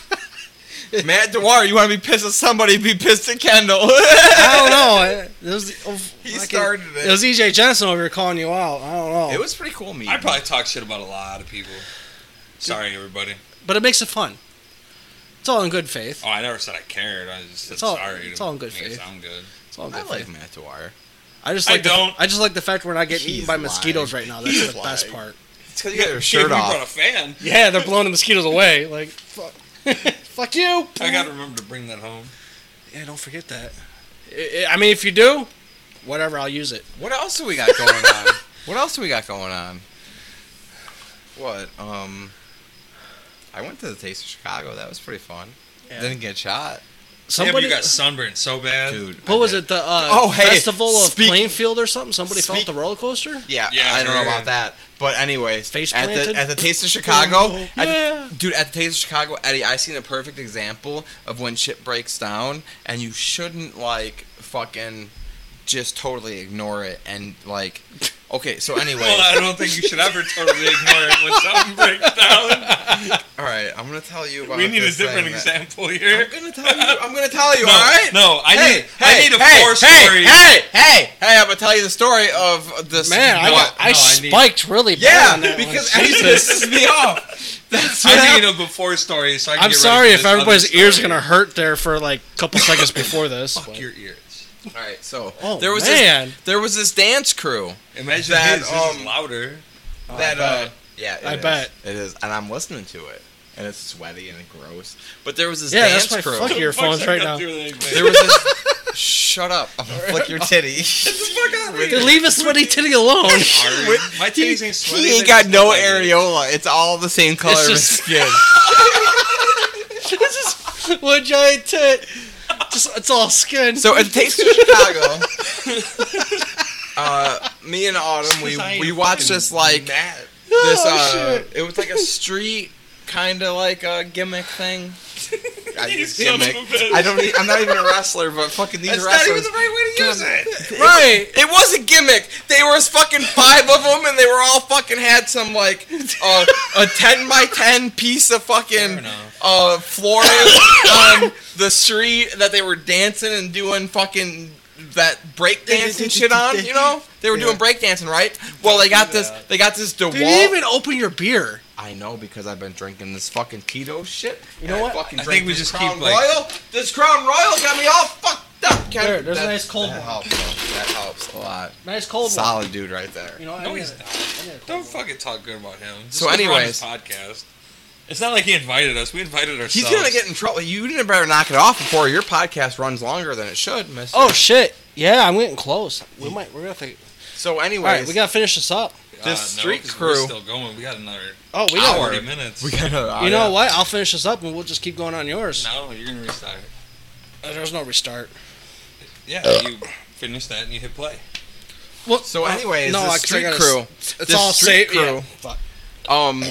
S1: in trouble. Matt DeWar, you want to be pissed at somebody, be pissed at Kendall.
S2: I don't know. It was, oh,
S1: He
S2: fucking-
S1: started it.
S2: It was EJ Jensen over here calling you out. I don't know.
S1: it was pretty cool meeting.
S3: I probably talk shit about a lot of people. Sorry, everybody.
S2: but it makes it fun. It's all in good faith.
S3: Oh, I never said I cared. I just said
S2: It's all-
S3: sorry. to
S2: it's all in good
S3: make it
S2: faith.
S3: Sound good.
S2: It's all in
S1: I
S2: good
S1: like
S2: faith.
S1: Matt DeWar.
S2: I just
S3: I
S2: like the,
S3: don't.
S2: I just like the fact we're not getting eaten
S1: He's
S2: by mosquitoes
S1: lying.
S2: right now. That's
S1: He's
S2: the best
S1: lying.
S2: part.
S1: It's because you got your
S3: Shit,
S1: shirt
S3: we brought a
S1: off.
S3: fan.
S2: Yeah, they're blowing the mosquitoes away. Like fuck, fuck you.
S3: I gotta remember to bring that home.
S2: Yeah, don't forget that. I- I I mean, if you do, whatever, I'll use it.
S1: What else do we got going on? What else do we got going on? What? Um, I went to the Taste of Chicago. That was pretty fun. Didn't get shot,
S3: Somebody
S2: Somebody.
S3: you got sunburned so bad.
S1: dude. I
S2: what was
S1: did.
S2: it? The uh,
S1: Oh, hey,
S2: festival of
S1: speak-
S2: Plainfield or something? Somebody fell off
S1: Speak-
S2: the roller coaster.
S1: Yeah,
S3: Yeah,
S1: I don't know
S3: sure.
S1: about that. But anyways,
S2: Face
S1: at
S2: planted?
S1: the at the Taste of Chicago,
S2: Oh,
S1: at the-
S2: yeah.
S1: dude, at the Taste of Chicago, Eddie, I seen a perfect example of when shit breaks down, and you shouldn't like fucking just totally ignore it and like. Okay, so anyway,
S3: Well, I don't think you should ever totally ignore it when something breaks down.
S1: all right, I'm gonna tell you about.
S3: we need a
S1: this
S3: different
S1: thing that-
S3: example here.
S1: I'm gonna tell you. I'm gonna tell you.
S3: No,
S1: all right.
S3: no, I need I need a
S1: hey,
S3: four
S1: hey,
S3: story.
S1: Hey, hey, hey! I'm gonna tell you the story of this.
S2: Man, I,
S1: what-
S2: got, I
S3: no, I need-
S2: spiked really bad. on
S1: yeah,
S2: that
S1: because
S2: one.
S1: Eddie pisses me off. That's what
S3: I
S1: happened.
S3: need a before story so I can
S2: I'm
S3: get ready
S2: sorry
S3: for
S2: if
S3: this other
S2: everybody's ears are
S3: story.
S2: gonna hurt there for like a couple seconds before this.
S3: fuck
S2: but-
S3: your ears.
S1: All right, so
S2: Oh,
S1: there was
S2: man.
S1: This, there was this dance crew
S3: Imagine
S1: That,
S3: that, his,
S1: um,
S3: is louder.
S1: that uh yeah it
S2: I
S1: is.
S2: bet.
S1: it is and I'm listening to it and it's sweaty and gross but there was this
S2: Yeah,
S1: dance
S2: that's my
S1: crew
S2: fucking- Your
S3: Fuck's
S2: phone's
S3: that
S2: right now.
S3: got through the thing?
S1: there was this shut up I'm gonna flick your titty
S2: Dude, leave a sweaty titty alone.
S3: My titties ain't sweaty.
S1: he
S3: they
S1: ain't got
S3: just
S1: no
S3: look like it.
S1: areola it's all the same color
S2: It's
S1: of his
S2: just-
S1: skin
S2: One giant tit. Just it's all skin.
S1: so it takes to Chicago uh me and Autumn we
S3: I ain't
S1: we watched this like this uh it was like a street kind of like a gimmick thing I
S3: You
S1: use
S3: son of a
S1: gimmick.
S3: bitch.
S1: I don't. e- I'm not even a wrestler, but fucking these
S3: That's not
S1: wrestlers.
S3: even the right way to use it.
S2: right.
S1: It was a gimmick. They were fucking five of them, and they were all fucking had some like uh, a ten by ten piece of
S3: Fair
S1: fucking
S3: enough.
S1: uh, flooring on the street that they were dancing and doing fucking that breakdancing shit on. You know, they were doing breakdancing, right? Well, they got this. They got this
S2: Dude, you didn't
S1: DeWalt.
S2: even open your beer.
S1: I know because I've been drinking this fucking keto shit. You
S2: know what?
S1: fucking
S3: I
S1: drank
S3: think we
S1: this
S3: just
S1: Crown
S3: keep, like-
S1: Royal. This Crown Royal got me all fucked up. Ken.
S2: There, there's a
S1: That-
S2: nice cold
S1: That
S2: one.
S1: helps. That helps a lot.
S2: Nice cold
S1: Solid dude right there.
S2: You know, I
S3: No,
S2: need
S3: he's
S2: a-
S3: not.
S2: I need a cold
S3: Don't
S2: one.
S3: fucking talk good about him. Just
S1: So
S3: 'cause we're on his
S1: anyways-
S3: podcast. It's not like he invited us. We invited ourselves.
S1: He's gonna get in trouble. You need to better knock it off before your podcast runs longer than it should, Mister.
S2: Oh shit! Yeah, I'm getting close. We might. We're gonna have to.
S1: So,
S2: All right,
S1: anyways,
S2: we gotta finish this up.
S1: this
S5: Uh, no,
S1: street
S5: 'cause
S1: crew.
S5: We're still going. We got another
S2: Oh, we
S1: Hour. Oh,
S2: got.
S5: 40 minutes.
S1: we got a,
S2: You know what? I'll finish this up and we'll just keep going on yours.
S5: no, you're gonna restart.
S2: Uh, There's no restart.
S5: Yeah, you finish that and you hit play.
S2: Well,
S1: So anyways,
S2: no,
S1: this
S2: 'cause I
S1: street
S2: gotta s-
S1: crew,
S2: It's
S1: this
S2: all
S1: street
S2: safe. Yeah.
S1: crew.
S2: Fuck.
S1: um,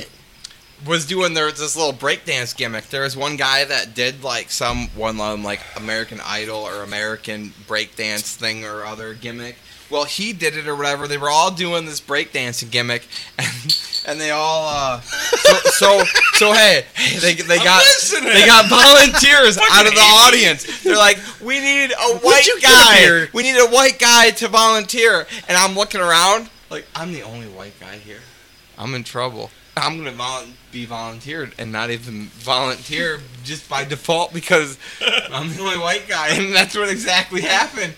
S1: was doing their this little breakdance gimmick. There was one guy that did like some one um, like American Idol or American breakdance thing or other gimmick. Well, he did it or whatever. They were all doing this breakdancing gimmick, and, and they all uh, so so, so hey, hey, they they got
S5: listening.
S1: they got volunteers out of
S5: Fucking
S1: the
S5: hate
S1: audience. They're like, we need a white
S2: you get
S1: guy.
S2: here?
S1: We need a white guy to volunteer. And I'm looking around like I'm the only white guy here. I'm in trouble. I'm gonna vol- be volunteered and not even volunteer just by default because I'm the only white guy, and that's what exactly happened.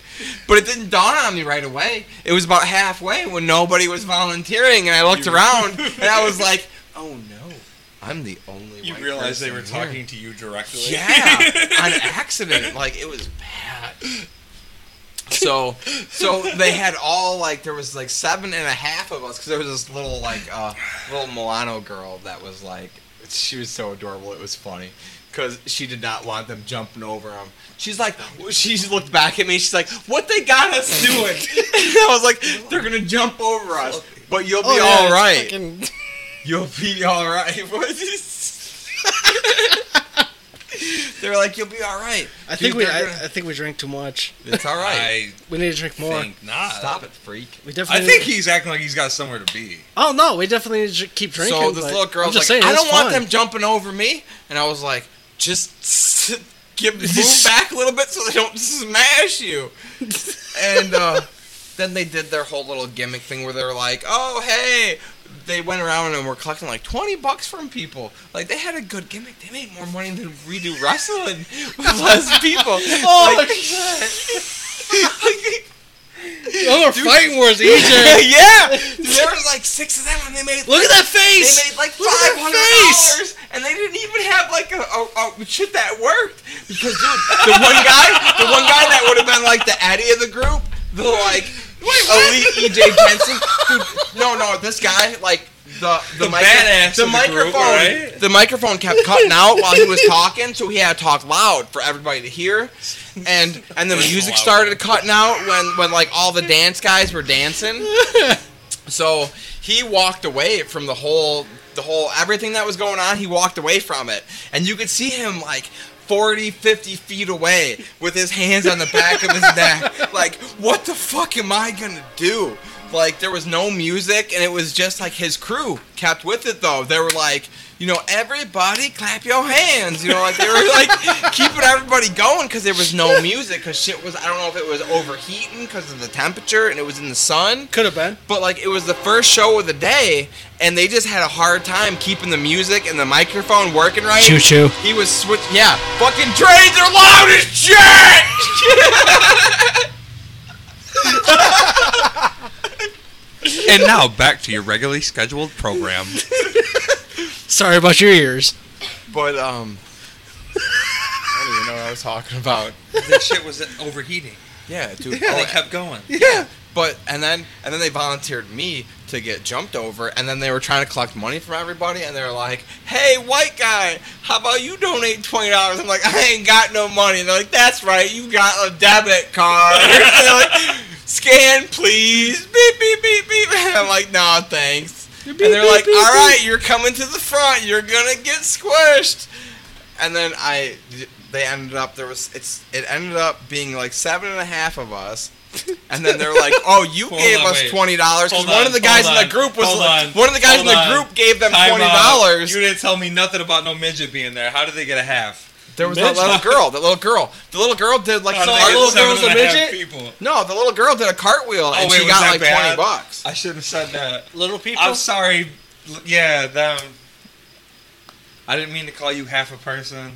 S1: But it didn't dawn on me right away. It was about halfway when nobody was volunteering, and I looked around and I was like, "Oh no, I'm the only."
S5: You
S1: white
S5: realize they
S1: person
S5: were
S1: here."
S5: talking to you directly.
S1: Yeah, on accident. Like it was bad. So, so they had all like there was like seven and a half of us because there was this little like uh, little Milano girl that was like she was so adorable. It was funny because she did not want them jumping over them. She's like she looked back at me. She's like, "What they got us doing?" and I was like, "They're gonna jump over us, but you'll be
S2: Oh, yeah,
S1: all
S2: it's
S1: right.
S2: fucking-
S1: You'll be all right." What is- They're like, "You'll be all right."
S2: I
S1: Dude,
S2: think we.
S1: they're
S2: I,
S1: gonna-
S2: I think we drank too much.
S1: it's all right.
S5: I
S2: We need to drink more.
S5: think not.
S1: Stop it, freak.
S2: We
S5: I
S2: definitely.
S5: think he's acting like he's got somewhere to be.
S2: Oh no, we definitely need to dr- keep drinking.
S1: so this
S2: but
S1: little
S2: I'm
S1: girl's like,
S2: just saying,
S1: I
S2: it's
S1: don't want
S2: fun.
S1: them jumping over me, and I was like, just give move back a little bit so they don't smash you. and uh, then they did their whole little gimmick thing where they were like, oh hey. They went around and were collecting like twenty bucks from people. Like they had a good gimmick. They made more money than we do wrestling with less people.
S2: Oh,
S1: Like-
S2: Oh, we're fighting wars, EJ.
S1: yeah, there was like six of them, and they made
S2: Look at that
S1: They
S2: face.
S1: made like
S2: Look
S1: five
S2: at
S1: hundred
S2: that
S1: dollars, and they didn't even have like a, a, a shit that worked. Because dude, the one guy, the one guy that would have been like the Addy of the group, the like elite EJ Jensen. Dude, no, no, this guy like the the,
S5: The
S1: micro-
S5: badass
S1: the
S5: of the group,
S1: microphone,
S5: right?
S1: the microphone kept cutting out while he was talking, so he had to talk loud for everybody to hear, and and the music
S5: loud.
S1: started cutting out when when like all the dance guys were dancing. So he walked away from the whole, the whole everything that was going on. He walked away from it, and you could see him like 40, 50 feet away with his hands on the back of his neck. Like, what the fuck am I gonna do? Like, there was no music, and it was just like his crew kept with it though. They were like. You know, everybody clap your hands. You know, like they were like keeping everybody going because there was no music. Because shit was, I don't know if it was overheating because of the temperature and it was in the sun.
S2: Could have been.
S1: But like it was the first show of the day, and they just had a hard time keeping the music and the microphone working right.
S2: Choo choo.
S1: He was switch. Yeah, fucking trains are loud as shit.
S5: And now back to your regularly scheduled program.
S2: Sorry about your ears.
S1: but um, I don't even know what I was talking about.
S5: this shit was overheating.
S1: Yeah, dude.
S5: Yeah,
S1: oh,
S5: they kept going.
S1: Yeah. But and then and then they volunteered me to get jumped over, and then they were trying to collect money from everybody, and they were like, "Hey, white guy, how about you donate twenty dollars?" I'm like, "I ain't got no money." And they're like, "That's right, you got a debit card." they're like, "Scan, please." Beep beep beep beep. And I'm like, "Nah, thanks." and they're like, "All right, you're coming to the front. You're gonna get squished." and then I, they ended up there was it's it ended up being like seven and a half of us, and then they're like, oh, you
S5: Hold
S1: gave
S5: on,
S1: us
S5: wait.
S1: twenty dollars because
S5: Hold
S1: one of
S5: on,
S1: the guys in
S5: hold
S1: the
S5: on,
S1: group was
S5: hold
S1: like,
S5: on,
S1: one of the guys in
S5: hold
S1: the
S5: on.
S1: group gave them
S5: Time
S1: twenty
S5: out.
S1: dollars.
S5: You didn't tell me nothing about no midget being there. How did they get a half?
S1: There was that little girl. That little girl. The little girl did like
S5: How did Oh,
S1: some-
S5: they get
S1: little
S5: seven
S1: girl's a
S5: and half
S1: midget.
S5: People. Oh,
S1: No, the little girl did a cartwheel and
S5: wait,
S1: she
S5: was
S1: got
S5: that
S1: like
S5: bad?
S1: twenty bucks.
S5: I should have said that.
S2: Little people.
S5: I'm sorry. L- Yeah, them. I didn't mean to call you half a person.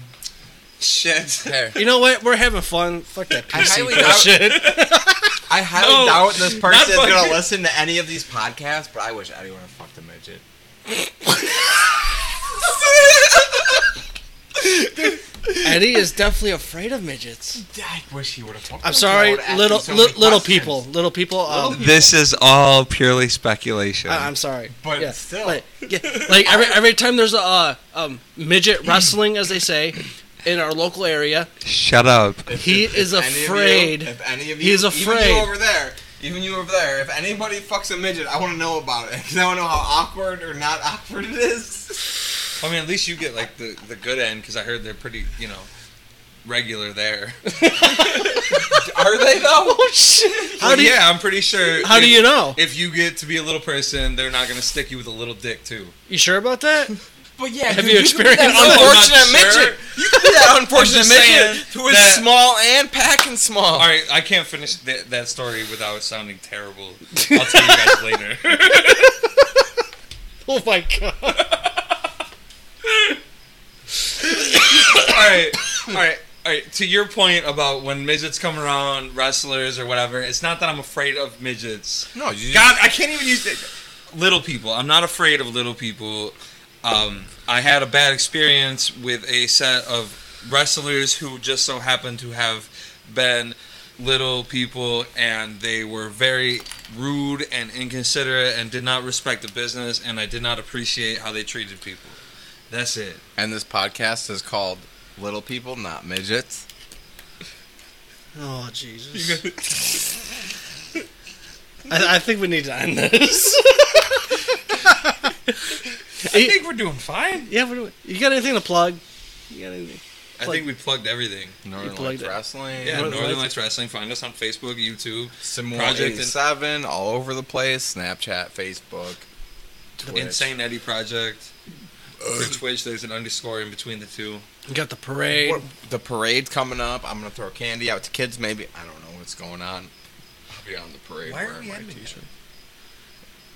S5: Shit.
S1: There.
S2: You know what? We're having fun. Fuck that
S1: I
S2: PC
S1: highly doubt-
S2: bullshit.
S1: I highly
S5: No,
S1: doubt this person is
S5: fucking-
S1: gonna listen to any of these podcasts, but I wish anyone had fucked a midget.
S2: Eddie is definitely afraid of midgets.
S5: I wish he would have fucked
S2: I'm sorry,
S1: would ask
S2: little
S1: me so
S2: li-
S1: many
S2: little
S1: questions.
S2: people, little people. Um,
S3: This is all purely speculation.
S2: I- I'm sorry,
S5: But
S2: yeah,
S5: still.
S2: like, yeah, like every every time there's a uh, um, midget wrestling, as they say, in our local area,
S3: Shut up.
S2: he is
S1: any of you-
S2: afraid.
S1: if any of you,
S2: He's
S1: Even
S2: afraid.
S1: you over there. Even you over there. If anybody fucks a midget, I want to know about it because I want to know how awkward or not awkward it is.
S3: I mean, at least you get like the, the good end because I heard they're pretty, you know, regular there.
S1: Are they though?
S2: How do you?
S3: yeah, I'm pretty sure.
S2: How
S3: if,
S2: do you know?
S3: If you get to be a little person, they're not going to stick you with a little dick too.
S2: You sure about that?
S1: But yeah,
S2: Have
S1: dude,
S2: you
S1: could be that
S2: experienced it?
S1: unfortunate
S3: I'm not sure.
S1: midget? You could be that unfortunate
S3: just
S1: midget
S3: saying
S1: who is
S3: that-
S1: small and packing small.
S3: All right, I can't finish that, that story without it sounding terrible. I'll tell you guys later.
S2: Oh my god!
S3: all right, all right, all right. To your point about when midgets come around, wrestlers or whatever, it's not that I'm afraid of midgets.
S1: No, you
S3: God, I can't even use it. little people. I'm not afraid of little people. Um, I had a bad experience with a set of wrestlers who just so happened to have been little people, and they were very rude and inconsiderate, and did not respect the business, and I did not appreciate how they treated people. That's it.
S1: And this podcast is called Little People, Not Midgets.
S2: Oh Jesus! I, I think we need to end this.
S3: I think we're doing fine.
S2: yeah, what do we- you got anything to plug? You got anything?
S3: I
S2: Plug-
S3: think we plugged everything.
S1: Northern
S2: plugged
S1: Lights
S2: it.
S1: Wrestling.
S3: Yeah,
S2: Northern
S3: Northern
S2: Lights.
S3: Lights. Wrestling. Find us on Facebook, YouTube,
S1: Samoa
S3: Project
S1: 87, all over the place. Snapchat, Facebook, Twitch.
S3: Insane Eddie Project. For Twitch, there's an underscore in between the two.
S2: You got the parade.
S1: What- the parade's coming up. I'm going to throw candy out to kids, maybe. I don't know what's going on. I'll be on the parade
S3: Why are
S1: wearing
S3: we
S1: my
S3: ending
S1: t-shirt.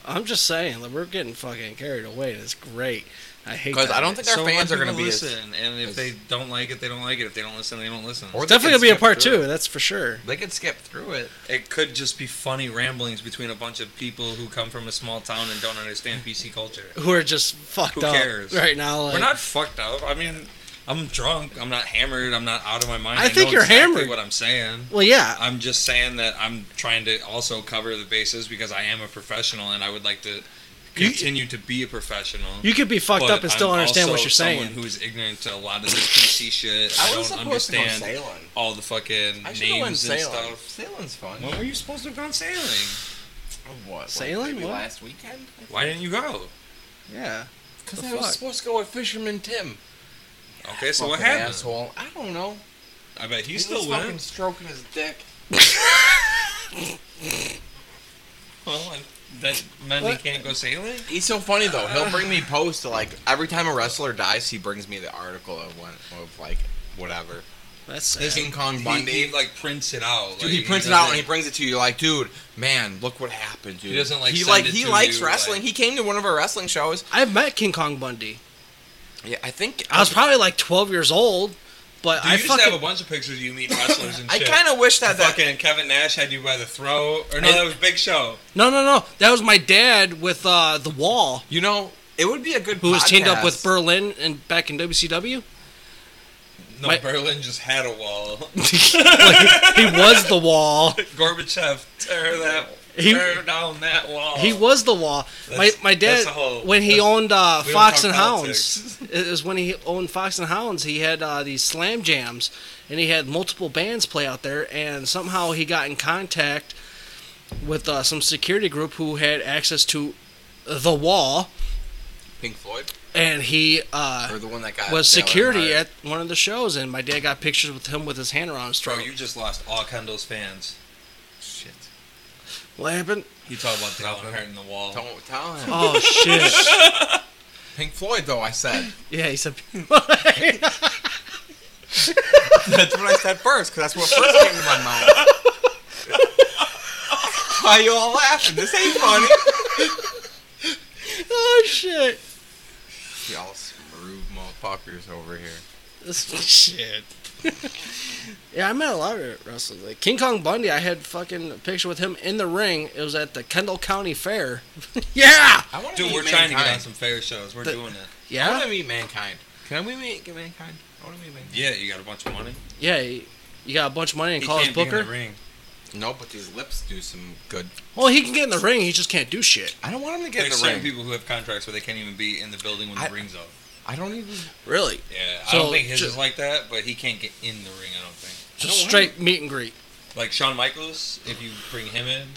S2: I'm just saying, like, we're getting fucking carried away. and It's great. I hate.
S1: Because
S2: that.
S1: I don't think our
S3: So
S1: fans
S3: let
S1: are going to
S3: people
S1: be as-
S3: listen, and if
S1: as-
S3: they don't like it, they don't like it. If they don't listen, they don't listen.
S1: Or
S2: It's
S1: they
S2: definitely
S1: can
S2: gonna be a
S1: skip
S2: part
S1: through
S2: two. That's for sure.
S1: They could skip through it.
S3: It could just be funny ramblings between a bunch of people who come from a small town and don't understand PC culture.
S2: Who are just fucked
S3: Who
S2: up
S3: cares?
S2: right now? Like,
S3: We're not fucked up. I mean, I'm drunk. I'm not hammered. I'm not out of my mind.
S2: I think
S3: know
S2: you're
S3: exactly
S2: hammered.
S3: What I'm saying.
S2: Well, yeah.
S3: I'm just saying that I'm trying to also cover the bases because I am a professional and I would like to
S2: You-
S3: continue to be a professional.
S2: You could be fucked
S3: but
S2: up and still
S3: I'm
S2: understand what
S3: also
S2: you're
S3: someone
S2: saying.
S3: Who is ignorant to a lot of this PC shit? I, don't understand all the fucking
S1: I should have went
S3: names and
S1: sailing.
S3: stuff.
S1: Sailing's fun.
S3: When were you supposed to have gone sailing?
S1: What? like,
S2: Sailing?
S1: maybe
S2: What?
S1: Last weekend?
S3: Why didn't you go?
S2: yeah.
S1: Because
S2: The
S1: I was
S2: fuck?
S1: supposed to go with Fisherman Tim.
S3: Okay, so what
S1: Fucking
S3: happened?
S1: Asshole. I don't know.
S3: I bet
S1: He
S3: he still
S1: was
S3: went.
S1: fucking stroking his dick.
S3: Well, and that meant
S2: What?
S3: he can't go sailing.
S1: He's so funny though. He'll bring me posts to, like every time a wrestler dies, he brings me the article of one of like whatever.
S2: That's
S1: King
S2: sad.
S1: Kong Bundy.
S3: He, he like prints it out.
S1: Dude,
S3: like,
S1: he prints it out and he
S3: doesn't-
S1: brings it to you. Like, dude, man, look what happened, dude.
S3: He doesn't, like,
S1: He
S3: send
S1: like
S3: it
S1: he
S3: to
S1: likes
S3: you,
S1: wrestling.
S3: like-
S1: He came to one of our wrestling shows.
S2: I've met King Kong Bundy.
S1: Yeah, I think um,
S2: I was probably like 12 years old, but I
S3: Dude, you just have
S2: fucking
S3: a bunch of pictures of you meet wrestlers and
S1: I
S3: shit.
S1: kind of wish that that
S3: fucking Kevin Nash had you by the throat. Or no,
S2: And-
S3: that was Big Show.
S2: no, no, no. That was my dad with uh, the Wall,
S1: you know it would be a good.
S2: who was teamed up with
S1: podcast.
S2: Berlin and back in WCW.
S3: No,
S2: My-
S3: Berlin just had a wall.
S2: Like, he was the Wall.
S3: Gorbachev, tear that,
S2: He-
S3: tear down that wall.
S2: He was the wall. My
S3: Oh. That's-
S2: my dad
S3: that's a whole-
S2: when he
S3: that's-
S2: owned uh,
S3: we don't
S2: Fox
S3: talk
S2: and
S3: politics.
S2: Hounds. It was when he owned Fox and Hounds. He had uh, these slam jams, and he had multiple bands play out there. And somehow he got in contact with uh, some security group who had access to the wall,
S1: Pink Floyd
S2: and he uh,
S1: or the one that got
S2: was
S1: Dale
S2: security
S1: Earnhardt.
S2: at one of the shows. And my dad got pictures with him with his hand around his
S3: Bro,
S2: throat.
S3: you just lost all Kendall's fans.
S1: Shit.
S2: What happened?
S3: You talk about Dale Earnhardt in the wall.
S1: Don't tell him.
S2: Oh shit!
S1: Pink Floyd though. I said
S2: yeah, he said.
S1: that's what I said first because that's what first came to my mind. Why you all laughing? This ain't funny.
S2: oh shit!
S1: Y'all rude motherfuckers over here.
S2: shit. yeah, I met a lot of wrestlers. Like King Kong Bundy, I had fucking a picture with him in the ring. It was at the Kendall County Fair. yeah,
S1: I want
S3: Dude, we're trying to get on some fair shows. We're
S2: The-
S3: doing it.
S1: I want
S2: yeah.
S1: to meet mankind. Can we meet mankind?
S5: What do you mean?
S3: Yeah, you got a bunch of money.
S2: Yeah, you you got a bunch of money and
S3: He
S2: call us
S3: can't be in the
S2: Booker.
S3: ring.
S1: No, but these lips do some good.
S2: Well, he can get in the ring. He just can't do shit.
S1: I don't want him to get in
S3: There's
S1: the
S3: certain
S1: ring.
S3: people who have contracts where they can't even be in the building when
S1: I-
S3: the ring's up.
S1: I don't even.
S2: Really,
S3: Yeah, I
S2: So,
S3: don't think his
S2: ju-
S3: is like that, but he can't get in the ring. I don't think.
S2: just
S1: don't want
S2: straight meet and greet.
S3: Like Shawn Michaels, if you bring him in,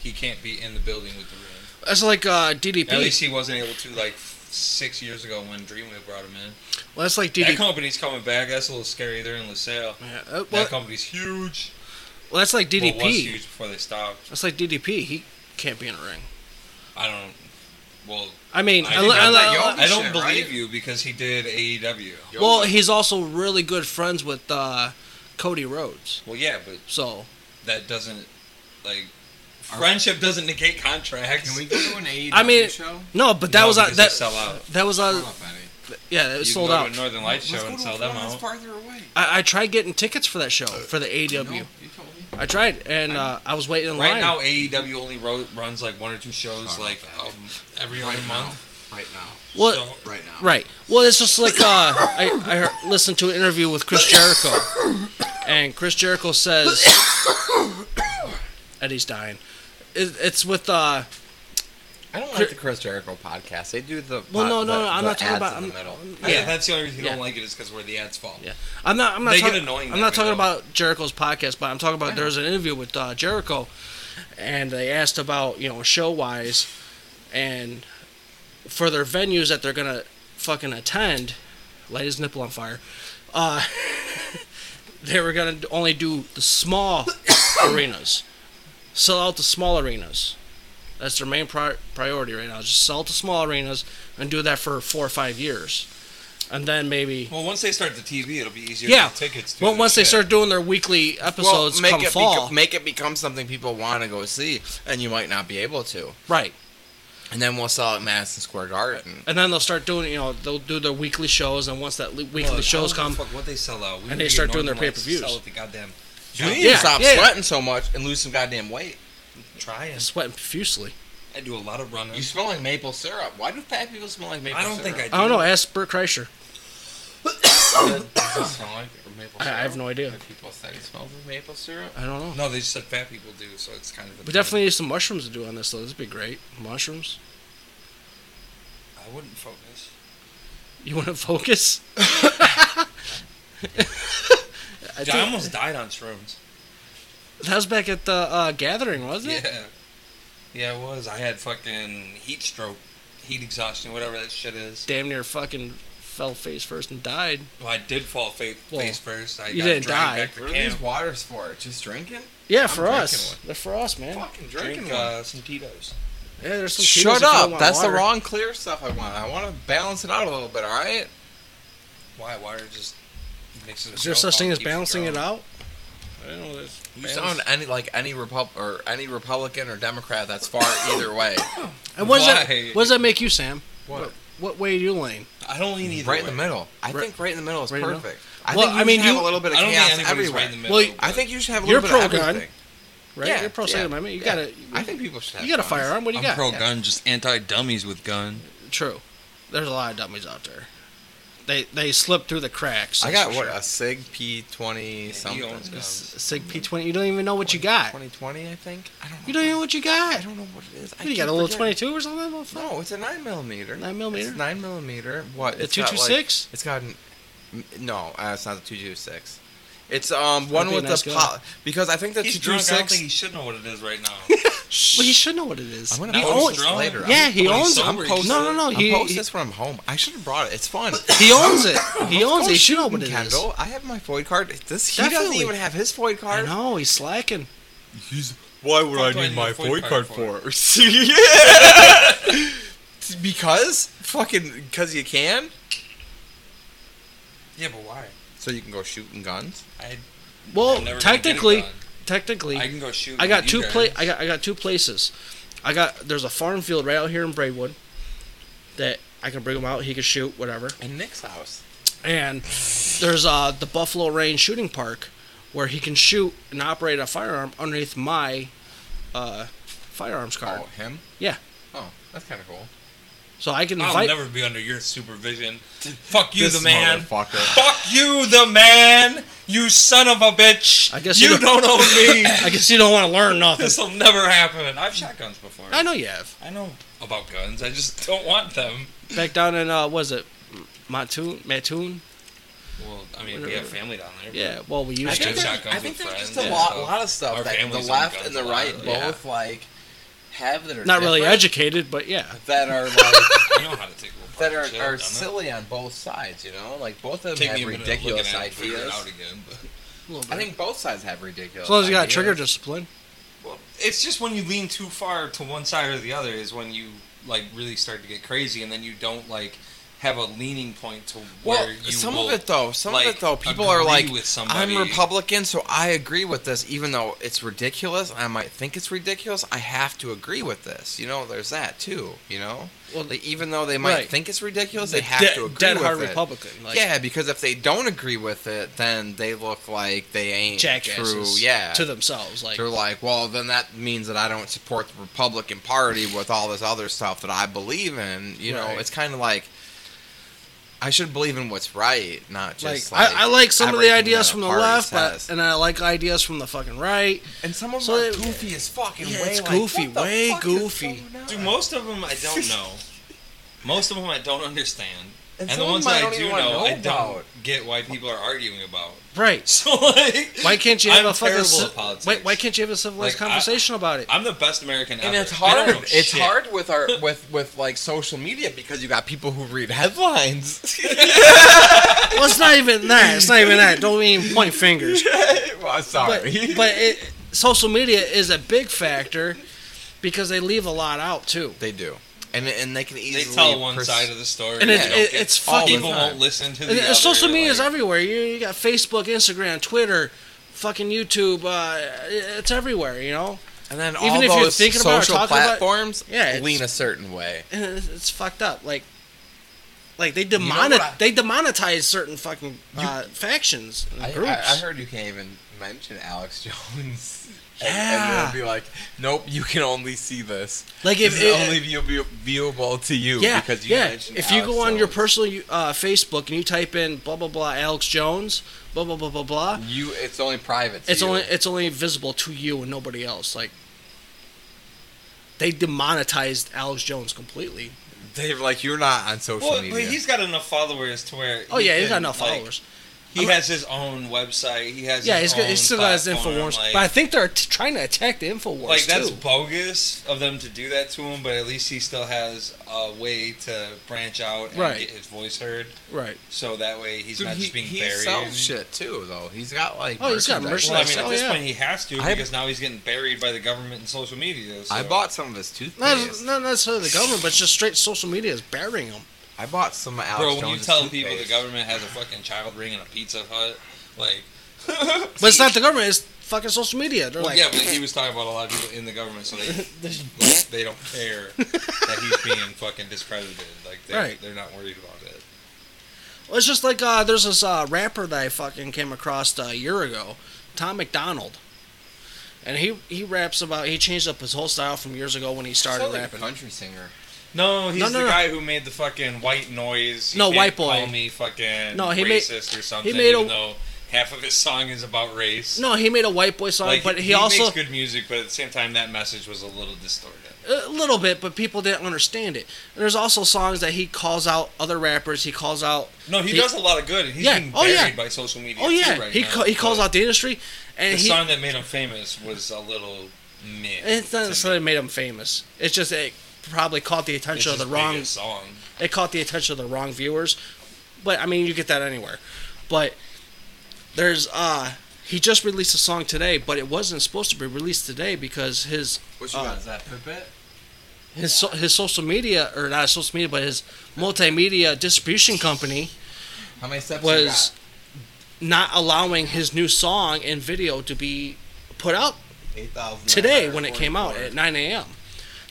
S3: he can't be in the building with the ring.
S2: That's like uh, DDP.
S3: At least he wasn't able to like six years ago when Dreamwave brought him in.
S2: well, that's like
S3: That
S2: DDP.
S3: company's coming back. That's a little scary. They're in LaSalle.
S2: Yeah, uh, well,
S3: That company's huge.
S2: well, that's like
S3: Well,
S2: DDP.
S3: was huge before they stopped.
S2: that's like DDP. He can't be in a ring.
S3: I don't. Well,
S2: I mean,
S3: I
S2: unle-
S3: think that's
S2: unle-
S1: not
S3: I don't
S1: shit,
S3: believe
S1: right?
S3: you because he did E AEW.
S2: well, he's also really good friends with uh, Cody Rhodes.
S3: Well, yeah, but
S2: So
S3: that doesn't like friendship doesn't negate contracts.
S1: Can we go to an AEW
S2: I mean,
S1: show?
S2: no, but that
S3: No,
S2: was uh,
S3: because they
S2: that.
S3: sell out.
S2: That was
S1: I don't
S2: uh,
S1: know, Benny.
S2: yeah, it
S3: You
S2: was
S3: can
S2: sold
S3: go
S2: out.
S3: to a Northern Light show and
S1: Let's go
S3: sell
S1: to
S3: them
S1: one that's
S3: out.
S1: farther away.
S2: I, I tried getting tickets for that show for
S3: Uh,
S2: the AEW.
S1: No, you told me.
S2: I tried, and uh, I was waiting in line.
S3: Right now, AEW only ro- runs like one or two shows,
S1: Sorry
S3: like
S1: about that.
S3: um, every other
S1: Right now.
S3: month.
S1: Right now.
S2: well,
S3: So-
S1: Right now.
S2: Right. Well, it's just like uh, I, I heard, listened to an interview with Chris Jericho, and Chris Jericho says Eddie's dying. It, it's with uh,
S1: I don't
S2: Cri-
S1: like the Chris Jericho podcast. They do the
S2: Well,
S1: pod- the-
S2: no, no, no, I'm
S1: the
S2: not talking
S1: ads
S2: about-
S1: in the
S2: I'm-
S1: middle.
S3: I
S2: yeah.
S3: think that's the only reason you
S2: Yeah.
S3: don't like it is because where the ads fall.
S2: Yeah. I'm not. I'm not.
S3: They get
S2: talking,
S3: annoying
S2: I'm
S3: that
S2: not
S3: way,
S2: talking
S3: though.
S2: about Jericho's podcast, but I'm talking about there was an interview with uh, Jericho, and they asked about you know show wise, and for their venues that they're gonna fucking attend. Light his nipple on fire. Uh, they were gonna only do the small arenas, sell out the small arenas. That's their main pri- priority right now. is Just sell out the small arenas and do that for four or five years, and then maybe
S3: Well, once they start the TV, it'll be easier
S2: yeah.
S3: to get tickets. To
S2: well,
S3: this
S2: once they
S3: shit.
S2: start doing their weekly episodes
S1: make
S2: come
S1: it
S2: fall,
S1: Beco- make it become something people want to go see, and you might not be able to.
S2: right?
S1: And then we'll sell it at Madison Square Garden.
S2: And then they'll start doing, you know, they'll do their weekly shows, and once that le-
S3: Well,
S2: weekly
S3: I
S2: shows
S3: don't give
S2: come,
S3: a fuck what they sell out, we
S2: and they
S3: need
S2: start doing their
S3: Northern Lights to
S2: pay-per-views.
S3: Sell at the goddamn.
S1: You need
S2: Yeah,
S1: to stop
S2: yeah.
S1: sweating so much and lose some goddamn weight.
S3: Trying.
S2: sweating profusely.
S3: I do a lot of running.
S1: You smell like maple syrup. Why do fat people smell like maple
S3: I
S1: syrup?
S3: don't think I. Do.
S2: I don't know. Ask Burt Kreischer.
S1: Does it smell like maple
S2: I,
S1: syrup?
S2: I have no idea.
S1: Have people said it smells like maple syrup.
S2: I don't know.
S3: No, they just said fat people do, so it's kind of. a
S2: We definitely need some mushrooms to do on this, though. This would be great. Mushrooms.
S3: thing. I wouldn't focus.
S2: You want to focus? I
S3: Dude, I
S2: think
S3: almost died on shrooms.
S2: that was back at the uh, gathering, wasn't it?
S3: Yeah. Yeah, it was. I had fucking heat stroke, heat exhaustion, whatever that shit is.
S2: Damn near fucking fell face first and died.
S3: Well, I did fall fa-
S2: Well,
S3: face first. I
S2: you
S3: got
S2: didn't
S3: dragged
S2: die.
S3: Back to
S1: What are these
S3: camp.
S1: waters for? Just drinking?
S2: Yeah,
S3: I'm
S2: for
S3: drinking
S2: us.
S3: one.
S2: They're for us, man.
S1: Fucking drinking
S3: Drink
S1: one.
S3: uh, some Tito's.
S2: Yeah, there's some Tito's if
S1: Shut
S2: you don't
S1: up.
S2: want
S1: That's the
S2: water.
S1: wrong clear stuff I want. I want to balance it out a little bit, all right?
S3: Why? Water just mixes. with
S2: Is there such
S3: alcohol
S2: thing
S3: and
S2: as
S3: keeps you
S2: balancing it
S3: drunk.
S2: out? I don't know. This.
S1: You sound any like any Repub or any Republican or Democrat that's far either way.
S2: And what does,
S3: Why?
S2: that, what does that make you, Sam?
S1: What?
S2: What way do you lean?
S3: I don't lean either
S1: Right in
S3: way.
S1: the middle. I
S2: Right-
S1: think right in the middle is
S2: right in the middle?
S1: perfect. I
S2: Well,
S1: think you
S2: I mean,
S1: should have
S2: you-
S1: a little bit of
S3: I don't
S1: chaos
S3: think anybody's
S1: everywhere.
S3: right in the middle.
S2: Well, you-
S1: I think you should have a
S2: You're
S1: little bit of
S2: pro-gun.
S1: everything.
S2: Right?
S1: Yeah,
S2: You're pro
S1: yeah,
S2: Second Amendment. You
S1: yeah.
S2: got a,
S1: I think people should have
S2: you got a
S1: guns.
S2: firearm. What do you
S3: I'm
S2: got?
S3: pro gun, just anti dummies with gun.
S2: True. There's a lot of dummies out there. They they slip through the cracks.
S1: I
S2: that's
S1: got
S2: for
S1: what
S2: sure.
S1: a Sig P20 something.
S3: owns
S2: S-
S3: guns.
S2: Sig P20. You don't even know what you got.
S1: 2020, I think. I don't know.
S2: You don't even know what you got.
S1: I don't know what it is. I
S2: What, you
S1: keep
S2: got a little
S1: forgetting.
S2: 22 or something? Little fuck?
S1: No, it's a nine millimeter.
S2: 9mm?
S1: It's nine millimeter. What?
S2: The
S1: it's got, like-
S2: 226?
S1: It's got an. m- No, uh, it's not the two two six. It's um one
S2: be a
S1: with
S2: nice
S1: the
S2: gun.
S1: pol- because I think the
S3: He's
S1: two two
S3: drunk. I don't think he
S1: six.
S3: should know what it is right now.
S2: Well, he should know what it is.
S1: I'm gonna
S2: He
S1: post
S2: owns-
S1: this later.
S2: Yeah, he
S3: When he's
S2: owns it.
S3: sober,
S1: I'm
S3: he's
S1: posting-
S2: No, no, no.
S1: I'm
S2: He,
S1: posting
S2: he,
S1: this when I'm home. I should have brought it. It's fun.
S2: he owns it. He owns it. He should know what it is.
S1: Kendall, I have my Foyd card. This he
S2: Definitely.
S1: doesn't even have his Foyd
S2: I
S1: card.
S2: know he's slacking.
S1: Why would
S3: Fuck I do I need need my a Foyd Foyd card card for?
S1: for? yeah. because fucking because you can.
S3: Yeah, but why?
S1: So you can go shooting guns.
S3: I,
S2: Well,
S3: I'm never gonna get a
S2: technically,
S3: gun.
S2: technically,
S3: I can go shoot.
S2: I got
S3: with
S2: two
S3: you
S2: pla-
S3: guys.
S2: I got I got two places. I got there's a farm field right out here in Braywood that I can bring him out. He can shoot whatever.
S1: In Nick's house.
S2: And there's uh the Buffalo Range Shooting Park where he can shoot and operate a firearm underneath my uh firearms card.
S1: him.
S3: Oh.
S2: Yeah.
S1: Oh, that's kind of cool.
S2: So I can
S3: I'll
S2: invite.
S3: never be under your supervision. Fuck you, the man.
S1: motherfucker.
S3: Fuck you, the man. You son of a bitch.
S2: I guess
S3: you
S2: you
S3: don't own me.
S2: I guess you don't want to learn nothing.
S3: this will never happen. I've shot guns before.
S2: I know you have.
S3: I know about guns. I just don't want them.
S2: Back down in uh, was it Mattoon? Mattoon?
S3: Well, I mean, we have family down there. but-
S2: Yeah. Well, we
S1: I
S2: used
S1: think
S3: Shotguns
S2: to.
S1: there's, I
S3: with
S1: think there's just a
S3: friends,
S1: lot,
S3: yeah.
S1: lot of
S3: Our
S1: stuff that the
S3: families own
S1: left
S3: guns
S1: and the
S3: a lot,
S1: right
S2: yeah.
S1: both like have that are
S2: Not really
S1: different,
S2: educated, but yeah.
S1: that are like
S3: You know how to take a little
S1: that
S3: part of
S1: are,
S3: shit,
S1: are
S3: don't it?
S1: silly on both sides. You know, like both of them
S3: Take me
S1: have
S3: a minute of looking
S1: ridiculous
S3: at it and figure it
S1: ideas.
S3: out again, but-
S2: A little bit.
S1: I think both sides have ridiculous.
S2: as long as you got
S1: ideas.
S2: trigger discipline.
S3: Well, it's just when you lean too far to one side or the other is when you like really start to get crazy, and then you don't like have a leaning point to
S1: Well,
S3: where you
S1: some
S3: will,
S1: of it though, some of
S3: like,
S1: it though, people are
S3: agree
S1: like,
S3: with somebody.
S1: "I'm Republican, so I agree with this, even though it's ridiculous. I might think it's ridiculous. I have to agree with this." You know, there's that too. You know,
S2: Well,
S1: like, even though they might
S2: right.
S1: think it's ridiculous, they
S2: De-
S1: have to agree
S2: dead
S1: with
S2: hard
S1: it.
S2: Republican. Like,
S1: yeah, because if they don't agree with it, then they look like they ain't true.
S2: jackasses.
S1: Yeah,
S2: To themselves, like
S1: they're like, well, then that means that I don't support the Republican Party with all this other stuff that I believe in. You know,
S2: Right.
S1: it's kind of like I should believe in what's right, not
S2: like,
S1: just like,
S2: I, I like some of the
S1: everything
S2: ideas
S1: that
S2: from the
S1: party
S2: left, but,
S1: says.
S2: and I like ideas from the fucking right.
S1: and some of them
S2: so
S1: are
S2: it-
S1: goofy as fucking
S2: yeah,
S1: way.
S2: it's
S1: like,
S2: goofy,
S1: what the
S2: way
S1: fuck is
S2: goofy.
S1: going on?
S3: Dude, most of them I don't know. most of them I don't understand, and,
S1: And
S3: the
S1: some
S3: ones
S1: of 'em I
S3: that I,
S1: don't
S3: do
S1: even
S3: know,
S1: wanna know
S3: I don't
S1: about.
S3: get why people are arguing about.
S2: Right.
S3: So like,
S2: Why can't you have
S3: I'm
S2: a fucking
S3: terrible
S2: ci-
S3: at politics.
S2: why, why can't you have a civilized
S3: Like, I-
S2: conversation about it?
S3: I'm the best American
S1: And
S3: ever.
S1: it's
S3: I don't
S1: hard.
S3: know
S1: It's
S3: shit.
S1: hard with our with with like social media because you got people who read headlines.
S2: well, it's not even that. It's not even that. Don't even point fingers.
S1: well, sorry.
S2: But but it, social media is a big factor because they leave a lot out too.
S1: They do, and and they can
S3: They
S1: easily
S3: tell one
S1: pers-
S3: side of the story,
S2: And it's-
S3: they don't
S2: it-
S3: get-
S2: it's fucking-
S3: people won't listen to the
S2: And, and
S3: other,
S2: social media is
S3: like-
S2: everywhere. You, you got Facebook, Instagram, Twitter, fucking YouTube. Uh, it's everywhere. You know,
S1: And then
S2: Even
S1: all
S2: if you're
S1: those
S2: thinking about it,
S1: social
S2: talking about it,
S1: platforms
S2: yeah, it's-
S1: lean a certain way.
S2: and it's, it's fucked up. Like. Like they
S1: know
S2: demonet
S1: what I-
S2: they demonetize certain fucking uh, factions and
S1: I,
S2: groups.
S1: I, I heard you can't even mention Alex Jones. And-
S2: Yeah.
S1: And, they'll be like, nope, you can only see this.
S2: like if
S1: this
S2: it-
S1: is only view- view- viewable to you
S2: yeah,
S1: because you
S2: yeah.
S1: mentioned
S2: If you
S1: Alex
S2: go on your
S1: Jones.
S2: personal uh, Facebook and you type in blah blah blah Alex Jones blah blah blah blah blah,
S1: you it's only private. to
S2: it's
S1: you.
S2: only it's only visible to you and nobody else. Like they demonetized Alex Jones completely.
S1: they're like you're not on social
S3: Well,
S1: media.
S3: but he's got enough followers to where.
S2: Oh yeah, he's got
S3: can,
S2: enough
S3: like,
S2: followers.
S3: He has his own website. He has.
S2: Yeah, he's
S3: his
S2: got,
S3: own
S2: he's still got his
S3: platform,
S2: Infowars,
S3: Like,
S2: but I think they're t- trying to attack the Infowars
S3: like that's
S2: too.
S3: bogus of them to do that to him, but at least he still has a way to branch out and
S2: Right.
S3: get his voice heard.
S2: Right.
S3: So that way he's
S1: Dude,
S3: not
S1: he,
S3: just being
S1: he
S3: buried.
S1: sells shit too, though. He's got like
S2: Oh, he's got
S3: Well, I
S2: merchandise.
S3: mean, at
S2: Oh,
S3: this
S2: yeah.
S3: point he has to
S1: I-
S3: because now he's getting buried by the government and social media. So.
S1: I bought some of his
S2: Not,
S1: toothpaste.
S2: not necessarily the government, but it's just straight social media is burying them.
S1: I bought some of Alex
S3: Bro, when you
S1: Jones's
S3: tell people the
S1: toothpaste.
S3: government has a fucking child ring and a Pizza Hut, like.
S2: But it's not the government; it's fucking social media. They're
S3: Well,
S2: like,
S3: yeah, but he was talking about a lot of people in the government, so they like, they don't care that he's being fucking discredited. Like they
S2: Right.
S3: they're not worried about it.
S2: Well, it's just like uh, there's this uh, rapper that I fucking came across uh, a year ago, Tom McDonald, and he he raps about he changed up his whole style from years ago when he started
S1: Sounds like a
S2: rapping.
S1: country singer.
S3: No, he's
S2: No, no,
S3: the
S2: no.
S3: guy who made the fucking white noise. You
S2: No,
S3: can't
S2: white boy.
S3: Call me fucking
S2: No, he made-
S3: racist or
S2: he
S3: something.
S2: made a-
S3: even though half of his song is about race.
S2: No, he made a white boy song,
S3: Like,
S2: but he, also
S3: makes good music, but at the same time, that message was a little distorted.
S2: a little bit, but people didn't understand it. And there's also songs that he calls out other rappers. He calls out
S3: No, he,
S2: He-
S3: does a lot of good. and He's
S2: Yeah,
S3: being
S2: oh,
S3: buried
S2: yeah.
S3: by social media.
S2: oh yeah,
S3: too right
S2: he
S3: now,
S2: ca- he calls
S3: but
S2: out the industry,
S3: the
S2: and he
S3: song that made him famous was a little meh.
S2: it's not
S3: to me.
S2: necessarily made him famous. It's just it probably caught the
S3: It's
S2: attention of
S3: his
S2: the wrong
S3: biggest song.
S2: it caught the attention of the wrong viewers. But I mean, you get that anywhere. But there's uh he just released a song today, but it wasn't supposed to be released today because his
S1: What you
S2: Uh,
S1: got? Is that Pipit?
S2: his so, his social media or not his social media, but his multimedia distribution company
S1: How many steps you got?
S2: was not allowing his new song and video to be put out today when it came out at 9 a.m.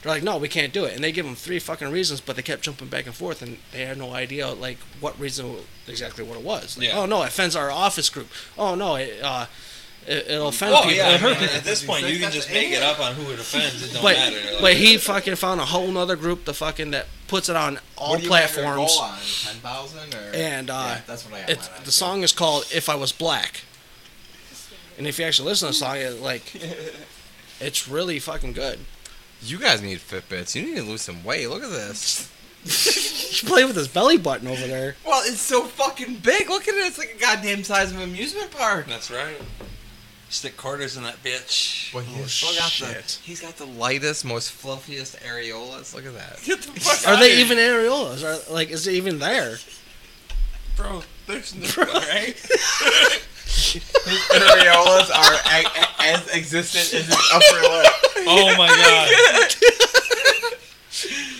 S2: They're like, no, we can't do it, and they give them three fucking reasons, but they kept jumping back and forth, and they had no idea like what reason exactly what it was. Like,
S3: Yeah.
S2: Oh no, it offends our office group. Oh no, it uh, it, it'll offend
S1: Oh,
S3: Well,
S2: people.
S3: Oh, yeah, I
S2: It hurt
S3: mean,
S2: people.
S3: at this point, you can just make it up on who it offends. It don't
S2: But
S3: matter.
S2: but he fucking found a whole other group, the fucking that puts it on all
S1: What do you have your
S2: platforms.
S1: goal on? Ten thousand or
S2: And, uh,
S1: yeah, that's what I got
S2: It's,
S1: mine on,
S2: the
S1: too.
S2: song is called "If I Was Black," and if you actually listen to the song, it, like, it's really fucking good.
S1: You guys need Fitbits. You need to lose some weight. Look at this.
S2: He's playing with his belly button over there.
S1: Well, it's so fucking big. Look at it. It's like a goddamn size of an amusement park.
S3: That's right. Stick quarters in that bitch.
S1: But
S2: Oh,
S1: he's still got the he's got the lightest, most fluffiest areolas. Look at that.
S3: Get the fuck
S2: Are
S3: out
S2: they
S3: of
S2: even areolas? Are like, is it even there?
S3: here, bro? There's no all right.
S1: areolas are a- a- as existent as his upper lip.
S3: Oh my god.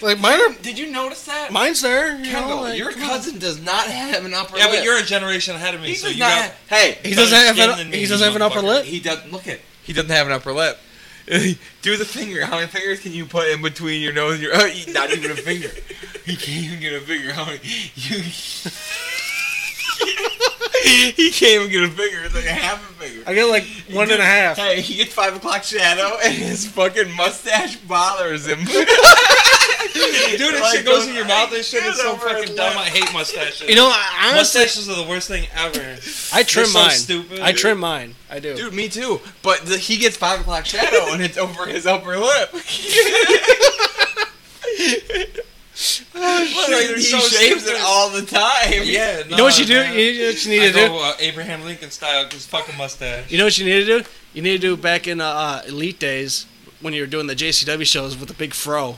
S2: Like mine are,
S1: Did you notice that?
S2: mine's there. You know,
S1: Kendall,
S2: like,
S1: your
S2: come on.
S1: cousin does not have an upper
S3: Yeah,
S1: lip.
S3: but
S2: Oh,
S3: you're a generation ahead of me,
S1: he
S3: so
S1: does
S3: you
S1: not.
S3: got.
S1: have- hey,
S2: He doesn't have
S3: Better skin
S2: an,
S3: than
S2: he
S3: me,
S2: doesn't have an upper
S3: motherfucker.
S2: lip.
S1: he doesn't look it. He doesn't have an upper lip. Do the finger. How many fingers can you put in between your nose and your? not even a finger. He can't even get a finger. How many? You, he can't even get a finger. It's like a half a finger.
S2: I get like one and a half.
S1: Hey, he gets five o'clock shadow, and his fucking mustache bothers him.
S3: Dude, that
S1: Like
S3: shit goes
S1: those-
S3: in your mouth. This shit
S1: Get
S3: is so
S1: over
S3: fucking
S1: it,
S3: dumb.
S1: man.
S3: I hate mustaches.
S2: You know, I, honestly,
S3: mustaches are the worst thing ever.
S2: I trim
S3: so
S2: mine.
S3: stupid.
S2: I trim mine. I do.
S1: Dude, me too. But the, he gets five o'clock shadow, and it's over his upper lip. Like,
S3: they're
S1: he
S3: so
S1: shaves
S3: stupid.
S1: it all the time.
S3: Yeah,
S2: you know what you do?
S3: man.
S2: You, you know what you need
S3: I
S2: to do?
S3: go, uh, Abraham Lincoln style because fucking mustache.
S2: You know what you need to do? You need to do back in uh, uh, elite days when you were doing the JCW shows with the big fro.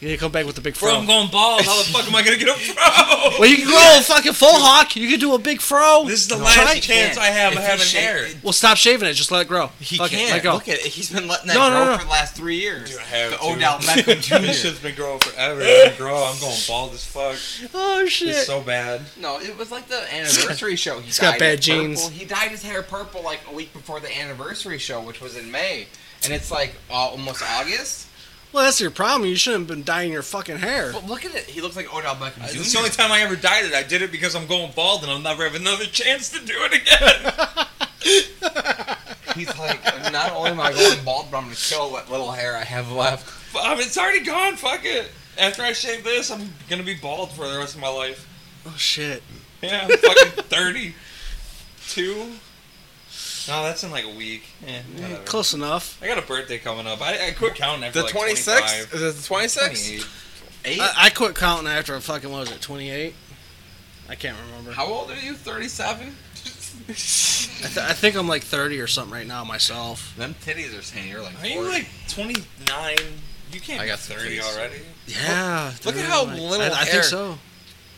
S2: You need to come back with the big
S3: Bro,
S2: fro.
S3: I'm going bald. How the fuck am I gonna get a fro?
S2: well, you can grow a fucking full hawk. You can do a big fro.
S3: This is the
S2: No.
S3: last
S2: Try-
S3: chance I have of
S1: If he
S3: having
S1: shaved
S3: hair.
S1: it,
S2: Well, stop shaving it. Just let it grow.
S1: He
S2: Fuck it,
S1: can't.
S2: let go.
S1: Look at it. He's been letting that
S2: No, no,
S1: grow
S2: no.
S1: for the last three years.
S3: Dude, I have
S1: the
S3: to.
S1: Odell Beckham
S3: This
S1: Jr.
S3: shit's been growing forever. It's been grow. I'm going bald as fuck.
S2: Oh shit.
S3: It's so bad.
S1: no, it was like the anniversary show. He
S2: He's got
S1: dyed
S2: bad
S1: it
S2: genes.
S1: Purple. He dyed his hair purple like a week before the anniversary show, which was in May, and it's like uh, almost August.
S2: well, that's your problem. You shouldn't have been dyeing your fucking hair.
S1: But look at it. He looks like Odell Beckham Jr.
S3: It's the only time I ever dyed it. I did it because I'm going bald and I'll never have another chance to do it again.
S1: He's like, not only am I going bald, but I'm gonna kill what little hair I have left.
S3: But, I mean, Um, it's already gone. Fuck it. After I shave this, I'm gonna be bald for the rest of my life.
S2: Oh shit.
S3: Yeah, I'm fucking 32. No, that's in like a week. Eh,
S2: Eh,
S3: whatever.
S2: Close enough.
S3: I got a birthday coming up. I, I quit counting after
S1: The
S3: like
S1: twenty
S3: 26?
S1: sixth? Is it the twenty sixth?
S3: 28.
S1: Eight?
S2: I, I quit counting after fucking what was it? Twenty eight. I can't remember.
S1: How old are you? Thirty seven?
S2: I, th- I think I'm like thirty or something right now myself.
S1: Them titties are saying you're like.
S3: Are you
S1: 40.
S3: like 29? You can't
S1: I
S3: I
S1: got
S3: got
S1: some
S3: 30
S1: titties.
S3: already.
S2: Yeah.
S1: Look at
S2: dude,
S1: how
S2: like-
S1: little
S2: I, I
S1: hair-
S2: think so.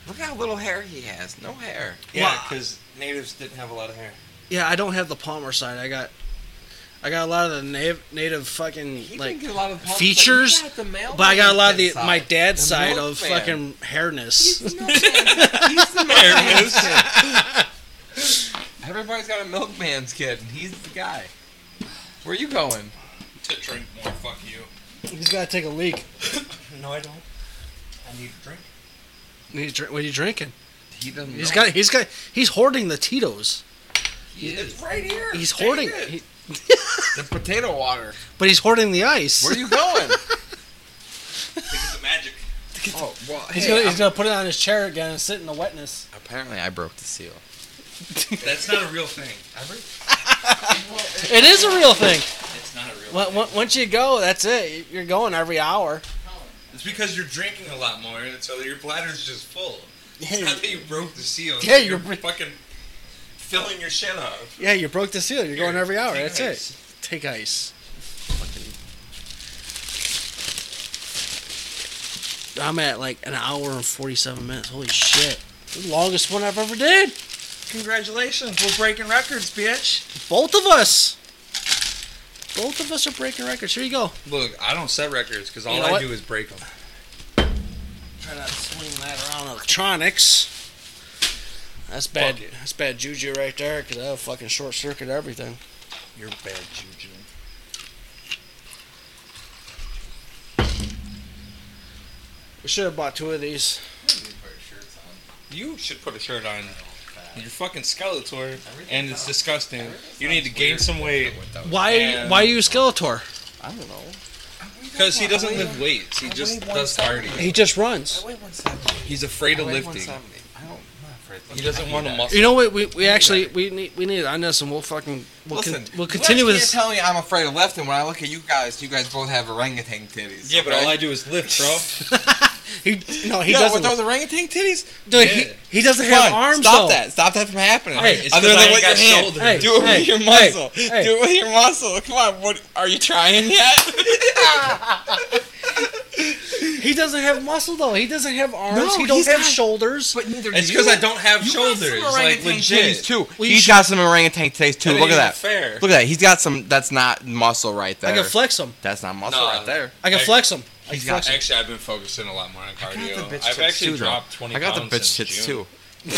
S1: Look how little hair he has. No hair.
S3: Yeah,
S2: Well,
S3: because natives didn't have a lot of hair.
S2: Yeah, I don't have the Palmer side. I got, I got a lot of the native, native fucking
S1: He
S2: like,
S1: didn't get a lot of help, but he
S2: features,
S1: got the
S2: but I got a lot of the
S1: side.
S2: my dad's
S1: The
S2: side of
S1: milkman.
S2: fucking
S1: He's
S2: hairness.
S1: the milkman. He's the
S3: There it
S1: milkman.
S3: is.
S1: Everybody's got a milkman's kid, and he's the guy. Where you going?
S3: to drink more, fuck you.
S2: He's gotta take a leak.
S3: No, I don't. I need a drink.
S2: He's drink. What are you drinking?
S1: He doesn't.
S2: He's
S1: know.
S2: got. He's got. He's hoarding the Tito's.
S1: He is right here.
S2: He's
S1: Take
S2: hoarding.
S1: it.
S2: he-
S1: the potato water.
S2: but he's hoarding the ice.
S1: Where you going?
S3: Think of the magic.
S1: oh well.
S2: he's
S1: hey,
S2: gonna.
S1: I'm-
S2: He's gonna put it on his chair again and sit in the wetness.
S1: Apparently, I broke the seal.
S3: That's not a real thing. Ever?
S2: It is a real thing.
S3: It's not a real
S2: Wa- wa- Once you go, that's it. You're going every hour.
S3: It's because you're drinking a lot more, and so your bladder's just full. It's
S2: Yeah,
S3: not that you broke the seal. it's
S2: Yeah,
S3: that you're,
S2: you're-
S3: fucking filling your shit up.
S2: yeah, you broke the seal. You're going
S3: Here,
S2: every hour.
S3: take
S2: That's
S3: ice.
S2: it. Take ice. Fucking- I'm at like an hour and 47 minutes. Holy shit. The longest one I've ever did.
S3: Congratulations, we're breaking records, bitch.
S2: Both of us. Both of us are breaking records. Here you go.
S3: Look, I don't set records because all
S2: You know
S3: I
S2: what?
S3: do is break them.
S2: Try not to swing that around. Electronics. That's bad.
S3: Fuck it.
S2: That's bad juju right there because that'll fucking short circuit everything.
S3: You're bad juju.
S2: We should have bought two of these.
S3: You should put a shirt on. You're fucking Skeletor, and it's disgusting. You need to gain some weight.
S2: Why?
S3: And-
S2: why you Skeletor?
S1: I don't know.
S3: Because he doesn't lift weights. He just does cardio.
S2: He just runs.
S1: I weigh 170.
S3: He's afraid of
S1: I weigh
S3: lifting.
S1: 170. I don't, I'm not afraid of
S3: He
S1: lifting. I
S3: doesn't
S1: hate
S3: want to
S1: that.
S3: muscle.
S2: You know what? We, we actually we need we need on this, and we'll fucking we'll con-
S1: Listen,
S2: we'll continue
S1: you
S2: with
S1: guys
S2: this.
S1: Can't tell me I'm afraid of lifting when I look at you guys. You guys both have orangutan titties.
S3: Yeah, but
S1: okay?
S3: all I do is lift, bro.
S2: He no, he
S1: yeah,
S2: doesn't.
S1: with those orangutan titties.
S2: dude,
S3: Yeah.
S2: he, he doesn't
S1: Come
S2: have
S1: on,
S2: arms
S1: Stop
S2: though.
S1: that! Stop that from happening.
S2: Hey, it's
S1: Other
S3: 'cause
S1: than
S3: I
S1: with your
S3: ain't got
S1: hand,
S3: shoulders.
S2: Hey,
S1: do it
S2: hey,
S1: with your muscle.
S2: hey, hey.
S1: Do it with your muscle. Come on, what are you trying yet?
S2: He doesn't have muscle though. He doesn't have arms.
S1: No,
S2: he don't
S1: he's
S2: have
S1: got-
S2: shoulders.
S1: but neither
S3: It's because I don't have shoulders. Like legit.
S1: too.
S2: Well, you
S1: He's
S2: should-
S1: got some orangutan titties too.
S3: That
S1: Look at
S3: ain't
S1: that.
S3: Fair.
S1: Look at that. He's got some. That's not muscle right
S2: I
S1: there.
S2: can flex him.
S1: that's not muscle
S3: No.
S1: right there.
S2: I can
S3: Hey,
S2: flex him. I can
S1: he's got
S2: flex him.
S3: Actually, I've been focusing a lot more on cardio.
S1: bitch
S3: I've
S1: tits
S3: actually
S1: too, though.
S3: dropped 20
S1: I got the
S3: pounds
S1: bitch
S3: since
S1: tits
S3: June.
S1: too.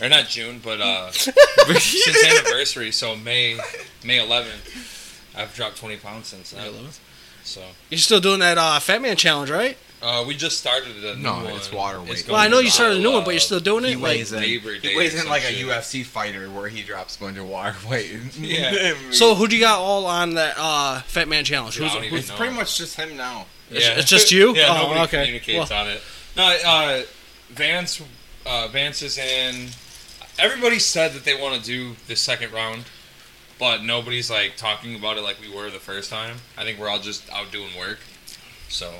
S3: Or not June, but uh, since anniversary, so May May 11th, I've dropped 20 pounds since then. So
S2: You're still doing that uh, Fat Man challenge, right?
S3: uh, we just started a new
S1: No,
S3: one.
S1: it's water weight.
S2: Well, I know you started a new
S3: going
S2: one, but you're still doing
S1: Uh, He
S2: it. Like,
S1: weighs in.
S3: Labor Day
S1: He weighs
S3: or
S1: in
S3: some
S1: like a
S3: shit.
S1: UFC fighter where he drops a bunch of water weight.
S3: Yeah.
S2: so who do you got all on that uh, Fat Man challenge?
S3: Dude, I
S2: Who's,
S3: don't even
S2: who's,
S1: it's pretty much just him now.
S2: it's- it's just you?
S3: yeah,
S2: Oh,
S3: nobody
S2: okay.
S3: communicates on it. No, uh, Vance, uh, Vance is in. Everybody said that they want to do the second round, but nobody's like talking about it like we were the first time. I think we're all just out doing work. So,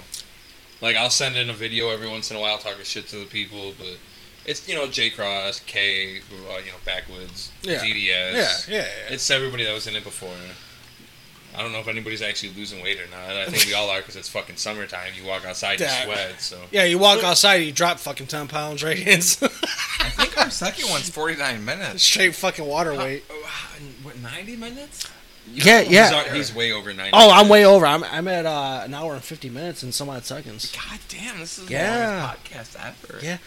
S3: like, I'll send in a video every once in a while talking shit to the people, but it's you know J Cross, K, uh, you know Backwoods,
S2: Yeah.
S3: DDS,
S2: yeah, yeah, yeah.
S3: it's everybody that was in it before. I don't know if anybody's actually losing weight or not. I think we all are because it's fucking summertime. You walk outside, you
S2: Yeah.
S3: sweat. So
S2: Yeah, you walk outside, you drop fucking ten pounds right
S1: I
S2: in
S1: think our second one's 49 minutes.
S2: straight fucking water
S1: Uh,
S2: weight.
S1: What, 90 minutes?
S2: Yeah,
S3: he's,
S2: yeah.
S3: al- he's way over ninety.
S2: Oh, I'm way over. I'm I'm at uh, an hour and fifty minutes and some odd seconds.
S1: God damn, this is the
S2: Yeah.
S1: longest podcast ever.
S2: Yeah.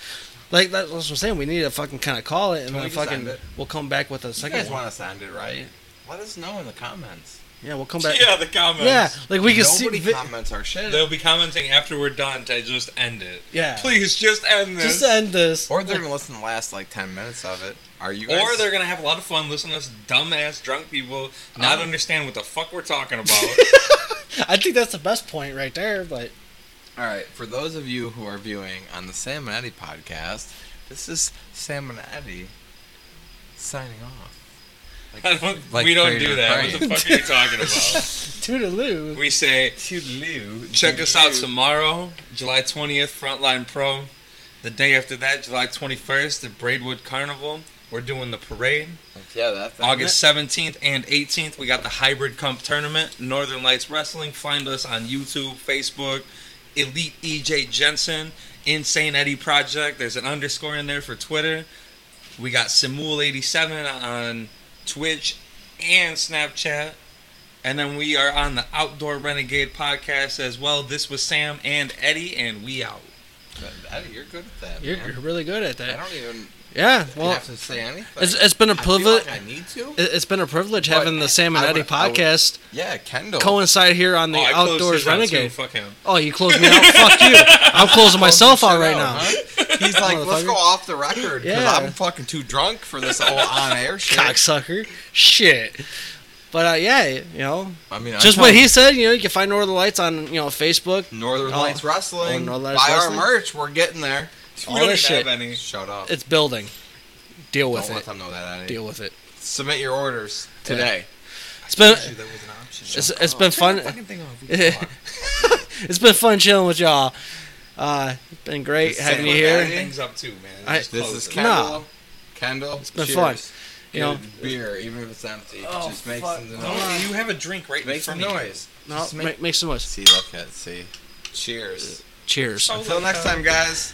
S2: Like that's what I'm saying. We need to fucking kind of call it, and
S1: Can
S2: then
S1: we just
S2: fucking
S1: end it?
S2: we'll come back with a
S1: You
S2: second
S1: guys
S2: one.
S1: want to sound it right? Let us know in the comments.
S2: yeah, we'll come back.
S3: Yeah, the comments.
S2: Yeah, like we can
S1: Nobody
S2: see. vi-
S1: comments our shit.
S3: They'll be commenting after we're done to just end it.
S2: yeah,
S3: Please just end this.
S2: just to end this.
S1: or they're going to listen to the last like 10 minutes of it. Are you guys?
S3: or they're gonna have a lot of fun listening to us dumbass drunk people not
S1: Um.
S3: understand what the fuck we're talking about.
S2: I think that's the best point right there. But
S1: All right, for those of you who are viewing on the Salmonetti podcast, this is Salmonetti signing off.
S3: I don't,
S1: Like
S3: we don't
S1: Freddie
S3: do that. What the
S1: Mercury.
S3: fuck are you talking about?
S2: toodaloo.
S3: we say
S1: Toodaloo.
S3: Check us out tomorrow, July 20th, Frontline Pro. The day after that, July 21st, the Braidwood Carnival. We're doing the parade.
S1: Yeah, that's
S3: August 17th and 18th, we got the Hybrid Comp Tournament, Northern Lights Wrestling. Find us on YouTube, Facebook, Elite EJ Jensen, Insane Eddie Project. There's an underscore in there for Twitter. We got Simul87 on Twitch and Snapchat. And then we are on the Outdoor Renegade podcast as well. This was Sam and Eddie, and we out.
S1: Eddie, you're good at that.
S2: You're,
S1: man.
S2: you're really good at
S1: I
S2: that.
S1: don't even
S2: Yeah. Well,
S1: have to say anything.
S2: it's, it's been a
S1: I feel like
S2: privilege.
S1: I need to.
S2: it- It's been a privilege
S1: But
S2: having the Sam and
S1: I
S2: Eddie
S1: would- I would-
S2: podcast
S1: Yeah, Kendall.
S2: coincide here on the
S3: Oh, I closed
S2: Outdoors
S3: his out, too.
S2: Renegade.
S3: Fuck him.
S2: Oh, you closed me out. Fuck you. I'm closing myself out right
S1: Shut
S2: now.
S1: up, huh? He's like, let's
S2: Motherfucker.
S1: go off the record because
S2: Yeah.
S1: I'm fucking too drunk for this whole on-air shit.
S2: Cocksucker. Shit. But uh, yeah, you know,
S1: I mean, I'm
S2: just what
S1: telling
S2: he said. You know, you can find Northern Lights on you know Facebook.
S1: you, Northern
S2: Oh.
S1: Lights Wrestling.
S2: Oh, Northern
S1: Buy
S2: Lights
S1: our
S2: Wrestling?
S1: merch. We're getting there.
S3: We
S2: All
S3: don't
S2: this
S3: have
S2: shit.
S3: any.
S1: Shut up.
S2: It's building. Deal
S1: Don't
S2: with
S1: let
S2: it.
S1: them know that. Eddie.
S2: Deal with it.
S1: Submit your orders today.
S2: It's been
S1: That was an option.
S2: it's, it's been fun.
S1: Fucking thing off.
S2: It's been fun chilling with y'all. Uh, it's been great
S1: Just
S2: having
S1: say
S2: you
S1: what
S2: here.
S1: Eddie-
S3: Things up too, man.
S2: I-
S3: Just
S1: This
S3: close
S1: is
S3: it.
S1: Kendall.
S2: Nah.
S1: Kendall, it's
S2: been fun.
S1: You
S2: You know-
S1: know, beer, even if it's empty,
S3: Oh,
S1: just make some noise.
S3: Don't- you have a drink right in
S1: Make some
S3: front of you.
S1: noise.
S2: No,
S1: Just
S2: make, make some noise.
S1: See, look at see. Cheers.
S2: Cheers.
S1: Until next time, guys.